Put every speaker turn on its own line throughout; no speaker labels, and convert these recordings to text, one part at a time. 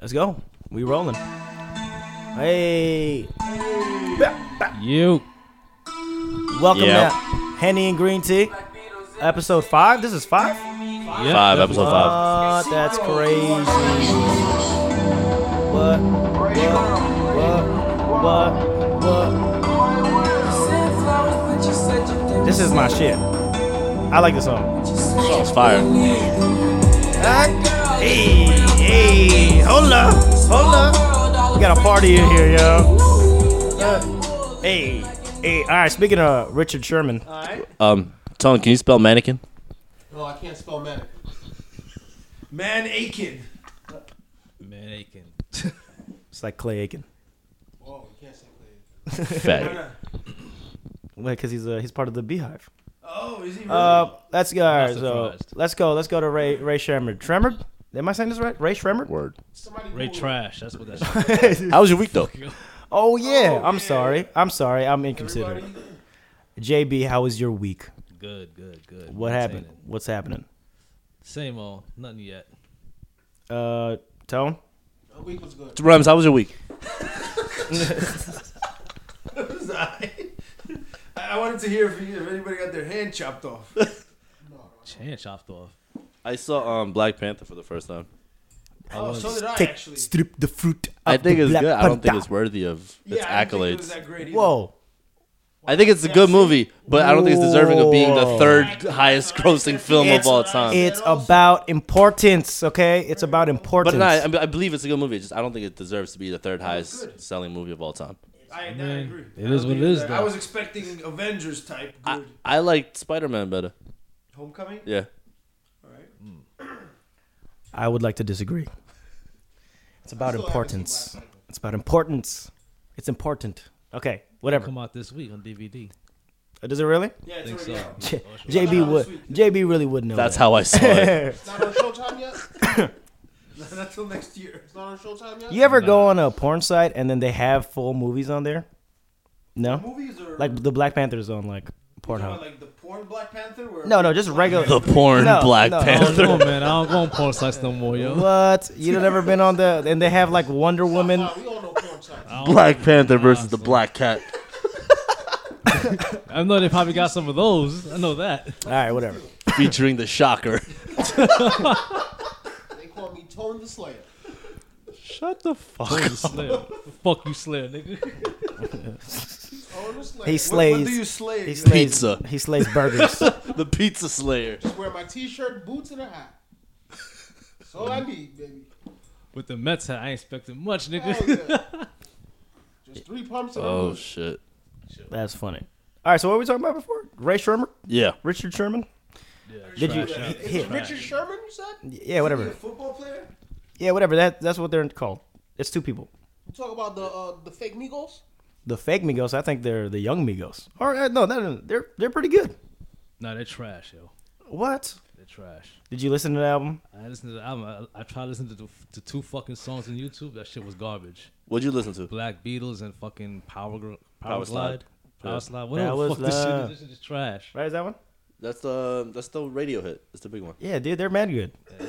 Let's go. We rolling. Hey.
You.
Welcome
Yeah.
to Henny and Green Tea. Episode five. This is five?
Yeah,
Five,
that was
episode
all.
five.
Uh, that's crazy. What? What? What? What? What? This is my shit. I like this song.
Oh, it's fire.
Hey, hey, hold up, hold up. We got a party in here, yo. Hey, hey. All right. Speaking of Richard Sherman,
Um, Tone, can you spell mannequin?
No, I can't spell man. Man Aiken.
Man, Aiken.
it's like Clay Aiken.
Oh, you can't say man.
Fat.
because he's uh, he's part of the Beehive.
Oh, is he really?
Uh, let's go. All right, so
surprised.
let's go. Let's go to Ray Ray Shremmer. Tremor? Am I saying this right? Ray Shremmer?
Word.
Somebody
Ray
pull-
Trash. That's what that shit is.
How was your week though?
Oh yeah.
Oh,
I'm
yeah.
sorry. I'm sorry. I'm inconsiderate.
Everybody,
JB, how was your week?
Good, good, good.
What happened?
Entertaining.
What's happening?
Same old. Nothing yet.
Uh, Tone.
the week was good.
Rhymes, how was your week?
It was alright. I I wanted to hear if, you, if anybody got their hand chopped off.
Chan chopped off.
I saw um Black Panther for the first time.
Oh, so did I
Take
actually.
strip the fruit.
I
of
think
the
it's
black
good. I don't think
panther.
it's worthy of
yeah,
its
I didn't think it was
accolades.
that great either.
Whoa.
I think it's a good movie, but I don't think it's deserving of being the
Whoa.
third highest grossing film
It's-
of all time.
It's about importance, okay? It's about importance.
Uh, but no, I, I believe it's a good movie. It's Just I don't think it deserves to be the third highest selling movie of all time.
I, I
Man,
agree.
it is what it is,
I
though.
was expecting Avengers type. Good.
I, I liked Spider Man better.
Homecoming?
Yeah.
All right.
I would like to disagree. It's about
still haven't seen
importance.
Black Panther.
It's about importance. It's important. Okay, whatever.
Come out this week on DVD.
Uh, Does it really?
Yeah, it's
Think
already
so.
out.
J-
Not
JB
on
would.
this week.
JB really would know.
That's
that.
how I saw it.
It's not on Showtime yet? Not till next year. It's not on Showtime yet?
You ever go on a porn site and then they have full movies on there? No.
Movies or.
Like the Black Panther's on like
You know,
Pornhub.
like the porn Black Panther? Where
No, no, just regular.
the porn
No,
Black
no.
I don't
Panther.
know, man. I don't go on porn sites no more, yo.
What? You have never been on the? And they have like Wonder Woman.
Nah, we all know porn sites.
I don't-
Black Panther versus the Black Cat.
I know they probably got some of those. I know that.
All right, whatever.
featuring the Shocker.
They call me Tone the Slayer.
Shut the fuck
Fuck you, Slayer. Fuck you, Slayer, nigga.
Tone the Slayer.
He
What,
slays.
what do you slay?
He
You
slays.
Pizza.
He slays burgers.
the Pizza Slayer.
just wear my t-shirt, boots, and a hat. That's all I need, baby.
With the Mets hat, I ain't expecting much,
Hell
nigga.
yeah. Just three pumps and I'm
Oh
good.
shit.
That's funny. All right, so what were we talking about before? Ray Shermer,
Yeah.
Richard Sherman. Did you?
trash.
Is
hit-
it Richard Sherman, you said?
Yeah,
He a
whatever.
football player?
Yeah, whatever. That that's what they're called. It's two people.
You talk about the uh, the fake Migos?
The fake Migos. I think they're the young Migos. Or uh, no, that, they're they're pretty good.
Nah, they're trash, yo.
What?
They're trash. Did
Did you listen to the album?
I listened to the album. I, I tried to listen to, the, to two fucking songs on YouTube. That shit was garbage.
What'd you listen to?
Black Beatles and fucking Power Gr- Power,
Power
Slide.
Slide.
Power
Yeah.
Slide. Whatever
Power
the fuck this shit
Slide.
is. This shit is trash.
Right, is that one?
That's the that's the radio hit. That's the big one.
Yeah, dude, they're mad good.
Yeah,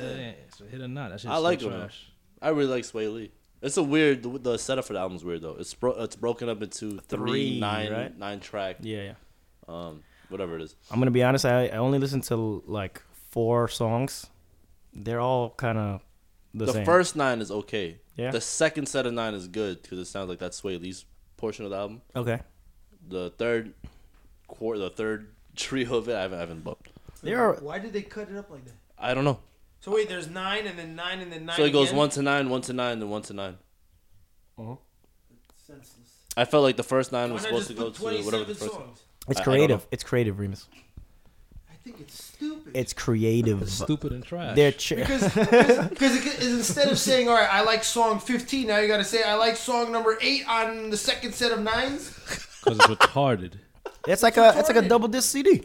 it's a hit or not. That shit is
I
still
like 'em, though.
trash.
I really like Sway Lee. It's a weird. The, the setup for the album's weird though. It's bro, it's broken up into
Three,
three nine
right?
nine track.
Yeah, yeah.
Um, whatever it is.
I'm gonna be honest. I, I only listened to like four songs. They're all kind of the,
The,
same.
first nine is okay.
Yeah.
The second set of nine is good because it sounds like that's Sway Lee's portion of the album.
okay.
The third quarter, the third trio of it, I haven't, I haven't bumped.
They are
Why did they cut it up like that?
I don't know.
So wait, there's nine and then nine and then nine.
So it goes
again?
one to nine, one to nine, then one to nine.
Senseless.
I felt like the first nine
Why
was
not
supposed
just
to go
put
to whatever the
27
first.
songs?
it's
I- I don't
creative.
know.
it's creative, Remus.
I think it's stupid.
It's creative.
Stupid and trash.
They're ch-
Because because instead of saying, all right, I like song 15, now you got to say, I like song number 8 on the second set of nines.
Because it's retarded.
it's like a it's like a double disc CD.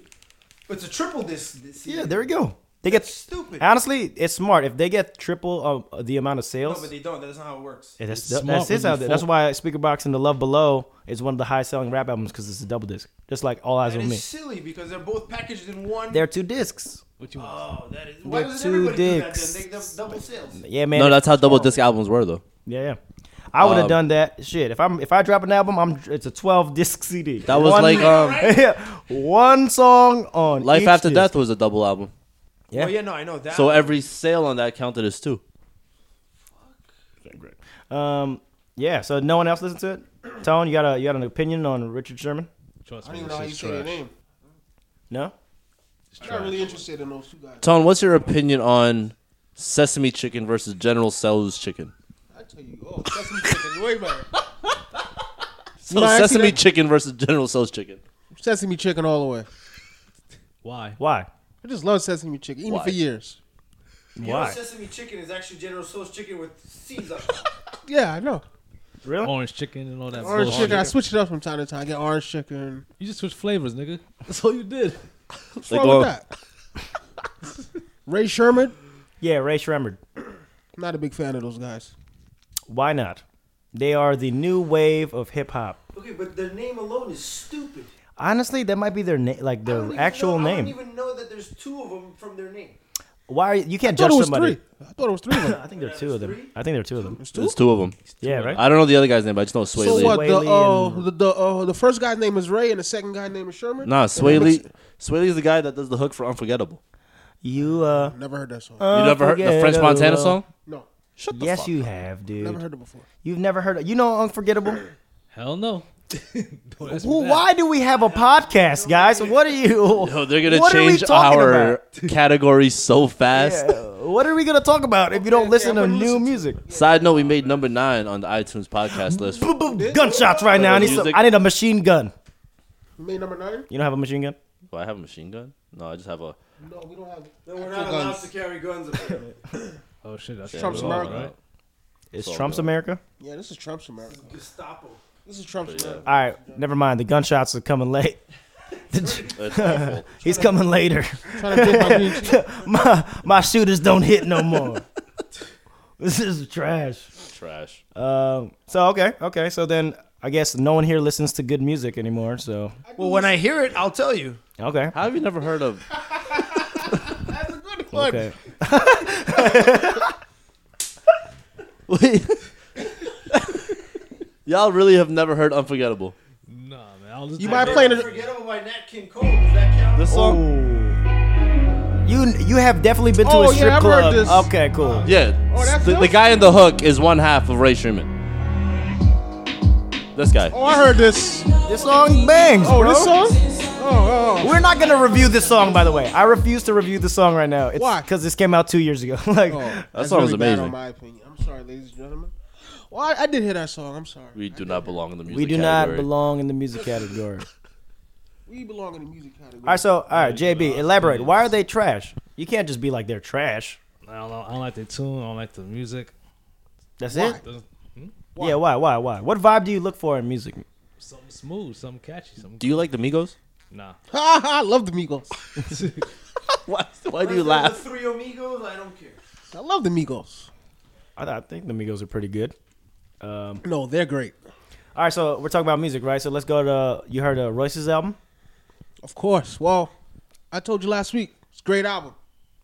It's a triple this. this
Yeah, there you go. They get
Stupid.
honestly, it's smart if they get triple uh, the amount of
No,
sales.
but they don't. That's not how it works.
Yeah, that's
It's
that- that's
smart
his
when you
out there. That's
fo-
why Speaker Box and The Love Below is one of the highest selling rap albums because it's a double disc, just like All Eyes
That
on
is
Me.
silly because they're both packaged in one.
They're two discs.
What you want?
Oh, that is. Why
The
does
two
everybody
dicks.
do that? Then they dou- double sales.
Yeah, man.
No,
it's-
that's how double disc albums were though.
Yeah, yeah. I would have
Um,
done that. Shit, if I'm if I drop an album, I'm it's a 12 disc CD.
That was
One-
like um,
one song on
Life
each
After
disc.
Death was a double album.
Yeah.
Oh yeah, no, I know that.
So every sale on that counted as two.
Um, yeah. So no one else listened to it. Tone, you got a you got an opinion on Richard Sherman?
Trust
I
me,
don't even know
this
how you
shit's
say their
trash.
name.
No.
It's
I'm not really
trash.
interested in those two guys.
Tone, what's your opinion on sesame chicken versus General Tso's chicken?
I tell you, oh, that's some chicken. Wait a minute.
So
know, actually,
sesame
that-
chicken versus General Tso's chicken.
Sesame chicken all the way.
Why?
Why?
I just love sesame chicken, eating it
Why?
for years.
You know,
Why?
sesame chicken is actually General Tso's chicken with seeds on it.
Yeah, I know.
Really?
Orange chicken and all that.
Orange
bullshit.
chicken. I switch it up from time to time. I get orange chicken.
You just switched flavors, nigga. That's all you did.
What's
They
wrong
go-
with that? Ray Sherman,
Yeah. Ray Shremmerd.
not a big fan of those guys.
Why not? They are the new wave of hip hop.
Okay, but their name alone is stupid.
Honestly, that might be their na- like
I don't
their
even
actual
know, I
name.
don't even know that there's two of them from their name.
Why are you, you can't
I thought
judge
it was
somebody?
three. I thought it was three of them.
I think there are two of them.
Three?
I think there are two of them.
There's two of them.
Yeah, right.
I don't know the other guy's name, but I just know Sway
So
Lee.
what? The
Swaley
uh,
and-
the the, uh, the first guy's name is Ray, and the second guy's name is Sherman.
Nah,
And
Sway
that
Lee.
makes-
Sway Lee's the guy that does the hook for Unforgettable.
You uh,
Never heard that song.
You never heard the French Montana song?
no,
Shut the
Yes,
fuck.
you have,
never
dude.
heard it before.
You've never heard. Of, you know, unforgettable.
Hell no. Don't ask me
Well,
that.
why do we have a podcast, guys? What are you?
Yo, Oh, they're gonna
what are we
change
talking
our
about?
category so fast.
Yeah, what are we gonna talk about if you don't
okay,
listen
I'm
to
gonna
new
listen to
music?
Side note: We made number nine on the iTunes podcast list.
Boom, boom, gunshots right now. I need, some,
Music.
I need a machine gun.
You made number nine?
You don't have a machine gun?
Do I have a machine gun? No, I just have a.
No, we don't have it.
No, we're not allowed to carry guns. up here.
Oh shit, that's
Trump's
wrong,
America.
right?
It's
all
Trump's
good.
America.
Yeah, this is Trump's America.
Gestapo.
This is Trump's America.
All right, never mind. The gunshots are coming late.
It's awful.
He's coming later.
trying to dig my green tea.
my my shooters don't hit no more. this is trash.
Trash.
Um. so okay, okay. So then I guess no one here listens to good music anymore. So
Well, when I hear it, I'll tell you.
okay,
How have you never heard of?
That's a good one.
okay.
Wait. Y'all really have never heard Unforgettable.
Nah, man. I'll just
You might play it.
Forgettable by Nat King Cole. Does that count?
This song?
You you have definitely been to
Oh,
a
yeah,
strip
I've heard
club.
this.
Okay, cool.
Yeah.
Oh, that's
the,
him?
the guy in the hook is one half of Ray Sherman. This guy.
Oh, I heard this.
This song bangs,
Oh,
bro.
this song? Oh, oh.
We're not gonna review this song, by the way. I refuse to review the song right now. It's,
Why?
Because this came out two years ago. like,
oh. That's
song was
really bad
amazing.
on my opinion. I'm sorry, ladies and gentlemen. Well, I, I did hear that song. I'm sorry.
We do not belong in the music
we do
category.
not belong in the music category.
We belong in the music category.
all right, so all right, JB, elaborate. Why are they trash? You can't just be like they're trash.
I don't know. I don't like the tune. I don't like the music.
That's it.
Doesn't-
Yeah, why, why, why? What vibe do you look for in music?
Something smooth, something catchy, something.
Do you like the Migos?
Nah.
Ha, ha, I love the Migos.
Why, why do
Where's
you
the-
laugh?
The three amigos. I don't care.
I love the Migos.
I, I think the Migos are pretty good. Um,
No, they're great.
all right, so we're talking about music, right? So let's go to you heard uh, Royce's album.
Of course. Well, I told you last week. It's a great album.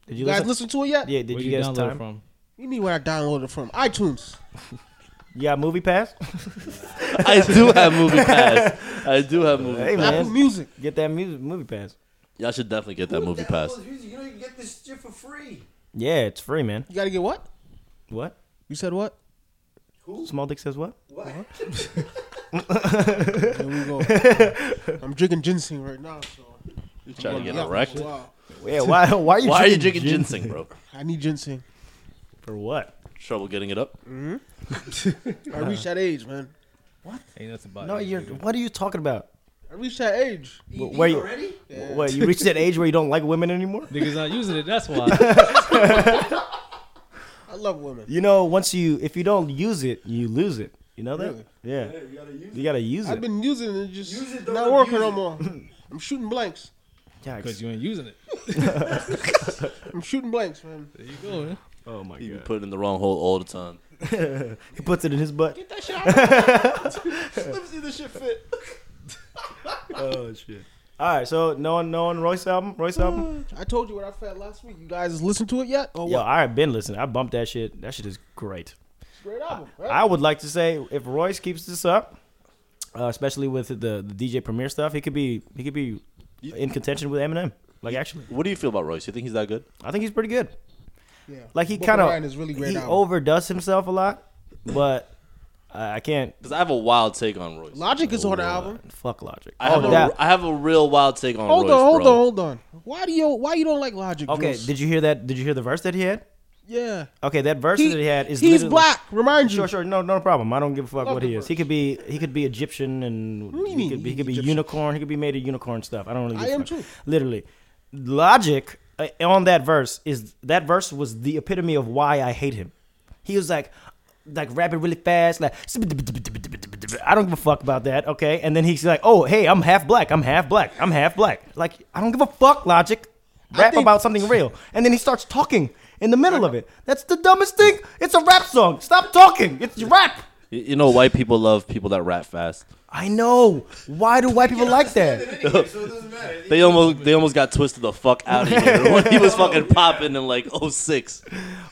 Did
You guys listen to it yet?
Yeah, did
Where
you,
you,
guys
download
time?
it from?
You mean where I downloaded it from? iTunes.
You got Movie Pass?
I do have movie pass. I do have
hey
movie.
Apple
man,
Music.
get that music Movie Pass.
Y'all should definitely get that
Who
movie
downloads
pass.
music? You know you can get this shit for free.
Yeah, it's free, man.
You got to get what?
What?
You said what?
Small Dick says what?
What?
Here we go. I'm drinking ginseng right now, so.
You trying to get
Yeah,
erect?
Wow.
Yeah, why? Why are you?
Why are you drinking ginseng, bro?
I need ginseng.
For what?
Trouble getting it up?
I reached that age, man.
Ain't nothing about
No,
it.
you're. What are you talking about?
I reached that age.
Wh- Where you?
Already?
wh- What? You reached that age where you don't like women anymore?
Niggas not using it. That's why.
I love women.
You know, once you, if you don't use it, you lose it. You know that?
Really?
Yeah.
Yeah, you gotta use
You gotta use
I've
it.
been using it, and just
Use it, don't
not working
abuse
no
it.
more. I'm shooting blanks.
Yikes.
Because you ain't using it.
I'm shooting blanks, man.
There you go, man.
oh my
You be
god.
putting it in the wrong hole all the time.
He puts it in his butt.
That shit, I-
Oh shit. All right, so no one, no one, Royce album, Royce album.
I told you what I felt last week. You guys listened to it yet? Or
Yo,
what?
I have been listening. I bumped that shit. That shit is great.
Great album. Right?
I would like to say if Royce keeps this up, uh, especially with the, the DJ Premier stuff, he could be he could be in contention with Eminem. Like actually,
What do you feel about Royce? You think he's that good?
I think he's pretty good.
yeah.
Like he
Book
kind
Orion
of
is really great.
he
album.
overdoes himself a lot, but I I can't.
Because I have a wild take on Royce.
Logic is on
uh,
the album.
Fuck logic.
I have,
Oh,
a,
that-
I have a real wild take on
Hold
Royce,
on, hold
bro.
on, hold on. Why do you why you don't like Logic?
okay,
Juice?
did you hear that? Did you hear the verse that he had?
yeah.
Okay, that verse
He-
that he had is
he's
literally-
black. Remind you.
Sure, sure, no, no problem. I don't give a fuck
Love
what
the
he is.
verse.
He could be, he could be Egyptian, and
do you
he
mean
could be, he
he's
could be
Egyptian?
unicorn. He could be made of unicorn stuff. I don't really. Give
I
a
am
fuck.
too.
Literally, logic uh, on that verse is that verse was the epitome of why I hate him. He was like, like rapping really fast, like I don't give a fuck about that. Okay, and then he's like, oh hey, I'm half black. I'm half black. I'm half black. Like I don't give a fuck. Logic, rap
think-
about something real, and then he starts talking. In the middle of it. That's the dumbest thing. It's a rap song. Stop talking. It's rap.
You, you know, white people love people that rap fast.
I know. Why do white people like that?
anyway, so it doesn't matter.
They almost they almost got twisted the fuck out of here when he was fucking popping in like 06.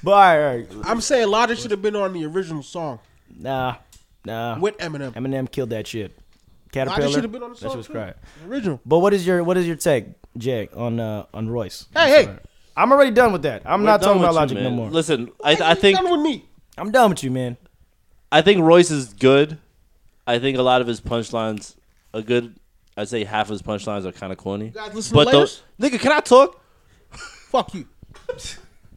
But all right, all right.
I'm saying Logic should have been on the original song
nah, nah.
with Eminem.
Eminem killed that shit. Caterpillar.
Logic should have been on the
that shit
song.
was
too.
crack.
The Original.
But what is your what is your take, Jack, on uh, on Royce?
Hey, hey.
I'm already done with that. I'm
We're
not
done
talking about
with
logic
you,
no
man.
more.
Listen, I, I think
done with me.
I'm done with you, man.
I think Royce is good. I think a lot of his punchlines, a good, I'd say half of his punchlines are kind of corny.
guys listen
But
to
the,
layers.
nigga, can I talk?
Fuck you.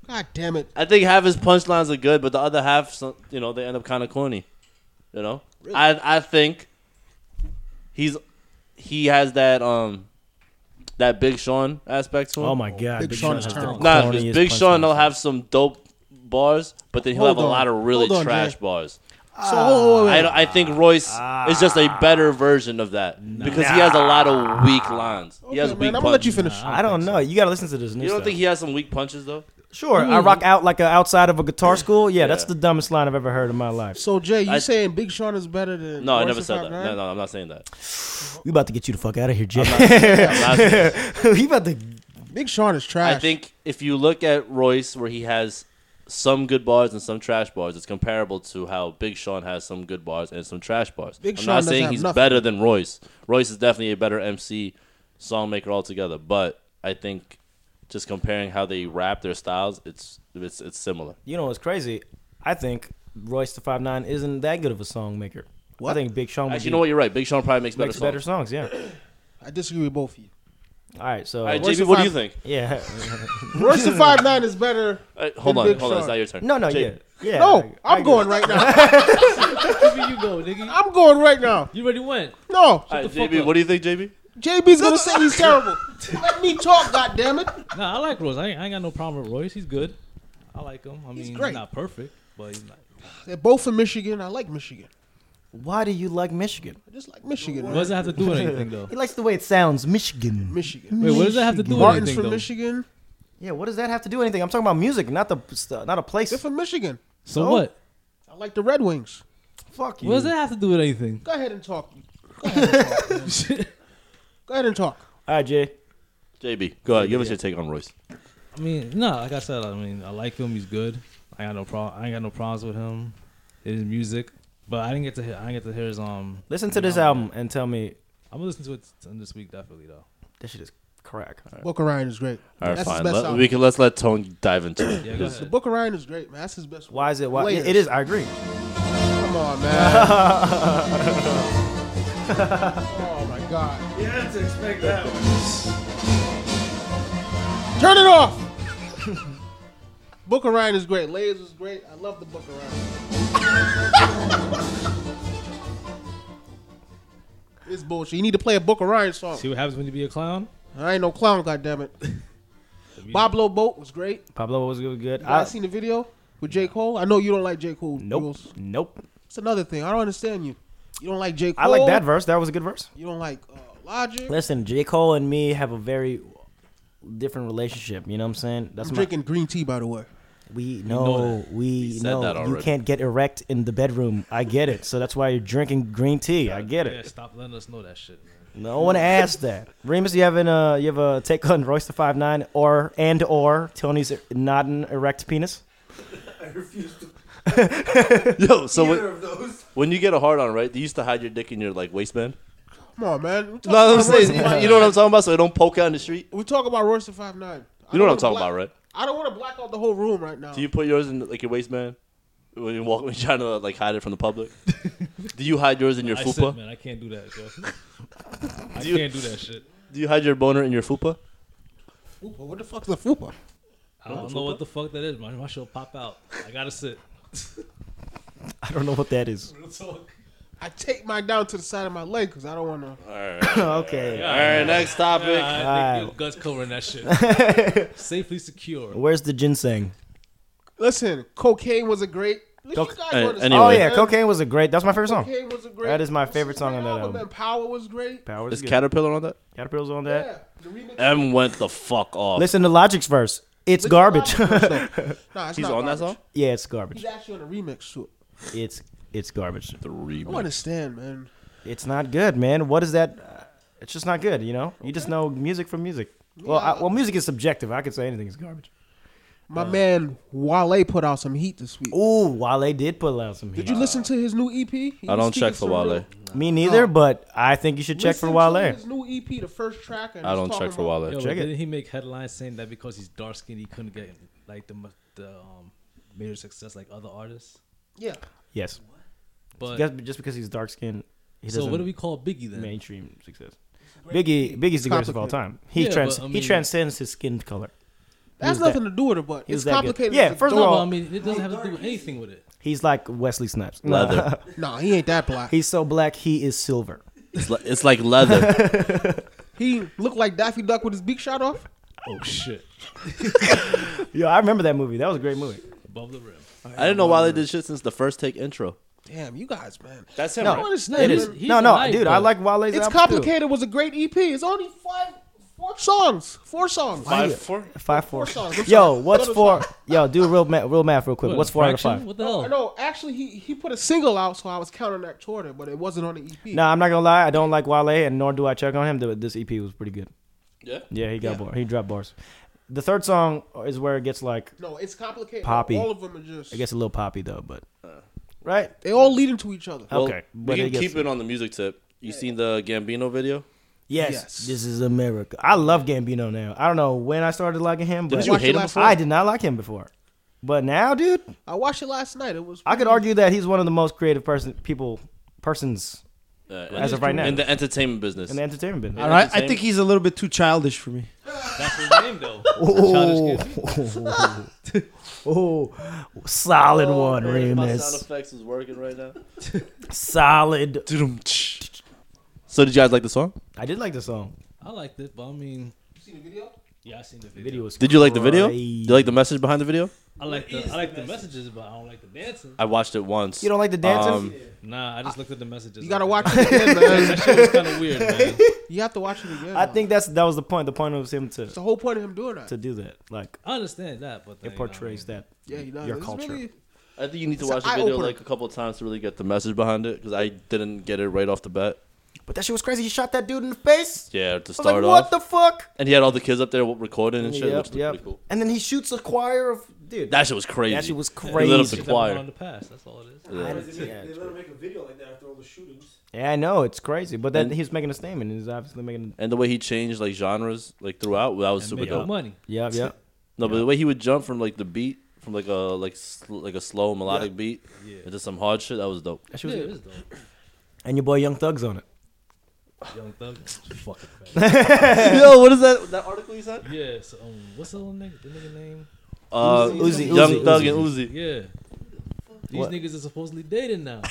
God damn it.
I think half his punchlines are good, but the other half, some- you know, they end up kind of corny. You know, I I think he's he has that um that Big Sean aspect to him.
Oh my god,
Big Sean is
has the
terrible.
Nah,
corniest
because Big Sean
punchlines.
will have some dope bars, but then he'll
Hold
have a
on.
lot of really
Hold on,
trash
Jay.
bars.
So hold on, wait,
I,
wait.
don't- I
Ah.
think Royce is just a better version of that because he has a lot of weak lines. He has
Okay,
weak
man, I'm gonna let you
punches.
finish.
I don't know. You gotta listen to this new
You don't
stuff.
think Mm. he has some weak punches though?
sure, I rock out like a, outside of a guitar school. Yeah, that's the dumbest line I've ever heard in my life.
So Jay, you
I-
saying Big Sean is better than?
No, I
Royce
never
and
said that.
5'9"?
No, no, I'm not saying that.
We about to get you the fuck out of here, Jack.
I'm not saying that.
you about to
Big Sean is trash.
I think if you look at Royce, where he has some good bars and some trash bars, it's comparable to how Big Sean has some good bars and some trash bars.
Big
I'm
Sean
not
doesn't
saying
have
he's
nothing.
better than Royce. Royce is definitely a better MC, songmaker altogether. But I think just comparing how they rap their styles, it's it's it's similar.
You know what's crazy? I think Royce the Five Nine isn't that good of a song maker. I think Big Sean would
Actually,
be-
you know what? You're right. Big Sean probably makes better
makes better
songs.
songs. Yeah.
I disagree with both of you.
All right. So
All right,
Royce
JB, what do you
the
think?
yeah.
Royce and Five Nine is better.
All right, hold
than
on,
Big
hold on. It's
Sean.
not your turn.
No, no,
Jay-
yeah, yeah.
No,
I- I
I'm
get
going
it.
right now.
JB, you go, nigga.
I'm going right now.
You already went.
No,
All right,
the fuck
JB,
up.
what do you think, JB?
JB's gonna say he's terrible. Let me talk, goddammit.
Nah, I like Royce. I ain't, I ain't got no problem with Royce. He's good. I like him. I mean, he's,
great.
not perfect, but he's not.
They're both from Michigan. I like Michigan.
Why do you like Michigan?
I just like Michigan.
What
man.
does that have to do with anything, though?
He likes the way it sounds, Michigan.
Michigan.
Wait, what does that have to do with
Martin's
anything,
from
though?
Michigan.
Yeah. What does that have to do with anything? I'm talking about music, not the st- not a place.
They're from Michigan.
So what?
I like the Red Wings.
Fuck you.
What does that have to do with anything?
Go ahead and talk. Go ahead and talk. man. Go ahead and talk.
All right, Jay.
JB, go ahead. Give us your take on Royce.
I mean, no, like I said, I mean, I like him. He's good. I got no problem. I ain't got no problems with him. His music, but I didn't get to hear. I didn't get to hear his um.
Listen to this album and tell me
I'm gonna listen to it t- this week definitely though.
that shit is crack.
Booker Ryan is great.
All right,
That's
fine.
his best
Let,
album.
we can let's let Tone dive into it.
Yeah, go
The
ahead.
Booker Ryan is great, man. That's his best.
Why is it? Why
Layers.
it is? I agree.
Come on, man. oh my god.
You had to expect that one.
Turn it off. Book of Ryan is great. Layers is great. I love the Book of Ryan. it's bullshit. You need to play a Book of Ryan song.
See what happens when you be a clown.
I ain't no clown, goddammit. Pablo Boat was great.
Pablo was good. good.
I,
I,
seen the video with J. Cole. I know you don't like J. Cole.
nope.
Jules.
Nope.
It's another thing. I don't understand you. You don't like J.
I
Cole.
like that verse. That was a good verse.
You don't like uh, Logic.
Listen, J. Cole and me have a very different relationship. You know what I'm saying? That's
I'm
my.
drinking green tea, by the way.
We know. We
said
know.
that
You
already.
can't get erect in the bedroom. I get it. So that's why you're drinking green tea. I get
Yeah,
it.
stop letting us know that shit, man.
No one asked that. Remus, you have an uh, you have a take on Royce the five nine or and or Tony's not an erect penis.
I refuse to
Yo, so
either
when,
of those.
when you get a hard on, right? They used to hide your dick in your like waistband.
Come on, man.
No, I'm saying, you know what I'm talking about, so it don't poke out in the street.
We talk about Royce the five nine.
You know what I'm talking about, right?
I don't want to black out the whole room right now.
Do you put yours in like your waistband when you walk when you're trying to like hide it from the public? do you hide yours in your
I
fupa?
said, man, I can't do that, Jeff. I
Do you-
can't do that shit.
Do you hide your boner in your fupa?
Fupa, what the fuck's a fupa?
I don't know what the fuck that is. My, my shit will pop out. I gotta sit.
I don't know what that is.
Real talk.
I take mine down to the side of my leg because I don't want to.
All right.
okay.
All right. Next topic.
I think
Alright.
your guts covering that shit. Safely secure.
Where's the ginseng?
Listen, cocaine was a great. Look, you
Coca-
guys
Hey,
understand,
Oh
Anyway.
yeah,
man.
cocaine was a great. That's my favorite song.
Cocaine was a great.
That is my favorite song on that album.
And Power was great.
Power
Is
is good.
Caterpillar on that?
Caterpillars on
Yeah,
that.
the remix.
M went the fuck off.
Listen to Logic's verse. It's
Listen to
garbage.
Logic's Nah, it's
He's
not
on that
garbage.
song.
yeah, it's
He's
garbage.
actually on a remix to it.
It's it's garbage.
The
I don't understand, man.
It's not good, man. What is that? uh, It's just not good. You know. You just know music from music. Well, I, well, music is subjective. I could say anything is garbage.
My man Wale put out some heat this week.
Ooh, Wale did put out some heat.
Did you listen to his new EP? He
Oh. I
was
don't
speaking
check for
surreal.
Wale.
Me neither, but I think you should check
Listen
for
to
Wale.
His new EP, the first track. And
I
he's
don't
talking
check for
Yo,
about-
Wale.
but
Check it.
didn't he make headlines saying that because he's dark skinned he couldn't get like the mu- the um, major success like other artists?
Yeah,
Yes.
But
Just- just because he's dark skinned, he doesn't
so what do we call Biggie then?
mainstream success. Biggie, Biggie's the greatest of all time. He
Yeah,
trans,
but, I
he
mean-
transcends his skin color.
that's
was
nothing to do with it, but
He was
it's
that good.
complicated.
Yeah,
as a
first of
dog.
No,
all-
but I mean it doesn't have to do with anything with it.
He's like Wesley Snipes. No.
Leather.
nah, he ain't that black.
he's so black, he is silver.
It's, li- it's like leather.
He looked like Daffy Duck with his beak shot off.
Oh shit!
Yo, I remember that movie. That was a great movie.
Above the rim.
I didn't know Wale did shit since the first take intro.
Damn, you guys, man.
That's him.
No,
right?
understand.
it
He's-
is.
he's
no, no,
alive,
dude,
though.
I like Wale's.
It's
album, too.
complicated. Was a great EP. It's only five, four songs, four songs.
Five, four.
Five four.
Four songs. I'm
Yo,
sorry.
what's
Another
four? Yo, do real math, real math, real quick.
What,
what's four out of
fraction?
five?
What the
No,
Oh.
hell?
no, actually, he, he put a single out, so I was counting that toward it, but it wasn't on the E EP.
No, I'm not gonna lie. I don't like Wale, and nor do I check on him. but This EP was pretty good.
Yeah.
Yeah, he got
Yeah.
bar. He dropped bars. The third song is where it gets like
No, it's complicated.
Poppy.
All of them are just.
it gets a little poppy though, but right.
They all lead into each other.
Well,
Okay, but
we
it
can
gets-
keep it on the music tip. You seen the Gambino video?
Yes,
Yes.
this is America. I love Gambino now. I don't know when I started liking him, but
Didn't you
watched
hate
the
him
last
before?
I did not like him before. But now, dude,
I watched it last night. It was.
I could argue that he's one of the most creative person, people, persons
Uh,
as of right now
in
in the,
the entertainment business.
entertainment business.
All right, I
Same.
think he's a little bit too childish for me.
That's his name though.
Oh, solid
Oh,
one, Remus.
effects is working right now.
Solid.
So did you guys like the song?
I did like the song.
I liked it, but I mean, you seen the video? Yeah, I seen the
Video
video.
was
Did you like the video?
crazy.
You like the message behind the video?
I like the I like the messages, but I don't like the dancing.
I watched it once.
You don't like the dancing?
Um,
Nah, I just looked at the messages.
You gotta watch it again, man.
That shit was kind of weird, man.
You have to watch it again.
I
though.
think that's that was the point. The point was him to
It's the whole point of him doing that.
to do that. Like
I understand that, but then,
it portrays that
Yeah, he does.
your
It's
culture.
really-
I think you need to
It's an
watch the video
eye-opener.
like a couple times to really get the message behind it because I didn't get it right off the bat.
But that shit was crazy. He shot that dude in the face. I
Yeah, to
was like,
start
what
off,
the fuck?
and he had all the kids up there recording and shit.
Yep,
which was
yep.
pretty cool.
And then he shoots a choir of dude.
That shit was crazy.
That shit was
He lit up the
crazy.
choir.
On the past, that's all it is.
Yeah.
Yeah,
let him make a video like that after all the shootings.
Yeah, I know it's crazy, but then
And-
he was making a statement. and He's obviously making
And the way he changed like genres like throughout, that was
And
super
make
dope.
money.
yeah, yeah.
No, but the way he would jump from like the beat, from like a like sl- like a slow melodic beat
Yeah.
into some hard shit, that was dope.
That shit
Yeah,
was
it
good.
is dope.
And your boy Young Thug's on it.
Young Thug, fucking fat.
Yo, what is that? That article you sent?
Yeah, so um, what's the little nigga? The nigga name?
Uh,
Uzi, Uzi,
Young
Uzi,
Thug and Uzi.
Yeah. These
What?
niggas are supposedly dating now.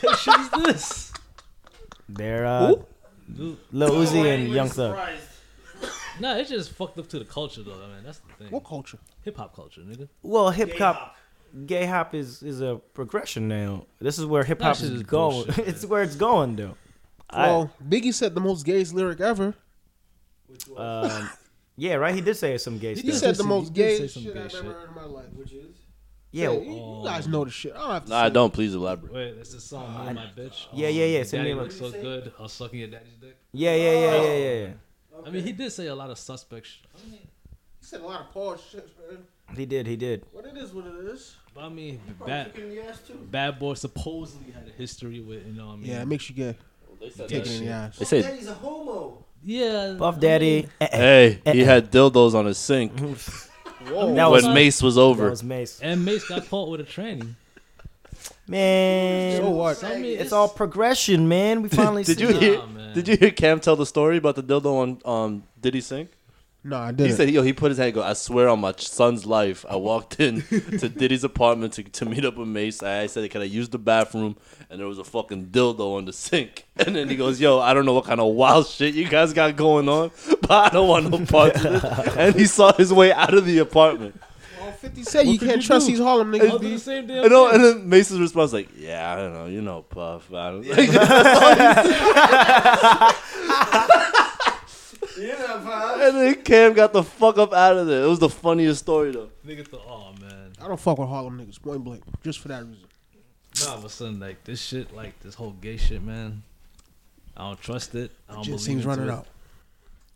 what shit is this?
They're uh,
Dude,
Lil Uzi and Young Thug.
nah, it's just fucked up to the culture though. I mean, that's the thing.
What culture?
Hip hop culture, nigga.
Well, hip hop, gay hop is is a progression now. This is where hip hop
That shit
is
is
going.
bullshit,
it's where it's going though.
well, Biggie said the most gayest lyric ever.
Uh,
Um, yeah, right. He did say some gay
He
stuff.
said
did
the
say-
most
he did say
gayest
some
shit
gay
I've
shit.
ever heard in my life. Which is?
Yeah,
you, you guys know the shit. I don't have to.
No,
say
I
it.
don't. Please elaborate.
Wait, it's the song "Me and My Bitch." Um,
yeah, yeah, yeah, send me
Daddy
a-
looks so good. I was sucking your daddy's dick.
yeah, yeah, yeah, yeah, yeah, yeah.
I mean, he did say a lot of suspect shit.
You said a lot of pause shit, man.
He did, he did.
What it is, what it is.
But I mean,
Bad.
bad, bad boy supposedly had a history with, you know what I mean?
Yeah, it makes you get
They
taken in the ass.
They said,
Daddy's a homo.
Yeah.
Puff Daddy. eh, eh.
"Hey,
eh,
he
eh. Mm-hmm.
had dildos on his sink when
That was
Mace was
that
over."
was Mace.
And Mace got caught with a tranny.
Man,
So what?
Say
mean,
it's all progression, man. We finally
Did
see
you hear?
man.
Did you hear Cam tell the story about the dildo on um Diddy sink?
No, I
He
didn't.
said, "Yo, he put his hand. Go, I swear on my ch- son's life, I walked in to Diddy's apartment to, to meet up with Mace. I said, can I use the bathroom? And there was a fucking dildo on the sink. And then he goes, yo, I don't know what kind of wild shit you guys got going on, but I don't want no part of it. And he saw his way out of the apartment.
He said you can't trust these Harlem
I was
niggas.
doing the
B.
same damn
And, all, and
thing.
then Mace's response like, yeah, I don't know, you know, Puff. I don't
You know, pal.
and then Cam got the fuck up out of there. It was the funniest story though.
Nigga thought, oh, man.
I don't fuck with Harlem niggas, point blank, just for that reason.
Now all of a sudden, like, this shit, like, this whole gay shit, man. I don't trust it. I don't believe
Just seems
into
running
it.
out.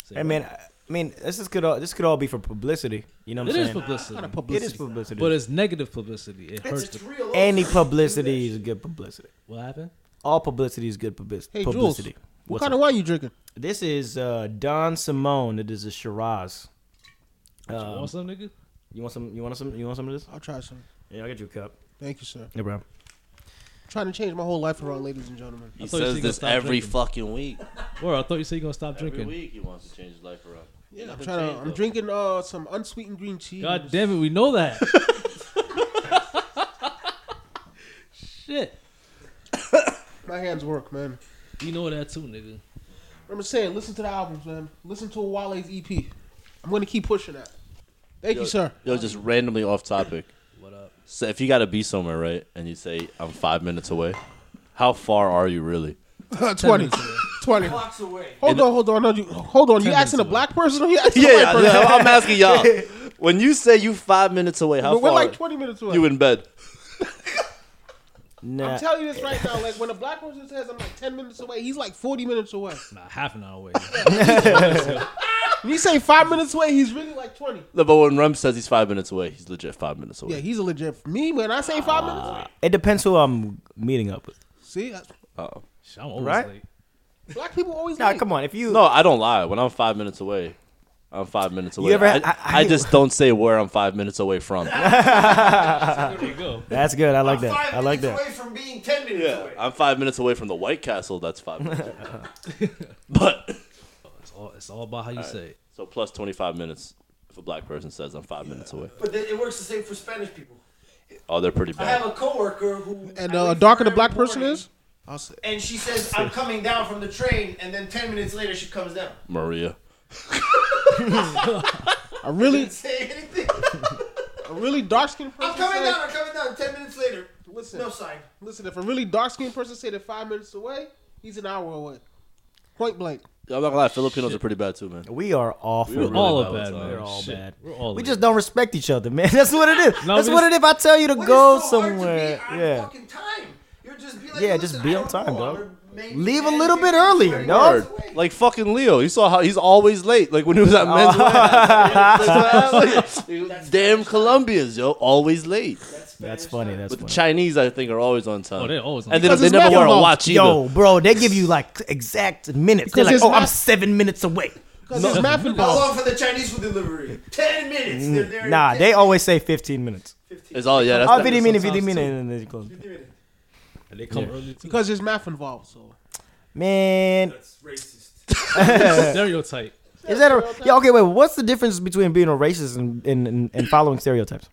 Say,
I
"Well,
mean, I I mean, this is could all this could all be for publicity. You know what
it
I'm
is
saying?
publicity.
Kind of
it
publicity.
is publicity.
But it's negative publicity. It hurts.
It's
the-
real.
Any publicity is good publicity.
what happened?
All publicity is good publicity.
Hey, Jules.
publicity.
what
What's
kind
up?
of wine you drinking?
This is uh, Don Simone. It is a Shiraz.
you
Um,
want some, nigga?
you want some? You want some? You want some of this?
I'll try some.
Yeah, I got you a cup.
Thank you, sir.
Yeah, bro.
trying to change my whole life around, ladies and gentlemen.
He
I thought you said
says
he
this
gonna stop
every
drinking.
fucking week.
Or I thought you said you gonna stop
Every
drinking.
week he wants to change his life around.
Yeah, I'm
Nothing
trying to.
changed,
I'm
though.
drinking uh some unsweetened green tea.
God damn it, we know that. Shit.
My hands work, man.
You know that too, nigga.
But I'm just saying, listen to the albums, man. Listen to Wale's EP. I'm gonna keep pushing that. Thank you, sir.
Yo, just randomly off topic.
What up?
So if you gotta be somewhere, right, and you say I'm five minutes away, how far are you really?
20. 20.
blocks away.
Hold on, hold on. No, you, hold on. You
minutes
asking a
away.
black person or you asking a
Yeah,
white person?
yeah I'm asking y'all. When you say you five minutes away, how
But we're
far
like 20 minutes away.
you in bed?
Nah,
I'm telling you this right now. Like, when a black person says I'm like 10 minutes away, he's like 40 minutes away.
Nah, half an hour away.
When you say five minutes away, he's really like 20.
No, but when Rem says he's five minutes away, he's legit five minutes
Yeah,
away.
he's a legit. Me, when I say five minutes away.
it depends who I'm meeting up with.
See, that's,
Uh-oh.
Shit, I'm always
Right?
late.
black people always
Nah,
late.
come on. If you
No, I don't lie. When I'm five minutes away, I'm five minutes away.
ever-
I,
I-
I,
I-
just don't say where I'm five minutes away from.
There you go.
that's good. I like that.
Five
I like
minutes
that.
away from being ten minutes
Yeah,
away.
I'm five minutes away from the White Castle. That's five minutes. away. but
It's all, it's all about how you say it.
so plus 25 minutes if a black person says I'm five minutes away.
But then it works the same for Spanish people.
Oh, they're pretty
I
bad.
have a coworker who
And
I
uh,
wake
darker
up
the
every
black person
morning,
is? I'll say.
And she says, "I'm coming down from the train," and then ten minutes later she comes down.
Maria.
A
Didn't
really,
say anything.
a really dark skinned person.
I'm coming
say,
down. I'm coming down. Ten minutes later,
Listen,
no sign.
listen. If a really dark skinned person say they're five minutes away, he's an hour away. Point blank.
I'm not gonna lie, Filipinos are pretty bad too, man.
We are awful.
were
We're all
bad
are bad,
with
man.
We're all
Shit.
bad.
We're all
We
late.
just don't respect each other, man. That's what it is.
No,
That's
we
what
just-
it is. If I tell you to
What is
go
so hard to be
somewhere,
on
yeah.
Fucking time. You're just be like,
Yeah,
"Listen,
just be
I
on
don't
time,
know,
dog.
I'm maybe
Leave a
10,
little bit
15,
earlier,
20
dog.
minutes away."
Like fucking Leo. You saw how he's always late. Like when he was at men's wear. Damn Colombians, yo, always late.
That's funny. That's
But the
funny.
Chinese, I think, are always on time.
Oh, they're always on
and they,
time.
they
Because
never
it's
wear a
math
watch either.
Yo, bro, they give you like exact minutes. They're
Because
like,
it's
oh, I'm
not-
seven minutes away.
Because it's math
How
involved.
long for the Chinese food delivery? Ten minutes. They're there in
Nah,
10
they always say 15 minutes.
It's all yeah. That's
Oh,
not-
15 minutes, 15
sometimes
minutes,
too.
and then you close.
And they come early too.
Because there's math involved. So
Man,
That's racist.
stereotype.
is that a yeah? Okay, wait. What's the difference between being a racist and and, and, and following stereotypes?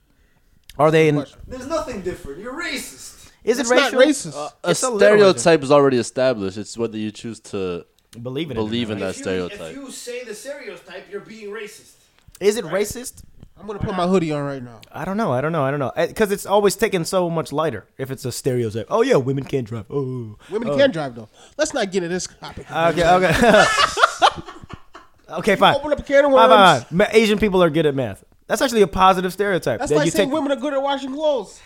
Are they? In,
question.
There's nothing different. You're racist.
is it
it's
racial?
not racist.
A
It's a little racist.
stereotype is already established. It's whether you choose to
Believe in it.
believe in
right?
that
if, you, if
stereotype.
you say the stereotype, you're being racist.
Is it racist?
I'm gonna put my hoodie on right now.
I don't know. I don't know. I don't know. Because it's always taken so much lighter if it's a stereotype. Oh yeah, women can't drive. Oh.
Women can drive though. Let's not get into this topic.
Okay. Okay. okay. Fine.
Open up a can of
Fine, fine,
worms.
fine. Ma- Asian people are good at math. That's actually a positive stereotype.
That's
that
like
you
saying
take,
women are good at washing clothes.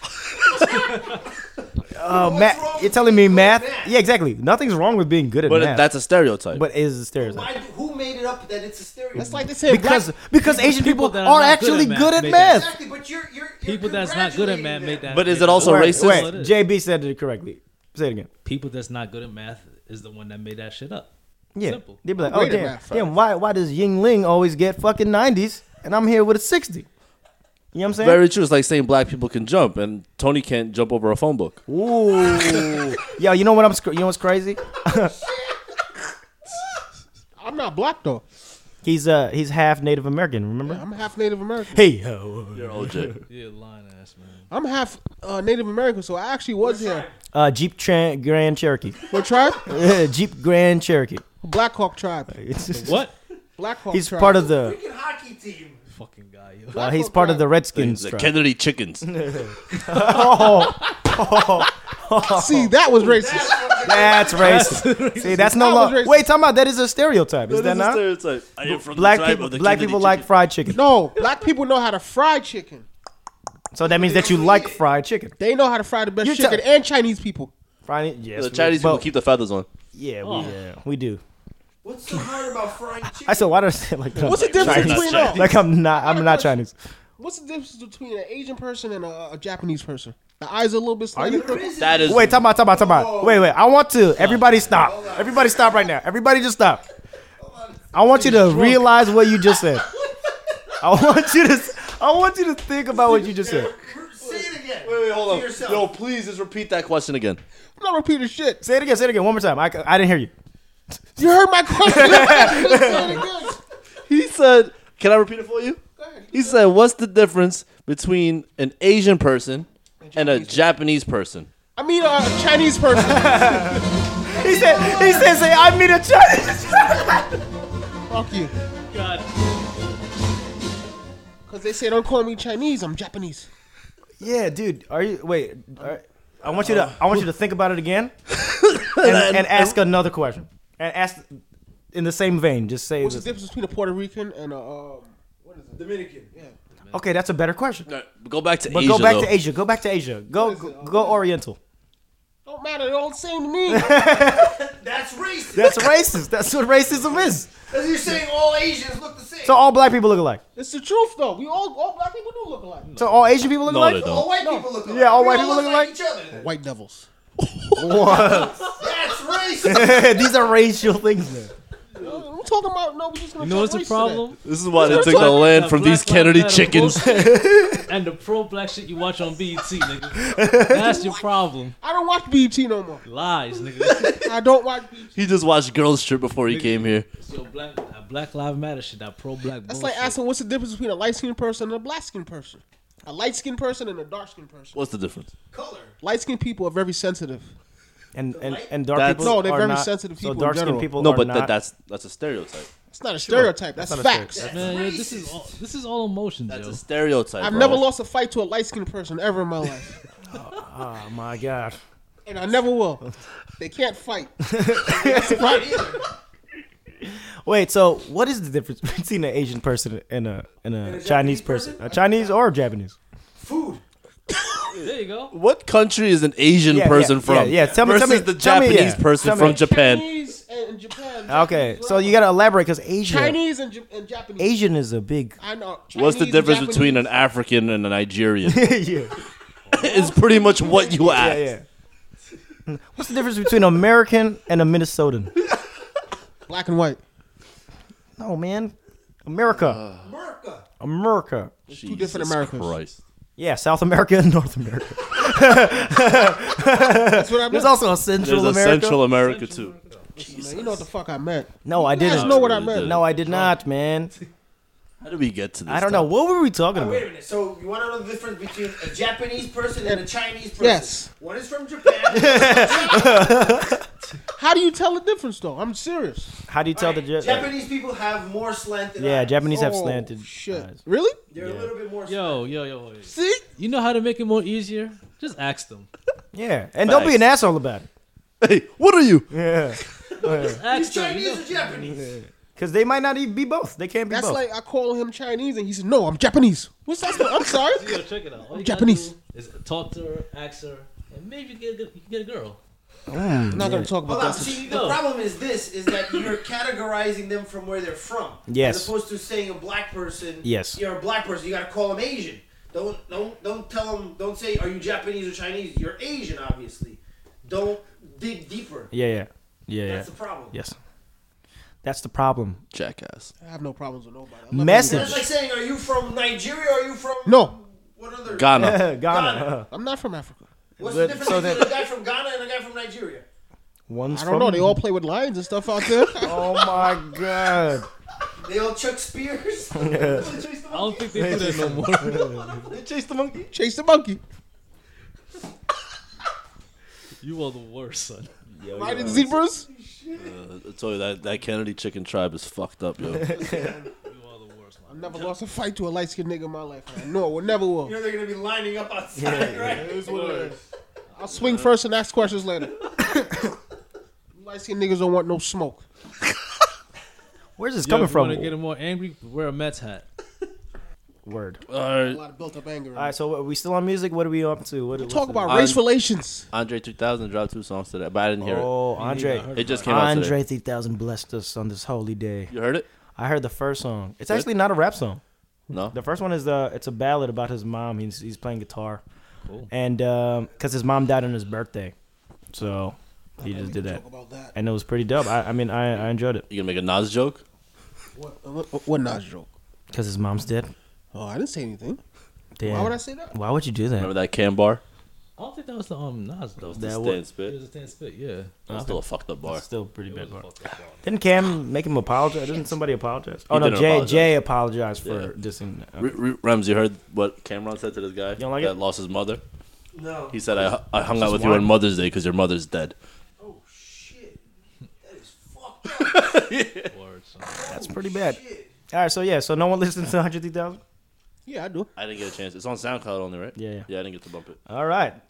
uh, math. You're telling me math? Yeah, exactly. Nothing's wrong with being good at
But
math.
that's a stereotype.
but it is a stereotype.
Why, who made it up that it's a stereotype?
That's like they said
Because
black-
because Asian
people
people,
that are
are,
not good
actually
at math
good at
make that-
math.
Exactly, but you're you're, you're
People that's not good at math
congratulating
make
them.
that.
But is
make
it also
that-
Wait,
racist?
wait,
It is.
JB said it correctly. Say it again.
people that's not good at math is the one that made that shit up.
Yeah.
Simple.
They'd be like,
I'm
oh
great at
damn,
math,
damn. Why why does Ying Ling always get fucking nineties and I'm here with a sixty? You know what I'm saying?
Very true. It's like saying black people can jump and Tony can't jump over a phone book.
Ooh. Yo, you know what I'm? sc- You know what's crazy?
I'm not black though.
He's uh he's half Native American. Remember?
I'm half Native American.
Hey ho.
You're OJ.
Yeah, lying ass man.
I'm half uh, Native American, so I actually was here.
Uh, Jeep Tran Grand Cherokee.
What tribe?
Jeep Grand Cherokee.
Black Hawk tribe.
What?
Black Hawk.
he's
tribe.
part of the.
freaking hockey team.
Fucking guy. Yo.
Uh, he's part of the Redskins.
The
tribe. Oh,
Kennedy chickens.
See, that was racist.
That's racist. See, that's no
That was
longer.
racist.
Wait, talking about that is a stereotype. Is that not?
stereotype. I am from
Black people, black people like fried chicken.
No, black people know how to fry chicken.
So that means that you like fried chicken.
They know how to fry the best
You
chicken,
tell-
and Chinese people.
Fried, yes,
The
we-
Chinese people
well,
keep Oh. the feathers on.
Yeah, we, yeah, we do.
What's so hard about frying chicken?
I said, why do I say it like that?
What's the difference
Chinese,
between
Chinese.
a,
Like I'm not, I'm not Chinese.
What's the difference between an Asian person and a, a Japanese person? The eyes are a little bit. Are
That is
Wait, talk about, talk about, talk about. Wait, wait. I want to. Everybody stop. Everybody stop right now. Everybody just stop. I want you to realize what you just said. I want you to. I want you to think about what you just said.
Say it again.
Wait, wait, hold
To
on.
yourself.
Yo, please just repeat that question again.
I'm not repeating shit.
Say it again. Say it again. One more time. I, I didn't hear you.
You heard my question. Say it again.
He said, "Can I repeat it for you?" He said, "What's the difference between an Asian person and a Japanese person?"
I mean, a Chinese person.
He said. He said. Say I mean a Chinese.
Fuck you.
God.
Because they say don't call me Chinese. I'm Japanese.
Yeah, dude. Are you? Wait. Are, I want you to. I want you to think about it again, and, and ask another question, and ask in the same vein. Just say.
What's the
this-
difference between a Puerto Rican and a um,
Dominican.
Okay, that's a better question.
Go back to
But
Asia.
go back
though.
to Asia. Go back to Asia. Go go, go Oriental.
don't matter. They're all the same to me.
That's racist.
That's racist. That's what racism is.
As you're saying all Asians look the same.
So all black people look alike.
it's the truth, though. We all all black people do look alike.
So all Asian people look
No, they
alike.
don't.
all white people look alike.
Yeah, all
We
white people
look
look
like
alike.
each other.
White devils.
That's racist.
These are racial things. Man.
Uh, we talking about no. We just gonna.
You know
talk
what's the
race
problem?
This is why they took the land from
Black
these
Lives
Kennedy
Matter
chickens.
bullshit and the pro black shit you watch on BET, nigga. That's your problem.
Today. I don't watch BET no more.
Lies, nigga.
I don't watch E BET.
He just watched Girls Trip before he came here.
It's your black, that black Lives Matter shit. That pro black.
That's like asking what's the difference between a light skinned person and a black skinned person. A light skinned person and a dark skinned person.
What's the difference?
Color.
Light skinned people are very sensitive.
And and and dark
That's-
people.
No, they're
are
very
not-
sensitive
So
people in
dark skinned
general.
people.
No,
are
but
not,
that, that's that's a stereotype.
It's not a stereotype. That's,
not a
facts.
stereotype.
Man, yo, this is all, this is all emotions,
That's
yo.
a stereotype.
I've
bro.
never lost a fight to a light skinned person ever in my life.
Oh my god.
and I never will. They can't fight. That's the problem.
Wait. So what is the difference between an Asian person and a and a, Chinese person? A Chinese or Japanese?
Food.
there you go.
What country is an Asian
Yeah,
person
yeah,
from?
yeah, yeah. Tell me- tell
versus
me-
the
tell me,
Japanese
yeah.
person
Tell me.
from Japan.
Chinese and Japan.
Okay.
Japanese,
So you gotta elaborate because Asia.
Chinese and, Jap- and Japanese.
Asian is a big.
I know.
What's the
Chinese and
difference
Japanese.
between an African and a Nigerian?
yeah. Yeah.
it's pretty much what you ask.
Yeah. What's the difference between American and a Minnesotan?
black and white?
No, man. America.
Merca.
America.
Jesus
different Americas.
Christ.
Yeah, South America and North America.
That's what I meant.
There's also a Central
There's a
America.
Central America too.
Man, you know what the fuck I meant.
No, I
You guys
didn't.
know what I
Really
meant.
did.
No, I did not, man.
How did we get to this?
I don't know.
topic?
What were we talking
Wait a
about?
minute. So you want to know the difference between a Japanese person and a Chinese person?
Yes.
One is from Japan.
How do you tell the difference though? I'm serious.
How do you tell the Jap-
Japanese people have more slanted.
Yeah,
eyes.
Japanese have
Oh,
slanted
Shit.
eyes.
Really?
They're a little bit more.
Yo, yo, yo. yo.
See?
You know how to make it more easier? Just ask them.
Yeah, and don't be an asshole about it.
Hey, what are you?
Yeah.
Ask them.
Chinese or Japanese?
Because they might not even be both. They can't be
That's
both.
like I call him Chinese and he said, "No, I'm Japanese." What's that? I'm sorry.
You gotta check it out. All you
Japanese.
Gotta do is talk to her, ask her, and maybe you get a, good- you can get a girl.
I'm not gonna talk about
Hold on.
that.
See,
go.
the problem is this: is that you're categorizing them from where they're from.
Yes.
As opposed to saying a black person.
Yes.
You're a black person. You got to call them Asian. Don't don't don't tell them. Don't say are you Japanese or Chinese. You're Asian, obviously. Don't dig deeper.
yeah, yeah, yeah, yeah.
That's the problem.
yes, that's the problem.
Jackass.
I have no problems with nobody. I'm not
Message.
That's like saying are you from Nigeria? Or are you from
No.
What other?
Ghana.
Uh, Ghana. Ghana.
I'm not from Africa.
What's
But-
the difference
so
between
then-
a guy from Ghana and a guy from Nigeria?
One's
I don't
from-
know. They all play with lions and stuff out there.
Oh my god.
They all Chuck Spears.
I don't think they do that no more.
they chase the monkey.
Chase the monkey.
You are the worst, son.
Oh,
Riding zebras.
Uh, I told you that that Kennedy chicken tribe is fucked up, yo.
You are the worst, man.
I've never lost a fight to a light skinned nigga in my life. Man. No, will never will.
You know they're gonna be lining up outside, right?
I'll swing first and ask questions later. Light skinned niggas don't want no smoke.
Where's this
Yo,
coming
if you
from?
Want to get him more angry? Wear a Mets hat.
Word.
All right.
A lot of built up anger. in
All right, so what, we still on music. What are we up to? What what's
Talk
the-
about race
I'm-
relations.
Andre 2000 dropped two songs today, but I didn't hear
Oh,
I
Andre.
heard
it. It just came out today.
Andre 3000 blessed us on this holy day.
You heard it?
I heard the first song. It's actually not a rap song.
No.
The first one is the it's a ballad about his mom. He's he's playing guitar,
Cool.
and because his mom died on his birthday, so he just did that,
Talk about that.
and it was pretty dope. I, I mean, I, I enjoyed it
You gonna make a Nas joke?
What, what, what Nas joke?
because his mom's dead.
Oh, I didn't say anything.
Damn.
Why would I say that?
Why would you do that?
Remember that can bar?
I don't think that was the um Nas
That
though.
was
That
the
wa-
stand
It
spit.
was a ten spit, yeah.
That was still a fucked up bar.
It's still a pretty bad part.
Fuck that bar.
Didn't Cam make him apologize? Didn't somebody apologize? Oh
He
no,
didn't
Jay
apologize.
Jay apologized for uh,
Yeah.
dissing.
Re- Re- Rems, you heard what Cameron said to this guy
don't like
that
it?
lost his mother?
No.
He said, I, I hung out with you
wine.
on Mother's Day because your mother's dead.
Oh shit. That is fucked up.
Word, son.
That's pretty bad. All right, so yeah, so no one listens to 150,000.
Yeah, I do.
I didn't get a chance. It's on SoundCloud only, right?
Yeah, yeah.
Yeah, I didn't get to bump it.
All right,
All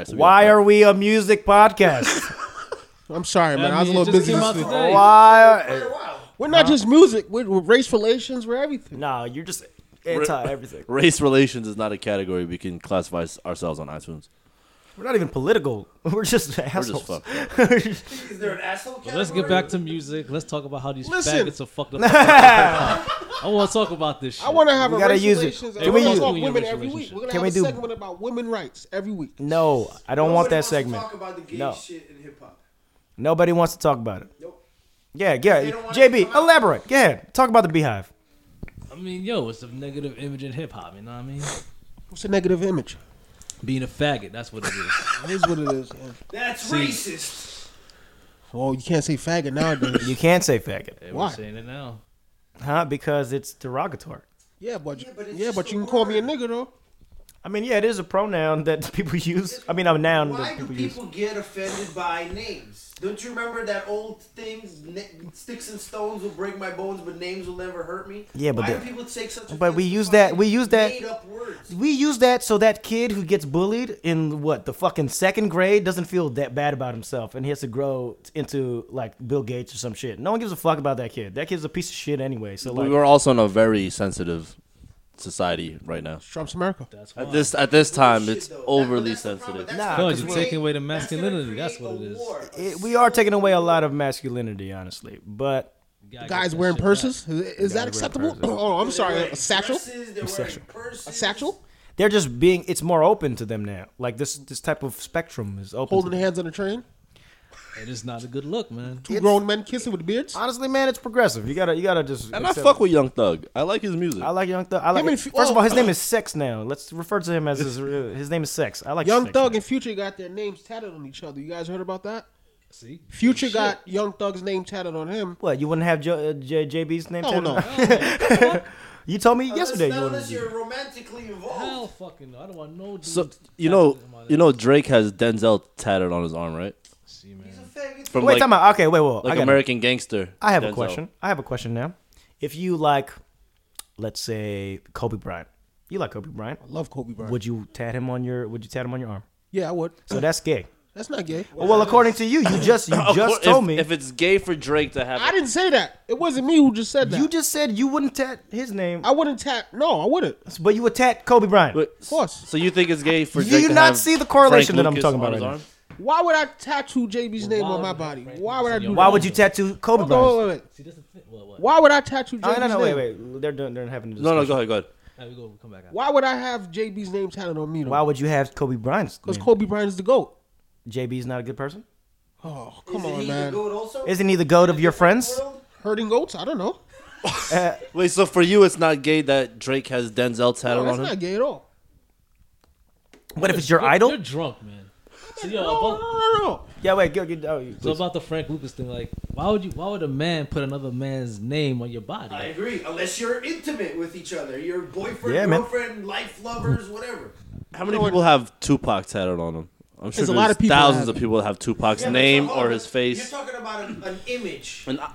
right, so we
why
got-
are we a music podcast?
I'm sorry, man. I was a
mean, it
little
just
busy.
came out
listening. Oh,
today.
why? Are,
We're not just music. We're, we're race relations. We're everything.
No, you're just anti everything.
race relations is not a category we can classify s- ourselves on iTunes?
We're not even political. We're just
We're just
assholes.
fucked.
Is there an asshole
Well, let's get back to music. Let's talk about how these
Listen.
faggots are fucked up. I want to talk about this shit.
I want to have
We
a
gotta
race
use it.
relations.
Can
and
we
we're gonna
use-
talk
Doing your
women
race
every week.
relationship.
We're gonna
Can
have
we
a
do-
segment about women rights every week.
no, I don't want that segment.
Talk about the gay
No.
shit in hip hop.
Nobody wants to talk about it.
Nope.
Yeah, yeah.
They don't want it to
JB,
come out.
elaborate. Go ahead. Talk about the beehive.
I mean, yo, it's a negative image in hip hop. You know what I mean?
What's a negative image?
Being a faggot. That's what it is.
It is what it is. yeah.
That's
See.
racist.
Oh, you can't say faggot nowadays.
You can't say faggot,
Hey,
Why?
We're saying it now.
huh? Because it's derogatory.
yeah, but
Yeah,
yeah,
but
but,
it's just a
you can call me a
word.
nigga though.
I mean, yeah, it is a pronoun that people use. I mean, a noun
Why
that
do
people use.
people get offended by names? Don't you remember that old thing? "N- Sticks and stones will break my bones, but names will never hurt me.
Yeah, but
Why
the-
do people take such?
but we
offense to
use that-
fucking
we use that-
Made-up words.
We use that so that kid who gets bullied in what the fucking second grade doesn't feel that bad about himself, and he has to grow into like Bill Gates or some shit. No one gives a fuck about that kid. That kid's a piece of shit anyway. So like,
we were also in a very sensitive society right now.
Trump's America.
That's why.
At this at this time,
Shit,
it's
though. That- but
overly
that's the problem.
sensitive.
That's
Nah,
gonna
No,
you're
create-
taking away the
that's gonna
masculinity. That's
create
what it
a
is.
war.
it, we are taking away a lot of masculinity, honestly. But
Gotta get
Guys
that
wearing
shit
purses. Is, is
wearing
that acceptable?
purses.
Oh, I'm
They're
sorry.
wearing
A satchel.
dresses, they're wearing purses.
A satchel.
they're just being. It's more open to them now. Like this, this type of spectrum is open. to
Holding
them.
hands on a train.
back. It is not a good look, man.
Two grown men kissing with beards.
Honestly, man, it's progressive. You gotta, you gotta just.
And I
accept
fuck
it.
with Young Thug. I like his music.
I like Young Thug. I like.
Him and Fu-
first of all, his
oh.
name is Sex now. Let's refer to him as his. real- His name is Sex. I like
Young
Sex
Thug
now.
and Future got their names tatted on each other. You guys heard about that?
Oh,
See?
Future got Young Thug's name tatted on him.
What you wouldn't have jo- uh, J- JB's name?
No,
tattooed?
Oh, no.
You told me
Unless-
yesterday
not
you wanted
unless
to do.
you're romantically involved.
Hell fucking no. I don't want no dude.
so
tattooed
you know,
on it.
you know Drake has Denzel tatted on his arm, right?
See, man.
He's a faggot.
From
Wait,
like,
time out. Okay, wait, wait.
like
I, got it.
American Gangster.
I have a
Denzel.
question. I have a question now. If you like, let's say Kobe Bryant, you like Kobe Bryant.
Love Kobe Bryant.
Would you tat him on your? Would you tat him on your arm? Uh,
yeah, I would.
So that's gay.
That's not gay.
Oh, well, according to you, you just you
Of cour-
just told
Oh, if,
me
if it's gay for Drake to have.
I didn't say that. It wasn't me who just said that.
you just said you wouldn't tat his name,
I wouldn't tap. No, I wouldn't. Of
but you would tat Kobe Bryant.
Wait, s-
course.
So you think it's gay for
Do
Drake
you
to
not
have
see the correlation
Frank
that I'm
Lucas
talking
on
about
his
right
arm?
Why would I tattoo JB's name on my body? Why would I do
Why
that?
would you tattoo Kobe
Hold on,
Oh,
Bryant?
wait, wait, wait.
See, that's the thing. Well, what?
Why would I tattoo
No,
JB's
no, no, wait,
name?
wait. They're done. They're having a
No,
discussion.
no, go ahead, go ahead.
All right, we go. we come back. After.
Why would I have JB's name tatted on me?
Why
Though?
would you have Kobe Bryant's?
Because
name?
Kobe Bryant is the goat.
JB's not a good person.
Oh,
Is
come
he
on,
the
man.
goat also?
Isn't he the goat of your friends?
World?
Hurting goats? I don't know.
Uh,
Wait, so for you, it's not gay that Drake has Denzel
No,
tatted
that's
on
not
him?
gay at all.
what if it's your
You're-
idol?
You're drunk, man. So yo,
No, no,
about,
no, no, no.
Yeah, wait. Go, go, oh,
so
please.
about the Frank Lucas thing, like, why would you? Why would a man put another man's name on your body?
I
Like,
agree. Unless you're intimate with each other, your boyfriend,
Yeah, man.
girlfriend, life lovers, whatever.
How many people have Tupac tatted on them? I'm sure
There's a lot of people
thousands
that-
of people that have Tupac's
Yeah, but
name
hold on,
or his face.
You're talking about an, an image
And I-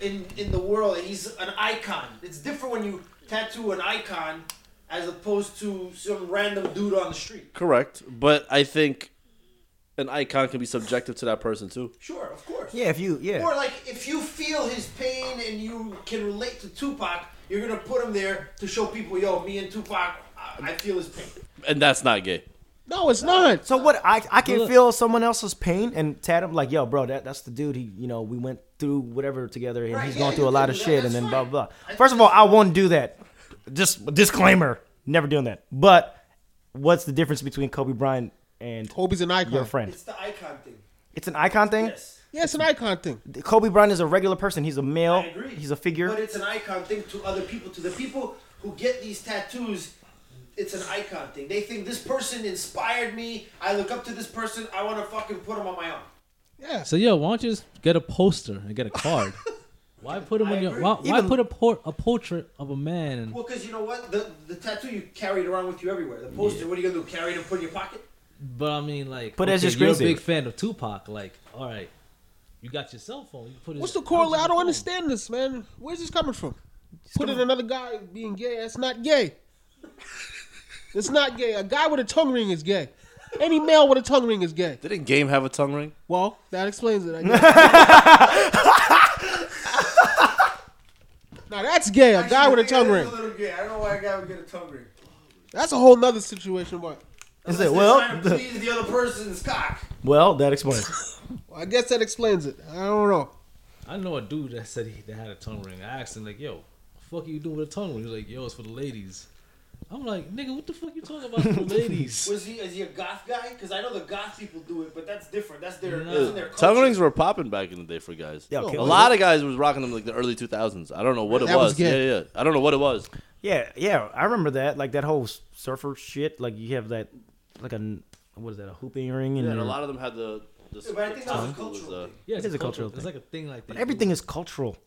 in in the world. He's an icon. It's different when you tattoo an icon as opposed to some random dude on the street.
correct, but I think an icon can be subjective to that person too.
Sure, of course.
yeah, if you
Or
yeah.
like if you feel his pain and you can relate to Tupac, you're gonna put him there to show people, yo, me and Tupac, I, I feel his pain.
And that's not gay.
No, it's not.
So what? I I can
Look.
feel someone else's pain and tat him like, yo, bro, that that's the dude. He you know we went through whatever together, and
Right,
he's
yeah,
going
you
through a
can
lot
do
of
that,
shit, and
that's
then blah
fine.
blah.
I
First of
think
all,
that's-
I won't do that. Just disclaimer, never doing that. But what's the difference between Kobe Bryant and
Kobe's an icon.
your friend?
It's the icon thing.
It's an icon thing.
Yes.
Yeah, it's an icon thing.
Kobe Bryant is a regular person. He's a male.
I agree.
Oh, He's a figure.
But it's an icon thing to other people. To the people who get these tattoos, it's an icon thing. They think this person inspired me. I look up to this person. I want to fucking put him on my own.
Yeah.
So yo, why don't you just get a poster and get a card? why put him
I
on your?
agree.
Why, why
Even-
put a por- a portrait of a man? And,
Well, because you know what? The, the tattoo you carried around with you everywhere. The poster, what are you going to do? Carry it and put it in your pocket?
but I mean, like,
But that's
okay,
your
you're a
screensaver.
big fan of Tupac. Like, all right, you got your cell phone. You put his-
What's the correlation? I don't understand this, man. Where's this coming from? Putting another guy being gay. That's not gay. it's not gay. A guy with a tongue ring is gay. Any male with a tongue ring is gay.
Didn't Game have a tongue ring?
Well, that explains it. I guess. now that's gay. A guy with a tongue ring.
I don't know why a guy would get a tongue ring.
That's a whole nother situation, but
It's
Unless
like,
they're
well,
trying to please the other person's cock.
well, that explains.
I guess that explains it. I don't know.
I know a dude that said he that had a tongue ring. I asked him like, "Yo, what the fuck are you doing with a tongue ring?" He's like, "Yo, it's for the ladies." I'm like, "Nigga, what the fuck you talking about for the ladies?"
Was he, is he a goth guy? Because I know the goth people do it, but that's different. That's their,
No.
that's in their culture.
Tongue rings were popping back in the day for guys.
Yeah, okay.
a lot of guys was rocking them like the early 2000s. I don't know what it
That was
was. Yeah,
gay.
yeah. yeah. I don't know what it was.
Yeah, yeah, I remember that. Like that whole surfer shit. Like you have that, like a what is that? A hoop ring and
Yeah, and a lot of them had the. the
Yeah, but I think that was a
tongue was,
cultural
uh,
thing.
Yeah,
It is a cultural
It's
thing.
like a thing like that.
everything is cultural.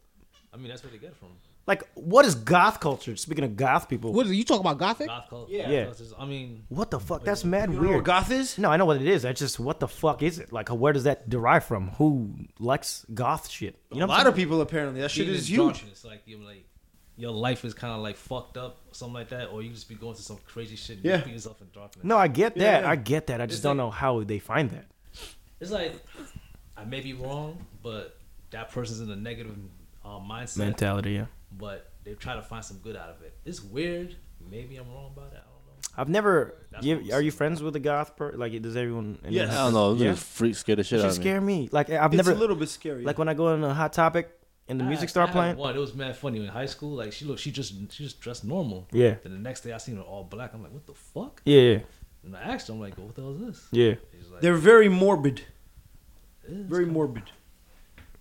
I mean, that's where they get it from.
Like what is goth culture? Speaking of goth people, what,
What is it? You talking about gothic?
Goth culture.
Yeah.
Yeah.
I mean,
the fuck? That's mad
You don't know
weird.
what goth is?
no, I know what it is. I just what the fuck is it? Like where does that derive from? Who likes goth shit? You know,
a
what I'm
lot of people apparently. That shit
Being
is
in
huge.
darkness, Like you're like your life is kind of like fucked up, something like that, or you just be going through some crazy shit. And
Yeah.
You put yourself in darkness.
saying? no, I get
Yeah,
that.
yeah.
I get that. I just
It's
don't
like-
know how they find that.
It's like I may be wrong, but that person's in a negative uh, mindset.
Mentality. Yeah,
But they try to find some good out of it. It's weird. Maybe I'm wrong about it. I don't know.
I've never.
That's
You,
what I'm
are you
saying.
friends with a goth? Per- like does everyone?
Yes.
I don't know. Those
Yeah.
niggas freak scared the shit
She
out of me.
scare me. Like I've
It's
never.
a little bit scary.
Like when I go on a hot topic and the
I
music
had- I
start
had
playing.
One, it was mad funny in high school. Like she looked, she just she just dressed normal.
Yeah.
Then the next day I seen her all black. I'm like, what the fuck?
Yeah, yeah,
And I asked her, I'm like, what the hell is this?
yeah.
She's like,
They're very morbid.
"Eh, it's
Very morbid.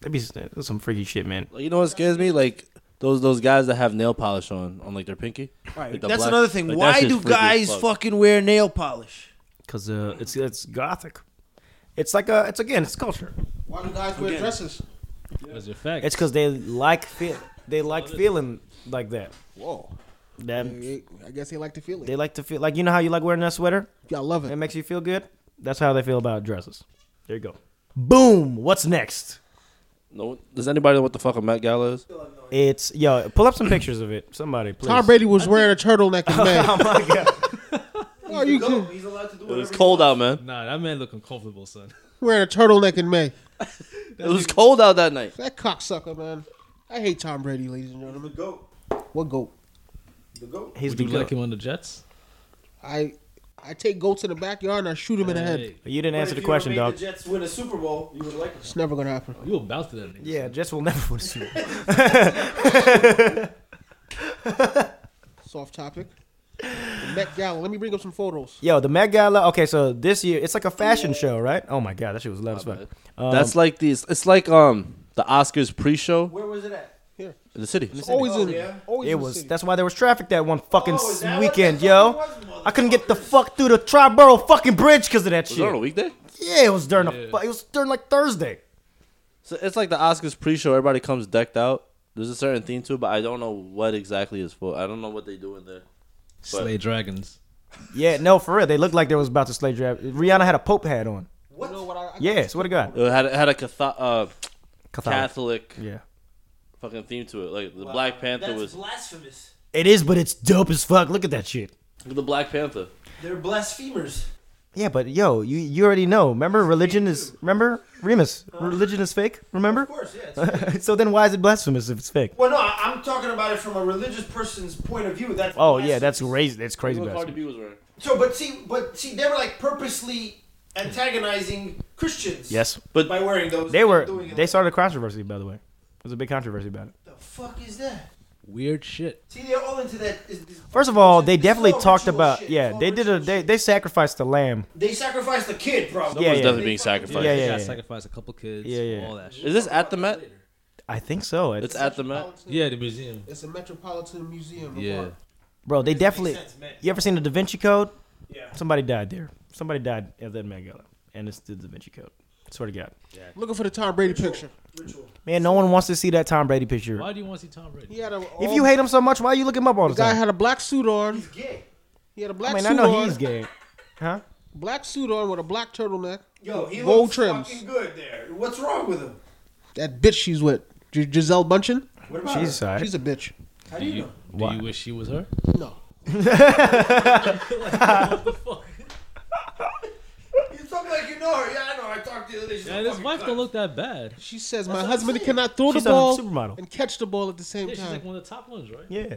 That'd be that's some freaky shit, man.
Like, you know what scares me? Like those those guys that have nail polish on on like their pinky. Like, the
That's
black-
another thing.
like, that
Why
shit's
do
freaky as
guys
fuck.
fucking wear nail polish?
Cause uh, it's it's gothic. It's like a it's again it's culture.
Why do guys wear dresses?
That's your fact.
It's cause they like feel they like feeling like that.
Whoa.
Them
I guess they like to feel it.
they like to feel like you know how you like wearing that sweater.
Yeah, I love
It
it.
makes you feel good. That's how they feel about dresses. There you go. Boom. What's next?
No, does anybody know what the fuck a Met Gala is?
It's yo. Pull up some pictures of it. Somebody please.
Tom Brady was wearing a turtleneck in May.
Oh my god.
He's
Are
the
you
goat.
kidding?
He's allowed to do
It
whatever.
was cold out, man.
Nah, that man looking comfortable, son.
Wearing a turtleneck in May.
It was cold out that night.
That cocksucker, man. I hate Tom Brady, ladies and
He's
gentlemen.
the goat.
What goat?
The goat.
He's
Would
the
you like
goat.
him on the Jets?
I I take goats in the backyard and I shoot him in the head.
Hey,
You didn't
But
answer
if
the
you
question,
made
dog.
The Jets win a Super Bowl. You would like him.
It's never gonna happen.
you about to that nigga?
Yeah, Jets will never win a Super Bowl.
Soft topic. The Met Gala. Let me bring up some photos.
Yo, the Met Gala. Okay, so this year it's like a fashion show, right? Oh my god, that shit was loud as fuck.
bad.
Um,
That's like these. It's like um the Oscars pre-show
Where was it at?
in the city.
It's always in.
Oh, yeah.
Always
it
in the
was.
city.
That's why there was traffic that one fucking
Oh, is that what
weekend,
the
yo.
fuck it was,
I couldn't get the
motherfuckers?
fuck through the Triborough fucking bridge because of that
Was it on a
shit.
weekday?
Yeah, it was during
Yeah.
the. fu- It was during like Thursday.
So it's like the Oscars pre-show. Everybody comes decked out. There's a certain theme to it, but I don't know what exactly it's for. I don't know what they do in there.
Slay Dragons.
Yeah, no, for real. They looked like they was about to slay draft. Rihanna had a Pope hat on.
You know what I, I
Yeah, swear to God.
It had it had a Catho- uh, Catholic
Yeah.
fucking theme to it. Like the Black Panther
That's
was
blasphemous.
It is, but it's dope as fuck. Look at that shit.
the Black Panther.
They're blasphemers.
Yeah, but yo, you you already know. Remember, religion is remember Remus. Religion is fake. Remember.
Of course, yeah. it's-
so then, why is it blasphemous if it's fake?
well, no, I- I'm talking about it from a religious person's point of view. That's
Oh yeah,
blasphemous.
that's crazy. That's crazy.
What Cardi
blasphemous.
B was wearing.
So, but see, but see, they were like purposely antagonizing Christians.
Yes,
But-
by wearing those,
they
and
were.
doing it
They
like-
started a controversy, by the way. There's a big controversy about it.
The fuck is that?
Weird shit.
See, they're all into that. is- is-
First of all,
it's-
they
it's
definitely
all
talked
ritual
about.
shit. It's
Yeah,
all
they did a.
ritual
They
shit.
they sacrificed the lamb.
They sacrificed the kid, bro.
Yeah,
Someone's
yeah.
definitely being
They fucking
sacrificed.
Yeah,
They
yeah,
gotta
yeah.
sacrifice a couple kids.
Yeah, yeah.
All that shit.
Is this at the Met?
I think so.
It's
It's,
at the Met.
Yeah, the museum.
It's a metropolitan museum. of
Yeah.
art.
bro. They definitely.
sense, man.
You ever seen the Da Vinci Code?
Yeah.
Somebody died there. Somebody died at that Met Gala, and it's the Da Vinci Code. Swear to God,
Looking for the Tom Brady picture.
Ritual.
man, no one wants to see that Tom Brady picture.
Why do you want to see Tom Brady?
He had a.
If you hate him so much, why you look him up all the
the guy
time?
had a black suit on.
He's gay.
He had a black
I mean,
suit
I know
on.
he's gay, huh?
Black suit on with a black turtleneck.
Yo, he
Gold
looks
trims.
fucking good there. What's wrong with him?
That bitch she's with, G- Giselle Bundchen.
What about
Jesus,
her?
all right.
She's a bitch.
How do you know?
Do
Why?
you wish she was her?
No.
You talk like you know her. Yeah, I know. her. I talked to you. She's
Yeah,
a
his
fucking
wife
cunt.
don't look that bad.
She says my
what I'm
husband
saying.
cannot throw
She's
the
a
ball
supermodel.
and catch the ball at the same
Yeah, she's
time.
like one of the top ones, right?
Yeah,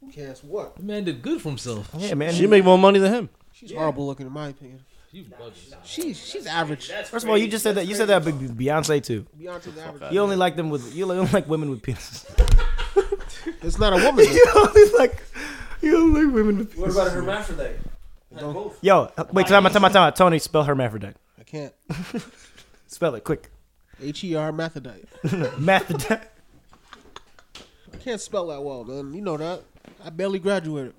Who cares what?
The man did good for himself.
yeah, man.
She make more money than him.
She's horrible looking in my opinion.
You bugging.
She's she's average.
That's
First of all, you
crazy.
just said that.
That's
You said that
crazy.
about Beyonce too.
Beyonce's average.
You only like them with. You only like women with penises.
It's not a woman.
you only like. You only like women with
What
penises.
about hermaphrodite? Had both.
Yo, wait, time out, time out, time out. Tony, spell hermaphrodite.
I can't.
Spell it quick.
H E R Mathedite.
Mathedite.
I can't spell that well, man. You know that. I barely graduated.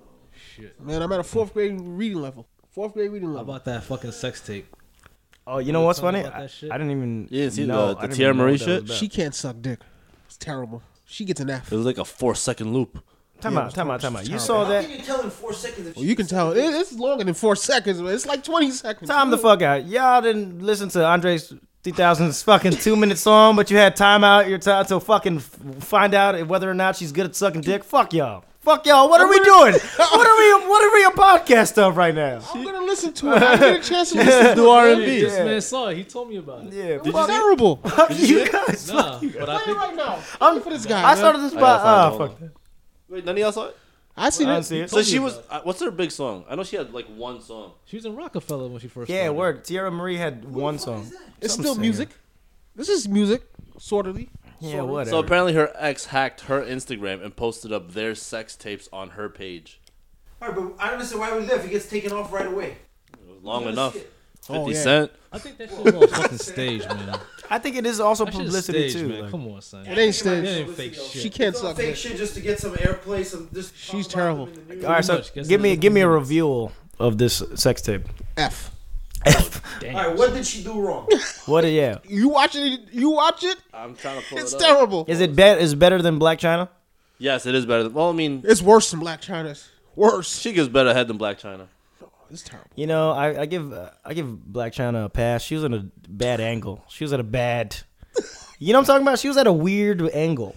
Shit.
Man, I'm at a fourth grade reading level. Fourth grade reading
How
level.
about that fucking sex tape?
Oh, you know what's
Tell me
funny?
about
I,
that shit.
I didn't even.
You didn't see
know.
the-
I
the
didn't
Tierra
even know
Marie
what that was
shit?
about.
She can't suck dick. It's terrible. She gets an F.
It was like a four second loop.
Time
Yeah,
out,
of
time out,
course.
time out. You
Terrible.
saw
How
Oh, that?
can you tell in four seconds? If
Well, you can tell. It, it's longer than four seconds, man. It's like 20 seconds.
Time the fuck out. Y'all didn't listen to Andre's 2000's fucking two minute song, but you had time out your time to fucking f- find out whether or not she's good at sucking dick. Fuck y'all. Fuck y'all. What are we doing? What are we? What are we a podcast of right now?
I'm going to listen to it. I get a chance to listen to
Do R and
Hey,
B.
this man saw it. He told me about it.
Yeah.
it. It's terrible. Play
Fuck you guys.
Nah, but I
it
think
right now.
I'm-
I'm for this guy.
I
man.
started this
I
by.
gotta find
Oh,
it, hold
fuck.
on. Wait, none of y'all saw it.
I seen
I
it.
don't see it.
So she was. uh, What's her big song? I know she had like one song.
she was in Rockefeller when she first.
Yeah,
started.
word. Tierra Marie had one song.
It's
Some
still
singer.
music. This is music, sortedly.
Yeah, whatever.
So apparently her ex hacked her Instagram and posted up their sex tapes on her page.
All right, but I don't understand why was there if he gets taken off right away.
It was long
Look at
enough.
this shit.
Fifty
Oh, yeah.
Cent.
I think that shit was all fucking stage, man.
I think it is also
That shit
publicity
stage,
too.
man.
like-
Come on, son.
It ain't
That
staged.
ain't fake shit.
She can't
It's all
suck
fake
dick.
shit just to get some airplay. Some just talk
She's
about
terrible.
them in the news.
All right, so
much. Guess
give me
that's
give me a review of this sex tape.
F.
All right, what did she do wrong?
What? a- Yeah,
You watch it. You watch it.
I'm trying to pull
It's
it up.
terrible.
is it better? Is it better than Black China?
Yes, it is better. Than, well, I mean,
It's worse than Black China's. Worse.
she gives better head than Black China.
It's terrible.
You know, I, I give uh, I give Black China a pass. She was in a bad angle. She was at a bad. You know what I'm talking about? She was at a weird angle.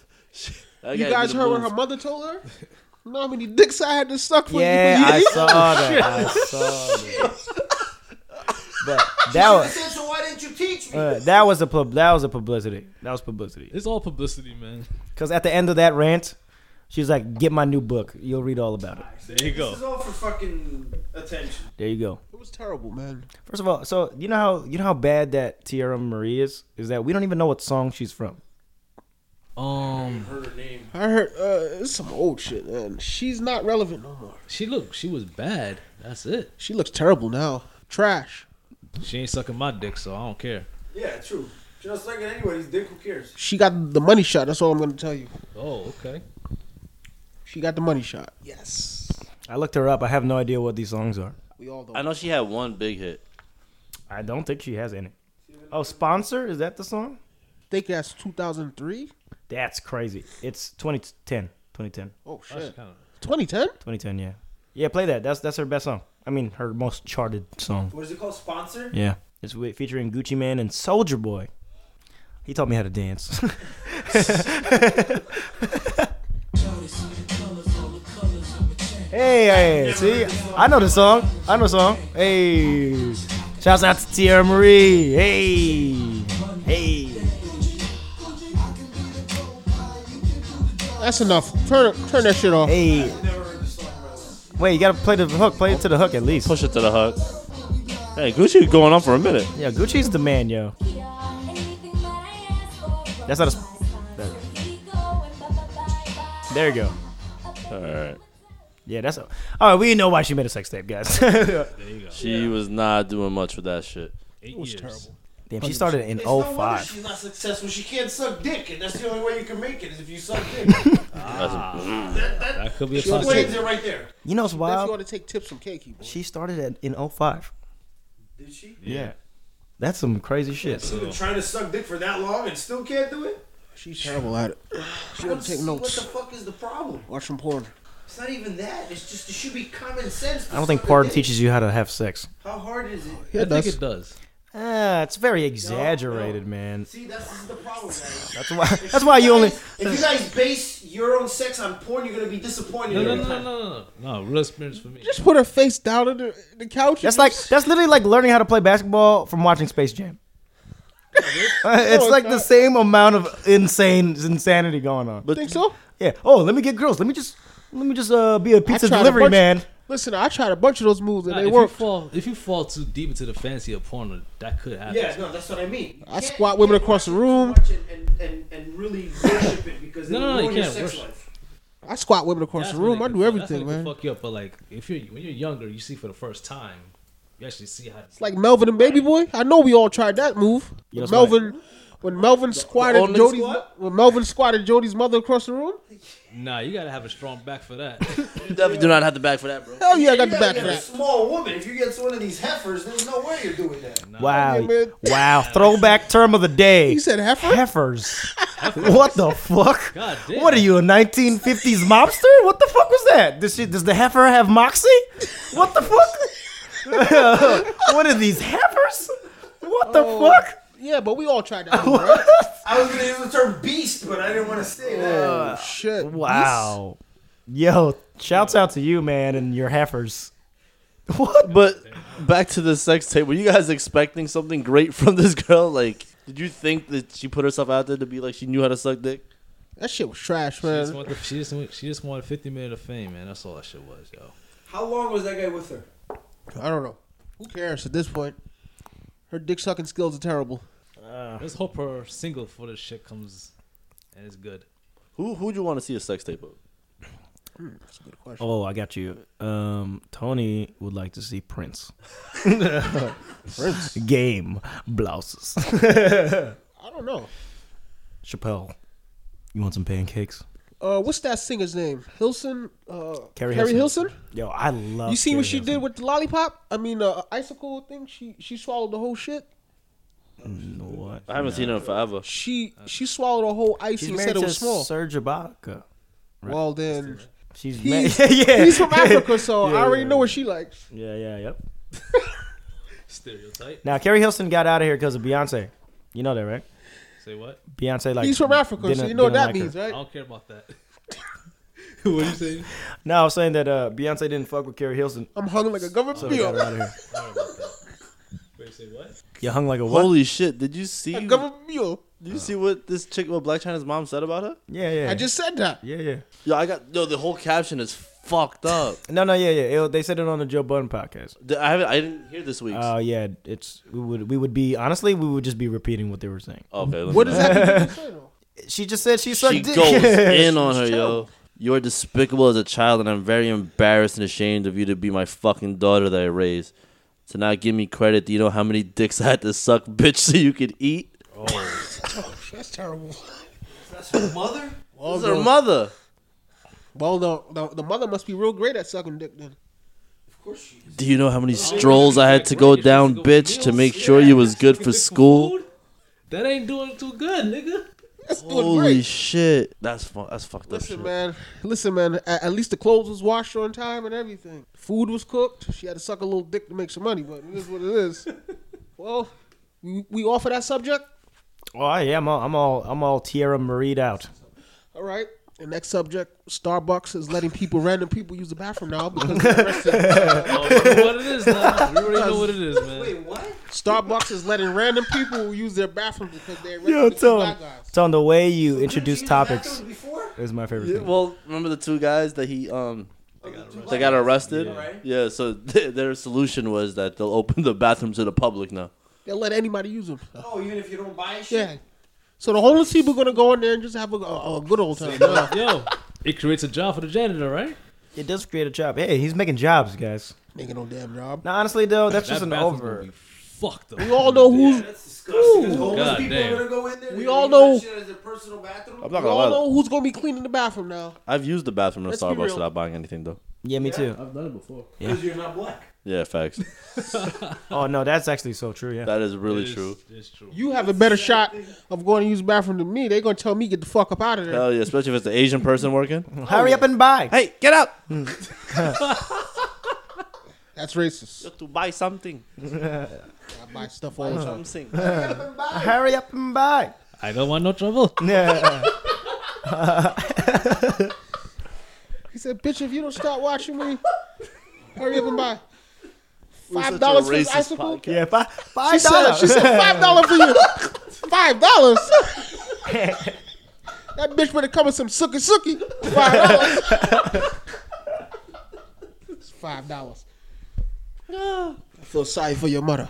That
You
guy
guys
did the
heard what her
moves.
mother told her? You know how many dicks I had to suck for
Yeah,
you?
I saw that. I saw that. But that was
so why didn't you teach me?
uh, that was a pub- that was a publicity. That was publicity.
It's all publicity, man.
Because at the end of that rant, she was like, "Get my new book. You'll read all about it."
There you
This
go.
is all for fucking attention.
There you go.
It was terrible, man.
First of all, so you know how you know how bad that Tierra Marie is. Is that we don't even know what song she's from.
Um,
Her name.
I heard uh, it's some old shit, man. She's not relevant no more.
she looked. She was bad. That's it.
She looks terrible now. Trash.
She ain't sucking my dick, so I don't care.
Yeah, true. You're not sucking anybody's dick. Who cares?
She got the money shot. That's all I'm gonna tell you.
Oh, okay.
She got the money shot. Yes.
I looked her up. I have no idea what these songs are.
We all know.
I know she had one big hit.
I don't think she has any. Oh, sponsor is that the song?
think that's 2003.
That's crazy. It's 2010. 2010.
Oh
That's
shit.
kinda-
2010.
2010. Yeah. Yeah. Play that. That's that's her best song. I mean, her most charted song.
What is it called? Sponsor?
Yeah. It's with, featuring Gucci Man and Soldier Boy. He taught me how to dance. hey, hey, see, I know the song. I know the song. Hey, shouts out to Tierra Marie. Hey, hey.
That's enough. Turn turn that shit off.
Hey. Wait, you gotta play the hook. Play it to the hook at least.
Push it to the hook. Hey, Gucci going on for a minute.
Yeah, Gucci's the man, yo.
That's not a.
There you go.
All right.
Yeah, that's a, all right. We know why she made a sex tape, guys. Damn,
There you go.
She was not doing much with that shit.
Eight was years. terrible.
she started in
It's no wonder
05.
she's not successful. She can't suck dick, and that's the only way you can make it is if you suck dick. that, that
That could be a
explains
possibility.
it right there.
You know what's
If you want
wild?
to take tips from Keiki, boy.
She started at, in 05.
Did she?
Yeah, that's some crazy shit.
You've been trying to suck dick for that long and still can't do it?
She's terrible at it. She
I
don't
don't see
take
What the
notes.
fuck is the problem?
Watch some porn.
It's not even that. It's just it should be common sense. to
I don't think
suck a
porn
dick.
teaches you how to have sex.
How hard is it?
Yeah,
I think
that's-
it does.
Ah, it's very exaggerated, man.
See, that's this is the problem, guys.
That's why. That's why you only.
If you guys base your own sex on porn, you're gonna be disappointed.
No, no,
every
no, no,
time.
no, no. No, real experience for me.
Just put her face down on the, the couch.
That's
and
like
just-
that's literally like learning how to play basketball from watching Space Jam. it's
it's
like the
not.
same amount of insane insanity going on. But
think so.
yeah, oh, let me get girls. Let me just let me just uh, be a pizza
tried a
delivery
bunch-
man.
Listen, I tried a bunch of those moves and
Nah,
they
if
worked.
you fall, if you fall too deep into the fancy of porn, that could happen.
Yeah, no, that's what I mean. You
I
can't-
squat
you
women
can't
across
watch
the
it too
room.
much And, and, and, and really worship it because
No,
it
no,
will
no, you
ruin your
can't
sex
worship.
life.
I squat women across
That's
the
when
room.
it
I
could
do
fuck-
everything,
that's when it
man.
could Fuck you up, but like if you when you're younger, you see for the first time, you actually see how.
It's like Melvin and Baby Boy. I know we all tried that move.
You know what's
Melvin, when Melvin squatted
only
Jody's,
squat?
when Melvin squatted Jody's mother across the room.
Nah, you gotta have a strong back for that.
You definitely do not have the back for that, bro.
Hell oh, yeah, I got
You
the
gotta
back
get
for
a
that.
small woman. If you get one of these heifers, there's no way you're doing that.
Wow,
man.
wow! Throwback term of the day.
He said heifer.
heifers. what the fuck?
God damn.
What are you, a 1950s mobster? What the fuck was that? Does she, does the heifer have moxie? What the fuck? what are these heifers? What the
Oh.
fuck?
Yeah, but we all tried that. move, right?
I was gonna use the term beast, but I didn't want to say that.
Oh shit!
Wow. Yo, shouts out to you, man, and your heifers. What?
But back to the sex tape. Were you guys expecting something great from this girl? Like, did you think that she put herself out there to be like she knew how to suck dick?
That shit was trash,
She just,
man.
wanted, she, just, want- she just wanted 50 minutes of fame, man. That's all that shit was, yo.
How long was that guy with her?
I don't know. Who cares at this point? Her dick sucking skills are terrible.
Let's hope her single for this shit comes and it's good.
Who who'd you want to see a sex tape of?
That's a good question.
Oh, I got you. Um, Tony would like to see Prince.
Prince.
Game blouses.
I don't know.
Chappelle, you want some pancakes?
Uh, what's that singer's name? Hilson. Uh,
Carrie
Carrie,
Hilson.
Hilson.
Yo, I love.
You see what
Carrie
she
Hilson.
did with the lollipop? I mean, uh, icicle thing. She she swallowed the whole shit.
No, What?
I haven't seen her in forever.
She she swallowed a whole ice
Uh, She's
and
married
said it
to
was small.
Serge Ibaka.
Well then,
She's
he's,
ma- yeah.
he's from Africa, so
Yeah,
I already
yeah,
know what she likes.
Yeah, yeah, yep.
Stereotype.
Now Carrie Hilson got out of here because of Beyonce. You know that, right?
Say what?
Beyonce like
he's from Africa, so
didn't-
you know
didn't
what that
like her.
means,
I
right?
don't care about that. what you saying?
No, I was saying that uh, Beyonce didn't fuck with Carrie Hilson.
I'm hung like a government
So they got her
bill.
out of here.
Wait, say what?
You hung like a what?
Holy shit! Did you see?
A
Did
government bill.
you see what this chick, what Black China's mom said about her?
Yeah, yeah.
I just said that.
Yeah, yeah.
Yo, I got yo. The whole caption is fucked up.
No, no, yeah, yeah. It- they said it on the Joe Budden podcast.
Th- I haven't. I didn't hear this week's.
Oh yeah, it's we would we would be honestly we would just be repeating what they were saying.
okay. Let
What
me-
does that have to do with China?
She just said she sucked
She
dick.
goes in on her, yo. You are despicable as a child, and I'm very embarrassed and ashamed of you to be my fucking daughter that I raised. To not give me credit, do you know how many dicks I had to suck, bitch, so you could eat?
That's terrible.
That's her mother.
Well,
This is her mother.
Well, the, the the mother must be real great at sucking dick then.
Of course she is.
Do you know how many strolls I had to go down, bitch, to make sure you was good for school?
That ain't doing too good, nigga.
That's doing
Holy
great.
shit, that's fu- that's fucked up.
Listen,
Shit.
man. Listen, man. At, at least the clothes was washed on time and everything. Food was cooked. She had to suck a little dick to make some money, but it is what it is. well, we, we off of that subject.
Oh yeah, I'm all I'm all I'm all Tierra Marie'd out.
All right. The next subject: Starbucks is letting people, random people, use the bathroom now because they're arrested.
Oh, you know what it is now. You already know what it is, man.
Wait, what?
Starbucks is letting random people use their bathroom because they arrested
Yo,
the two
Tom,
black guys.
Tom, the way you
Couldn't
introduce
she use
topics
bathrooms Before?
is my favorite
Yeah,
thing.
well, remember the two guys that he um
They
they got arrested?
Yeah. Right.
Yeah, so th- their solution was that they'll open the bathroom to the public now.
They'll let anybody use them.
Oh, even if you don't buy shit.
Yeah. So the homeless people gonna go in there and just have a, a, a good old time. Yeah.
Yo, it creates a job for the janitor, right?
It does create a job. Hey, he's making jobs, guys.
Nigga, no damn job.
Now, honestly though, that's just
That
an
bathroom
over.
gonna be Fucked up.
We all know who's
That's disgusting. 'cause homeless
God
people
damn.
are gonna go in there.
We
they're
all
gonna
know-
use that shit as their personal bathroom.
I'm not
we
gonna lie.
all know who's gonna be cleaning the bathroom now.
I've used the bathroom at
Let's be
Starbucks
real.
without buying anything though.
Yeah, me too.
I've done it before.
Because you're not black.
Yeah, facts.
Oh no, that's actually so true. Yeah.
That is really
It's-
true.
It's true.
You have a better shot of going to use the bathroom than me. They gonna tell me get the fuck up out of there.
Hell yeah, especially if it's an Asian person working.
Hurry up and buy.
Hey, get out!
That's racist.
To buy something.
I buy stuff all the time.
Something.
Hurry up and buy.
I don't want no trouble.
Yeah.
He said, "Bitch, if you don't stop watching me, hurry up and buy
such a
five dollars for this
racist
icicle."
podcast.
yeah, five
She
five
said,
dollars.
"She said five dollars for you. Five dollars." That bitch better come with some sookie sookie. Five dollars. It's five dollars. I feel sorry for your mother.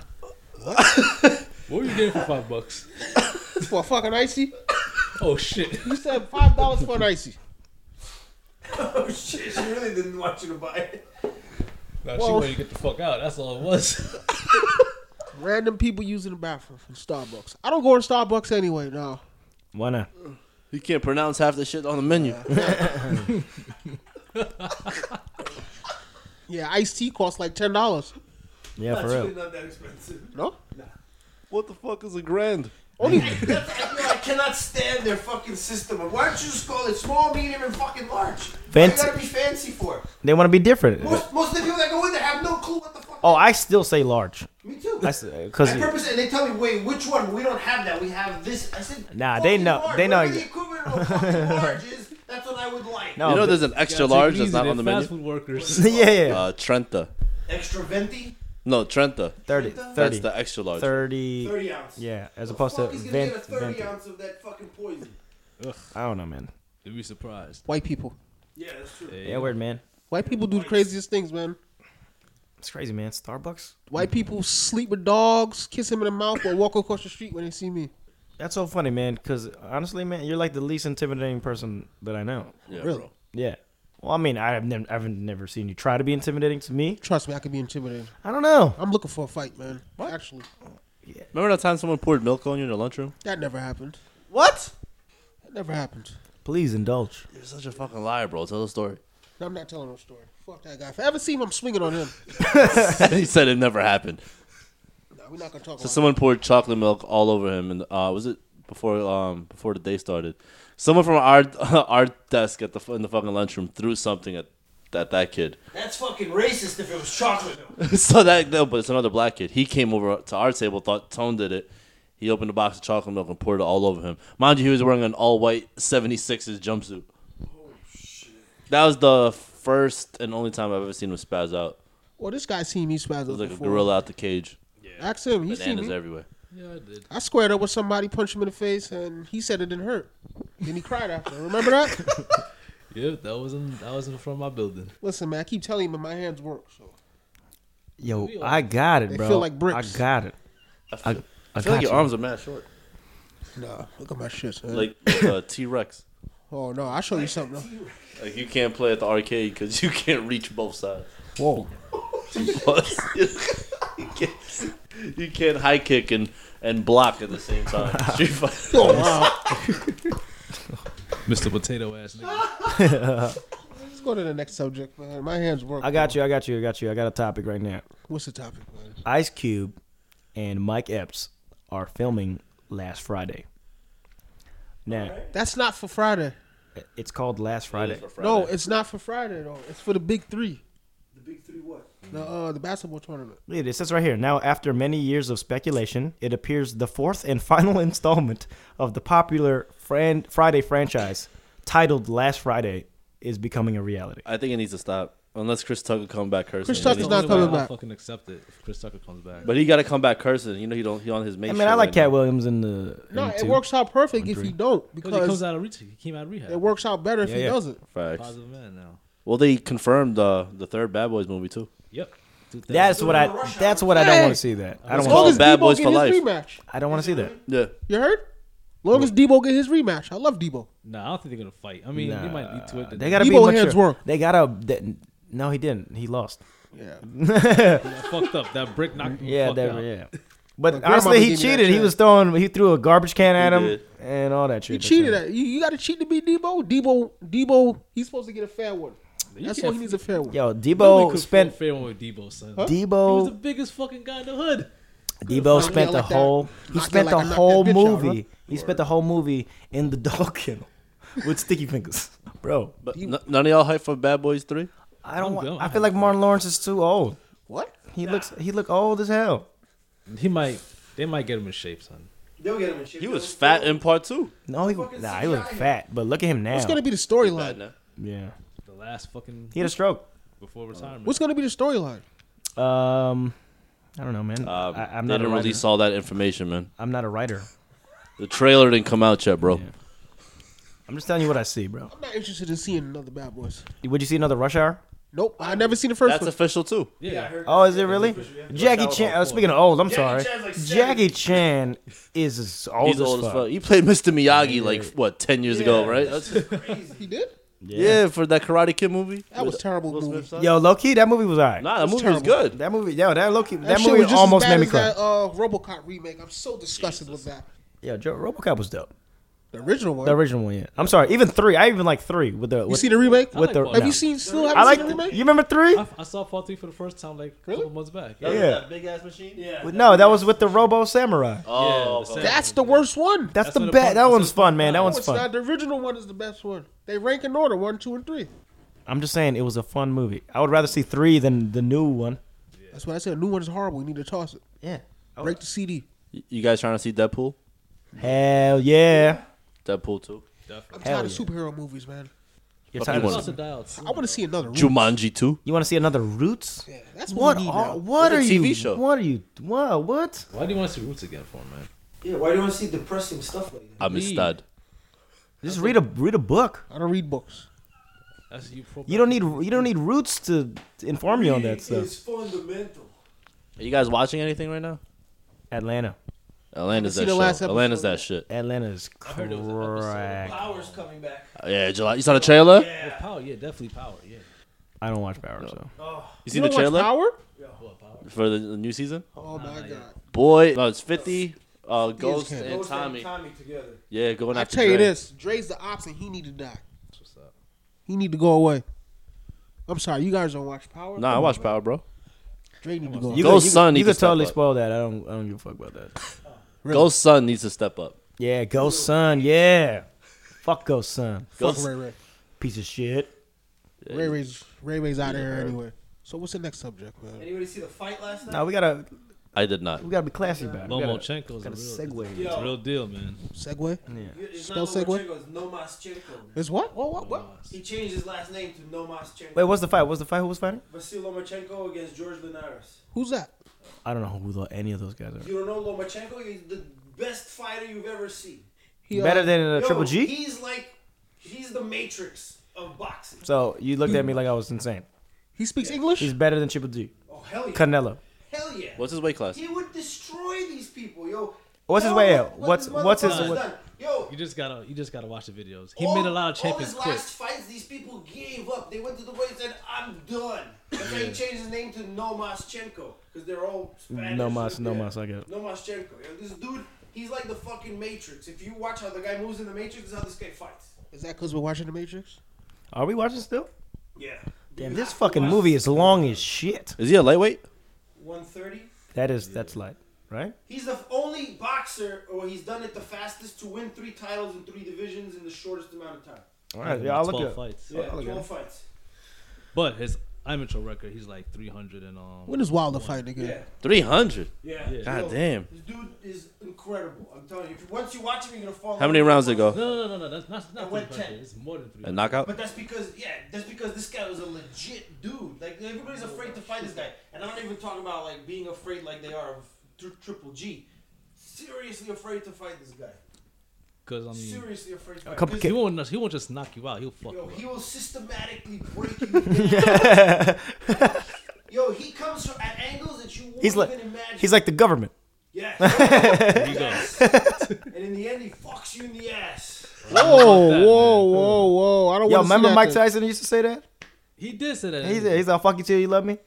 What were you getting for five bucks?
For a fucking icy?
Oh shit.
You said five dollars for an icy.
Oh shit! She really didn't want you to buy it.
Nah, she
Well-
wanted to get the fuck out. That's all it was.
Random people using the bathroom from Starbucks. I don't go to Starbucks anyway now.
Why not?
You can't pronounce half the shit on the menu.
Yeah, iced tea costs like ten dollars.
Yeah, for
That's really
real.
not that expensive.
No?
what the fuck is a grand?
Only
That's, I, yo, I cannot stand their fucking system. Why don't you just call it small, medium, and fucking large? Fancy.
Fancy-
You gotta be fancy for it.
They want to be different.
Most, most of the people that go in there have no clue what the fuck.
Oh, I still say large.
me too.
I uh, because
I purpose, and they tell me, wait, which one? We don't have that. We have this. I said,
Nah, they
fucking
know-
large.
they know
Whatever the
exa-
equivalent of a fucking large is, that's what I would like.
no,
you know
but-
there's an extra
Take it
large that's
easy,
not
they're
on the
fast
menu?
food workers.
yeah, yeah.
Uh, Trenta.
Extra venti,
No, Trenta.
30,
That's
30,
the extra large.
30,
thirty ounce.
Yeah, as
The
opposed to
fuck is gonna
vent,
get a thirty
venti.
ounce of that fucking poison.
I don't know, man.
You'd be surprised.
white people.
Yeah, that's true.
Yeah, weird, man.
White people do the craziest things, man.
It's crazy, man. Starbucks.
White people sleep with dogs, kiss him in the mouth, or walk across the street when they see me.
That's so funny, man. Because honestly, man, you're like the least intimidating person that I know.
Yeah,
really?
bro.
Yeah. Well, I mean, I've never, I've never seen you try to be intimidating to me.
Trust me, I could be intimidated.
I don't know.
I'm looking for a fight, man. Actually,
Remember that time someone poured milk on you in the lunchroom?
that never happened.
What?
That never happened.
Please indulge.
You're such a fucking liar, bro. Tell the story.
No, I'm not telling no story. Fuck that guy. If I ever see him, I'm swinging on him.
he said it never happened.
Nah, we're not gonna talk
So
about.
someone poured chocolate milk all over him, and uh, was it before um before the day started? Someone from our our desk at the fu- in the fucking lunchroom threw something at that that kid.
That's fucking racist if it was chocolate milk.
so that no, but it's another black kid. He came over to our table, thought Tone did it. He opened a box of chocolate milk and poured it all over him. Mind you, he was wearing an all white 76s jumpsuit. That was the first and only time I've ever seen him spaz out.
Well, this guy seen me spaz
It was
out
like a
before.
gorilla out the cage.
Ask him. He seen
Bananas
me.
everywhere.
Yeah, I did.
I squared up with somebody, punched him in the face, and he said it didn't hurt. Then he cried after. Remember that?
Yep, that was in that was in front of my building.
Listen, man, I keep telling you, but my hands work. So
Yo, I got it,
They
bro.
feel like bricks.
I got it.
I
I, I
feel, I feel
got
like your
you.
arms are mad short,
nah, look at my shit. man.
like uh, a T Rex.
oh no, I'll show you something.
Like you can't play at the arcade because you can't reach both sides.
Whoa.
you, can't, you can't high kick and, and block at the same time. Street Fighter.
Oh wow,
Mr. Potato Ass nigga.
let's go to the next subject, man. My hands work.
I got you. I got you. I got you. I got a topic right now.
What's the topic, man?
Ice Cube and Mike Epps are filming last Friday. Now,
That's not for Friday.
it's called Last Friday.
No, it's not for Friday though. It's for the big three,
The big three what?
the uh, the basketball tournament.
It it says right here. Now, after many years of speculation, it appears the fourth and final installment of the popular Fran- Friday franchise, titled Last Friday, is becoming a reality.
I think it needs to stop unless Chris Tucker come back cursing.
Chris Tucker's
Only
not
way
coming
I'll
back.
Fucking accept it if Chris Tucker comes back.
but he got to come back cursing. You know he don't. He on his main.
I mean,
shit
I like
right
Cat
now.
Williams in the.
No,
in
it
two.
works out perfect if
three.
he don't
Because he Oh, comes
because
out of rehab. He came out of rehab.
it works out better if
Yeah,
he
yeah.
doesn't.
Facts.
Positive man now.
Well, they confirmed uh, the third Bad Boys movie too.
Yep. Two thousand.
That's what I. That's what I don't want to see. That I
As
don't
long
want.
as
to.
Bad
Debo
Boys
get
for
his
life.
rematch,
I don't want to see that.
Yeah.
you heard? Long as Debo get his rematch, I love Debo.
Nah, I don't think they're gonna fight. I mean, they might lead to it.
They gotta
Debo
be
hands
much.
work.
They gotta. They, no, he didn't. He lost.
Yeah.
I fucked up. That brick knocked me.
Yeah,
fucked
that,
up.
yeah. But
grandmama
honestly, he
gave me that
cheated. He
shit.
was throwing. He threw a garbage can at him
did.
and all that shit.
He cheated at you. You got to cheat to beat Debo. Debo, Debo, he's supposed to get a fair one. That's why he needs a fair one.
Yo,
Nobody
Debo
could
spent.
fair one with Debo, son. He was the
Debo.
biggest fucking guy in the hood.
Debo
found me
spent the
out like that.
whole. He
Knocked
spent
out
the
like I knocked
whole
that bitch out,
movie. He spent the whole movie in the dog kennel with sticky fingers, bro.
But n- none of y'all hype for Bad Boys three.
I don't.
I'm
Want,
going.
I feel like Martin Lawrence is too old.
What?
He looks. He look old as hell.
He might. They might get him in shape, son.
They'll get him in shape.
He was
They'll-
fat
they'll-
in part two.
No, he
Fucking
nah, he was
CGI him.
fat, but look at him now.
What's gonna be the
Bad
storyline?
now.
yeah,
The last fucking
he had a stroke.
before retirement.
What's gonna be the storyline?
Um, I don't know, man.
Um,
I, I'm
they
not a
didn't
writer.
release all that information, man.
I'm not a writer.
The trailer didn't come out yet, bro.
Yeah. I'm just telling you what I see, bro.
I'm not interested in seeing another Bad Boys.
Would you see another Rush Hour?
Nope, I never seen the first
That's
one.
official too.
yeah,
Yeah, I heard.
Oh, is it really? Jackie
Rush Hour
Chan.
Part
Uh, speaking of old, I'm sorry.
Chan's like 70.
Jackie Chan is as old,
He's
as,
old as
fuck.
fuck. He played Mr. Miyagi like what ten years ago, right? That's-
he did?
yeah. for that Karate Kid movie.
That was
With
terrible
Will
movie.
Smith's son.
Yo, low key, that movie was alright.
nah, that
was
movie was
terrible.
good.
That movie, yo, that low key, that,
shit
movie
was just as
almost
bad
made me
as
cry.
That, uh, RoboCop remake. I'm so disgusted with that.
Yo, Joe, RoboCop was dope.
The original one.
The original one, yeah. I'm sorry, even three. I even like three with the.
you
With,
see the remake?
with the?
I like
Have
no.
you seen? Still haven't
I like.
seen the remake?
You remember three?
I, I saw part three for the first time like a
Really?
couple months back.
was
Yeah.
Yeah. that
big ass machine.
Yeah.
No, that was with the Robo Samurai.
Oh,
Yeah, the
okay.
same.
That's the worst one.
That's,
That's
the
what it
best.
was.
That
That's
one's
what it
fun, man. That
was.
No,
one's
it's
fun.
not. The original one is the best one. They rank in order one, two, and three.
I'm just saying it was a fun movie. I would rather see three than the new one.
That's why I said. A new one is horrible. You need to toss it.
Yeah.
Break the CD.
you guys trying to see Deadpool?
Hell yeah.
Deadpool two.
I'm
Definitely.
Hell
tired of
yeah.
superhero movies, man.
You're
Fuck
tired
you
of
wanna-
Lots of dials.
I want to see another. Roots.
Jumanji two.
You want to see another Roots?
Yeah, that's what,
What
we need
are,
now.
what are
It's a
you?
TV show.
What are you? What? What?
Why do you want to see Roots again for, man?
Yeah, why do you want to see depressing stuff like that?
I'm a
Leave.
stud.
Just read a read a book.
I don't read books.
That's you.
You don't need you don't need Roots to to inform you on that stuff.
It's fundamental.
Are you guys watching anything right now?
Atlanta.
Atlanta's
seen
that
the
shit.
last episode
Atlanta's that
yet.
shit.
Atlanta is
heard it was an episode of
crack.
Power's coming back.
Yeah, July. You saw the trailer?
Yeah, power. Yeah, definitely power. Yeah.
I don't watch Power, so
You
You
seen
don't
the
watch
trailer
Power?
What power?
for the, the new season?
Oh my god!
Boy, no, it's Fifty, uh, Ghost,
Kid.
and
Ghost
Tommy.
Tommy together.
Yeah, going
I
after.
tell you
Dre.
this: Dre's the ops, and he need to die.
That's what's up.
He need to go away. I'm sorry, you guys don't watch Power.
Nah, I watch Power, bro.
Dre need to go.
you
away.
Go
could, you
Sun,
could,
he
you
can
could
step
totally
up.
spoil that. I don't I don't give a fuck about that.
Ghost Son needs to step up.
Yeah, Ghost Son. Yeah, fuck Ghost Son.
Fuck
Ghost-
Ray Ray.
Piece of shit.
Ray Ray's Ray Ray's out of here anyway. So what's the next subject, man?
Anybody see the fight last night?
Now we gotta
I did not.
We gotta be classy about it. We gotta-
Lomachenko is a
gotta
real,
segue.
it's a real deal, man.
Segway. Spell
Spell
segue?
It's Nomaschenko.
It's what? What? What? What?
He changed his last name to Nomaschenko.
Wait, what's the fight? What's the fight? Who was fighting?
Vasil Lomachenko against George Linares.
Who's that?
I don't know who the, any of those guys are.
You don't know Lomachenko? He's the best fighter you've ever seen.
He, uh,
Better than a
Yo,
Triple G.
He's like, he's the matrix of boxing.
So you looked at me like I was insane.
He speaks English.
He's better than Triple G.
Oh hell yeah!
Canelo.
hell yeah!
What's his weight class?
He would destroy these people, yo.
What's his
Tell
way
him
out?
what
What's-
this
what's his-
motherfucker's
what-
done. Yo,
You just gotta, you just gotta watch the videos. He
all-
made a lot of champions
All his
quick.
last fights, these people gave up. They went to the way and said, "I'm done." That's why he changed his name to Nomaschenko because they're all Spanish.
Nomas,
Yeah.
Nomas, I get it.
Nomaschenko. Yo, this dude, he's like the fucking Matrix. If you watch how the guy moves in the Matrix, this is how this guy fights.
Is that because we're watching The Matrix?
Are we watching still?
Yeah.
Damn, this fucking movie is long as shit.
Is he a lightweight?
One thirty.
That is that's light, right?
He's the only boxer, or he's done it the fastest to win three titles in three divisions in the shortest amount of time.
All right, yeah, I'll look
12
it up.
fights.
Yeah,
look at
12 fights.
But his amateur record, he's like 300 and um.
When is Wilder fighting again?
Yeah,
Three hundred.
yeah.
Yeah.
God
Yo,
damn.
This dude is incredible. I'm telling you. If, once you watch him, you're gonna fall.
How many
in love
rounds
with
did it go?
No, no, no, no. That's not, not
It went
300.
10.
It's more than 300.
A knockout?
But that's because yeah, that's because this guy was a legit dude. Like everybody's afraid to fight this guy, and I'm not even talking about like being afraid like they are of tri- Triple G. Seriously afraid to fight this guy.
Because
Mm.
I mean,
Seriously afraid. To fight.
couple
'Cause,
he won't, he won't just knock you out. He'll fuck
Yo,
you
he
up.
will systematically break you. down. Yo, he comes from, at angles that you won't
He's like
even imagine.
he's like the government.
yeah.
There you go.
and in the end, he fucks you in the ass.
Whoa,
that,
Oh, whoa, whoa, whoa! I don't.
Yo,
wanna see
remember
that
Mike
thing.
Tyson used to say that?
He did say that.
He said, he's all fuck you till you love me.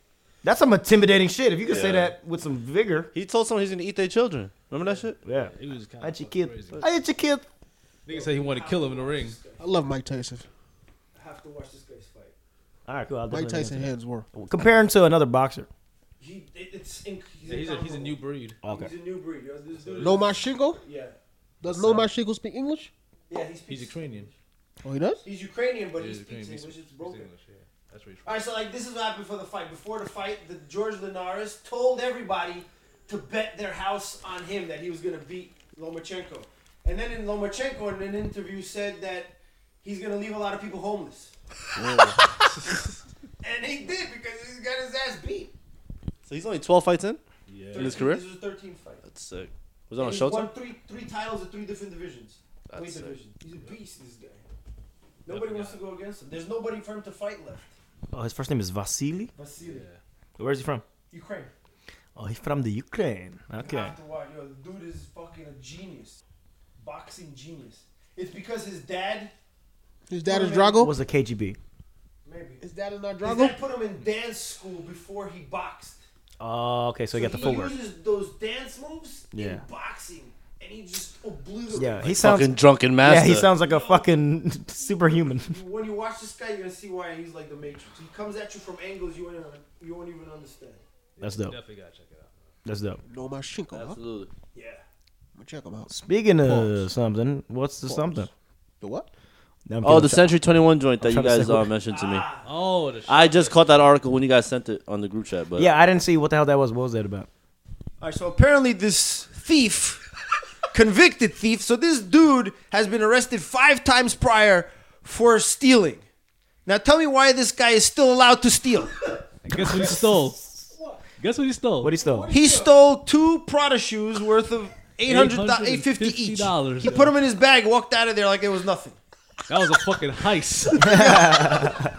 That's some intimidating shit. If you could say
Yeah.
that with some vigor.
He told someone he's gonna eat their children. Remember that shit?
Yeah.
He was kind
I
of
hit your kid.
crazy.
I hit your kid.
Nigga said he wanted to kill him in the ring.
I love Mike Tyson.
I have to watch this guy's fight.
All right, cool. I'll
Mike
definitely
Tyson
answer
hands were.
that. Compare him to another boxer.
He, it, it's inc- he's,
He's a, he's a
incomparable.
new breed.
Okay.
He's a new breed. Yo. This dude,
No, my shingle.
yeah,
Does No, my shingle speak English?
yeah. He speaks,
He's Ukrainian.
Oh, he does.
He's Ukrainian, but he
He's
speaks
Ukrainian. He
English.
speaks
It's broken.
English, yeah. That's where he's
All
from.
right, so like this is what happened for the fight. Before the fight, the George Linares told everybody to bet their house on him that he was gonna beat Lomachenko, and then in Lomachenko in an interview said that he's gonna leave a lot of people homeless, and he did because he got his ass beat.
So he's only twelve fights in?
Yeah.
In his career?
This was 13 fight.
That's sick. Was that on
he's
Showtime?
won three three titles in three different divisions.
That's
Weight
sick.
division. He's a beast. This guy. Nobody wants to go against him. There's nobody for him to fight left.
Oh, his first name is Vasily.
Vasily,
Where's he from?
Ukraine.
Oh, he's from the Ukraine. Okay.
After a while, yo, the dude is fucking a genius, boxing genius. It's because his dad,
His dad is
What
Drago.
was the KGB?
maybe.
His dad is not
His
Drago.
dad put him in dance school before he boxed.
Oh, okay. So he got the
he
footwork.
uses those dance moves in
Yeah.
boxing, and he just obliterates.
Yeah, he
Fucking
sounds.
drunken master.
Yeah, he sounds like a fucking superhuman.
When you watch this guy, you're gonna see why he's like the Matrix. He comes at you from angles you won't, even- you won't even understand.
That's dope.
Definitely gotta check it out.
That's dope.
No, my shingle. Huh? I'm
Absolutely.
Yeah.
gonna check him out.
Speaking of something, what's the something?
The what?
No, I'm
Oh, the
kidding.
Century 21 joint that
I'm
you
trying to
guys
say who-
uh, mentioned to me.
Oh, the
I just caught that article when you guys sent it on the group chat, but
Yeah, I didn't see what the hell that was. What was that about?
All right, so apparently this thief, convicted thief, so this dude has been arrested five times prior for stealing. Now tell me why this guy is still allowed to steal.
guess what he stole? Guess what he stole?
What he stole?
He stole two Prada shoes worth of 800, do- 850 each.
$850,
He
yo.
put them in his bag, walked out of there like it was nothing.
That was a fucking heist. that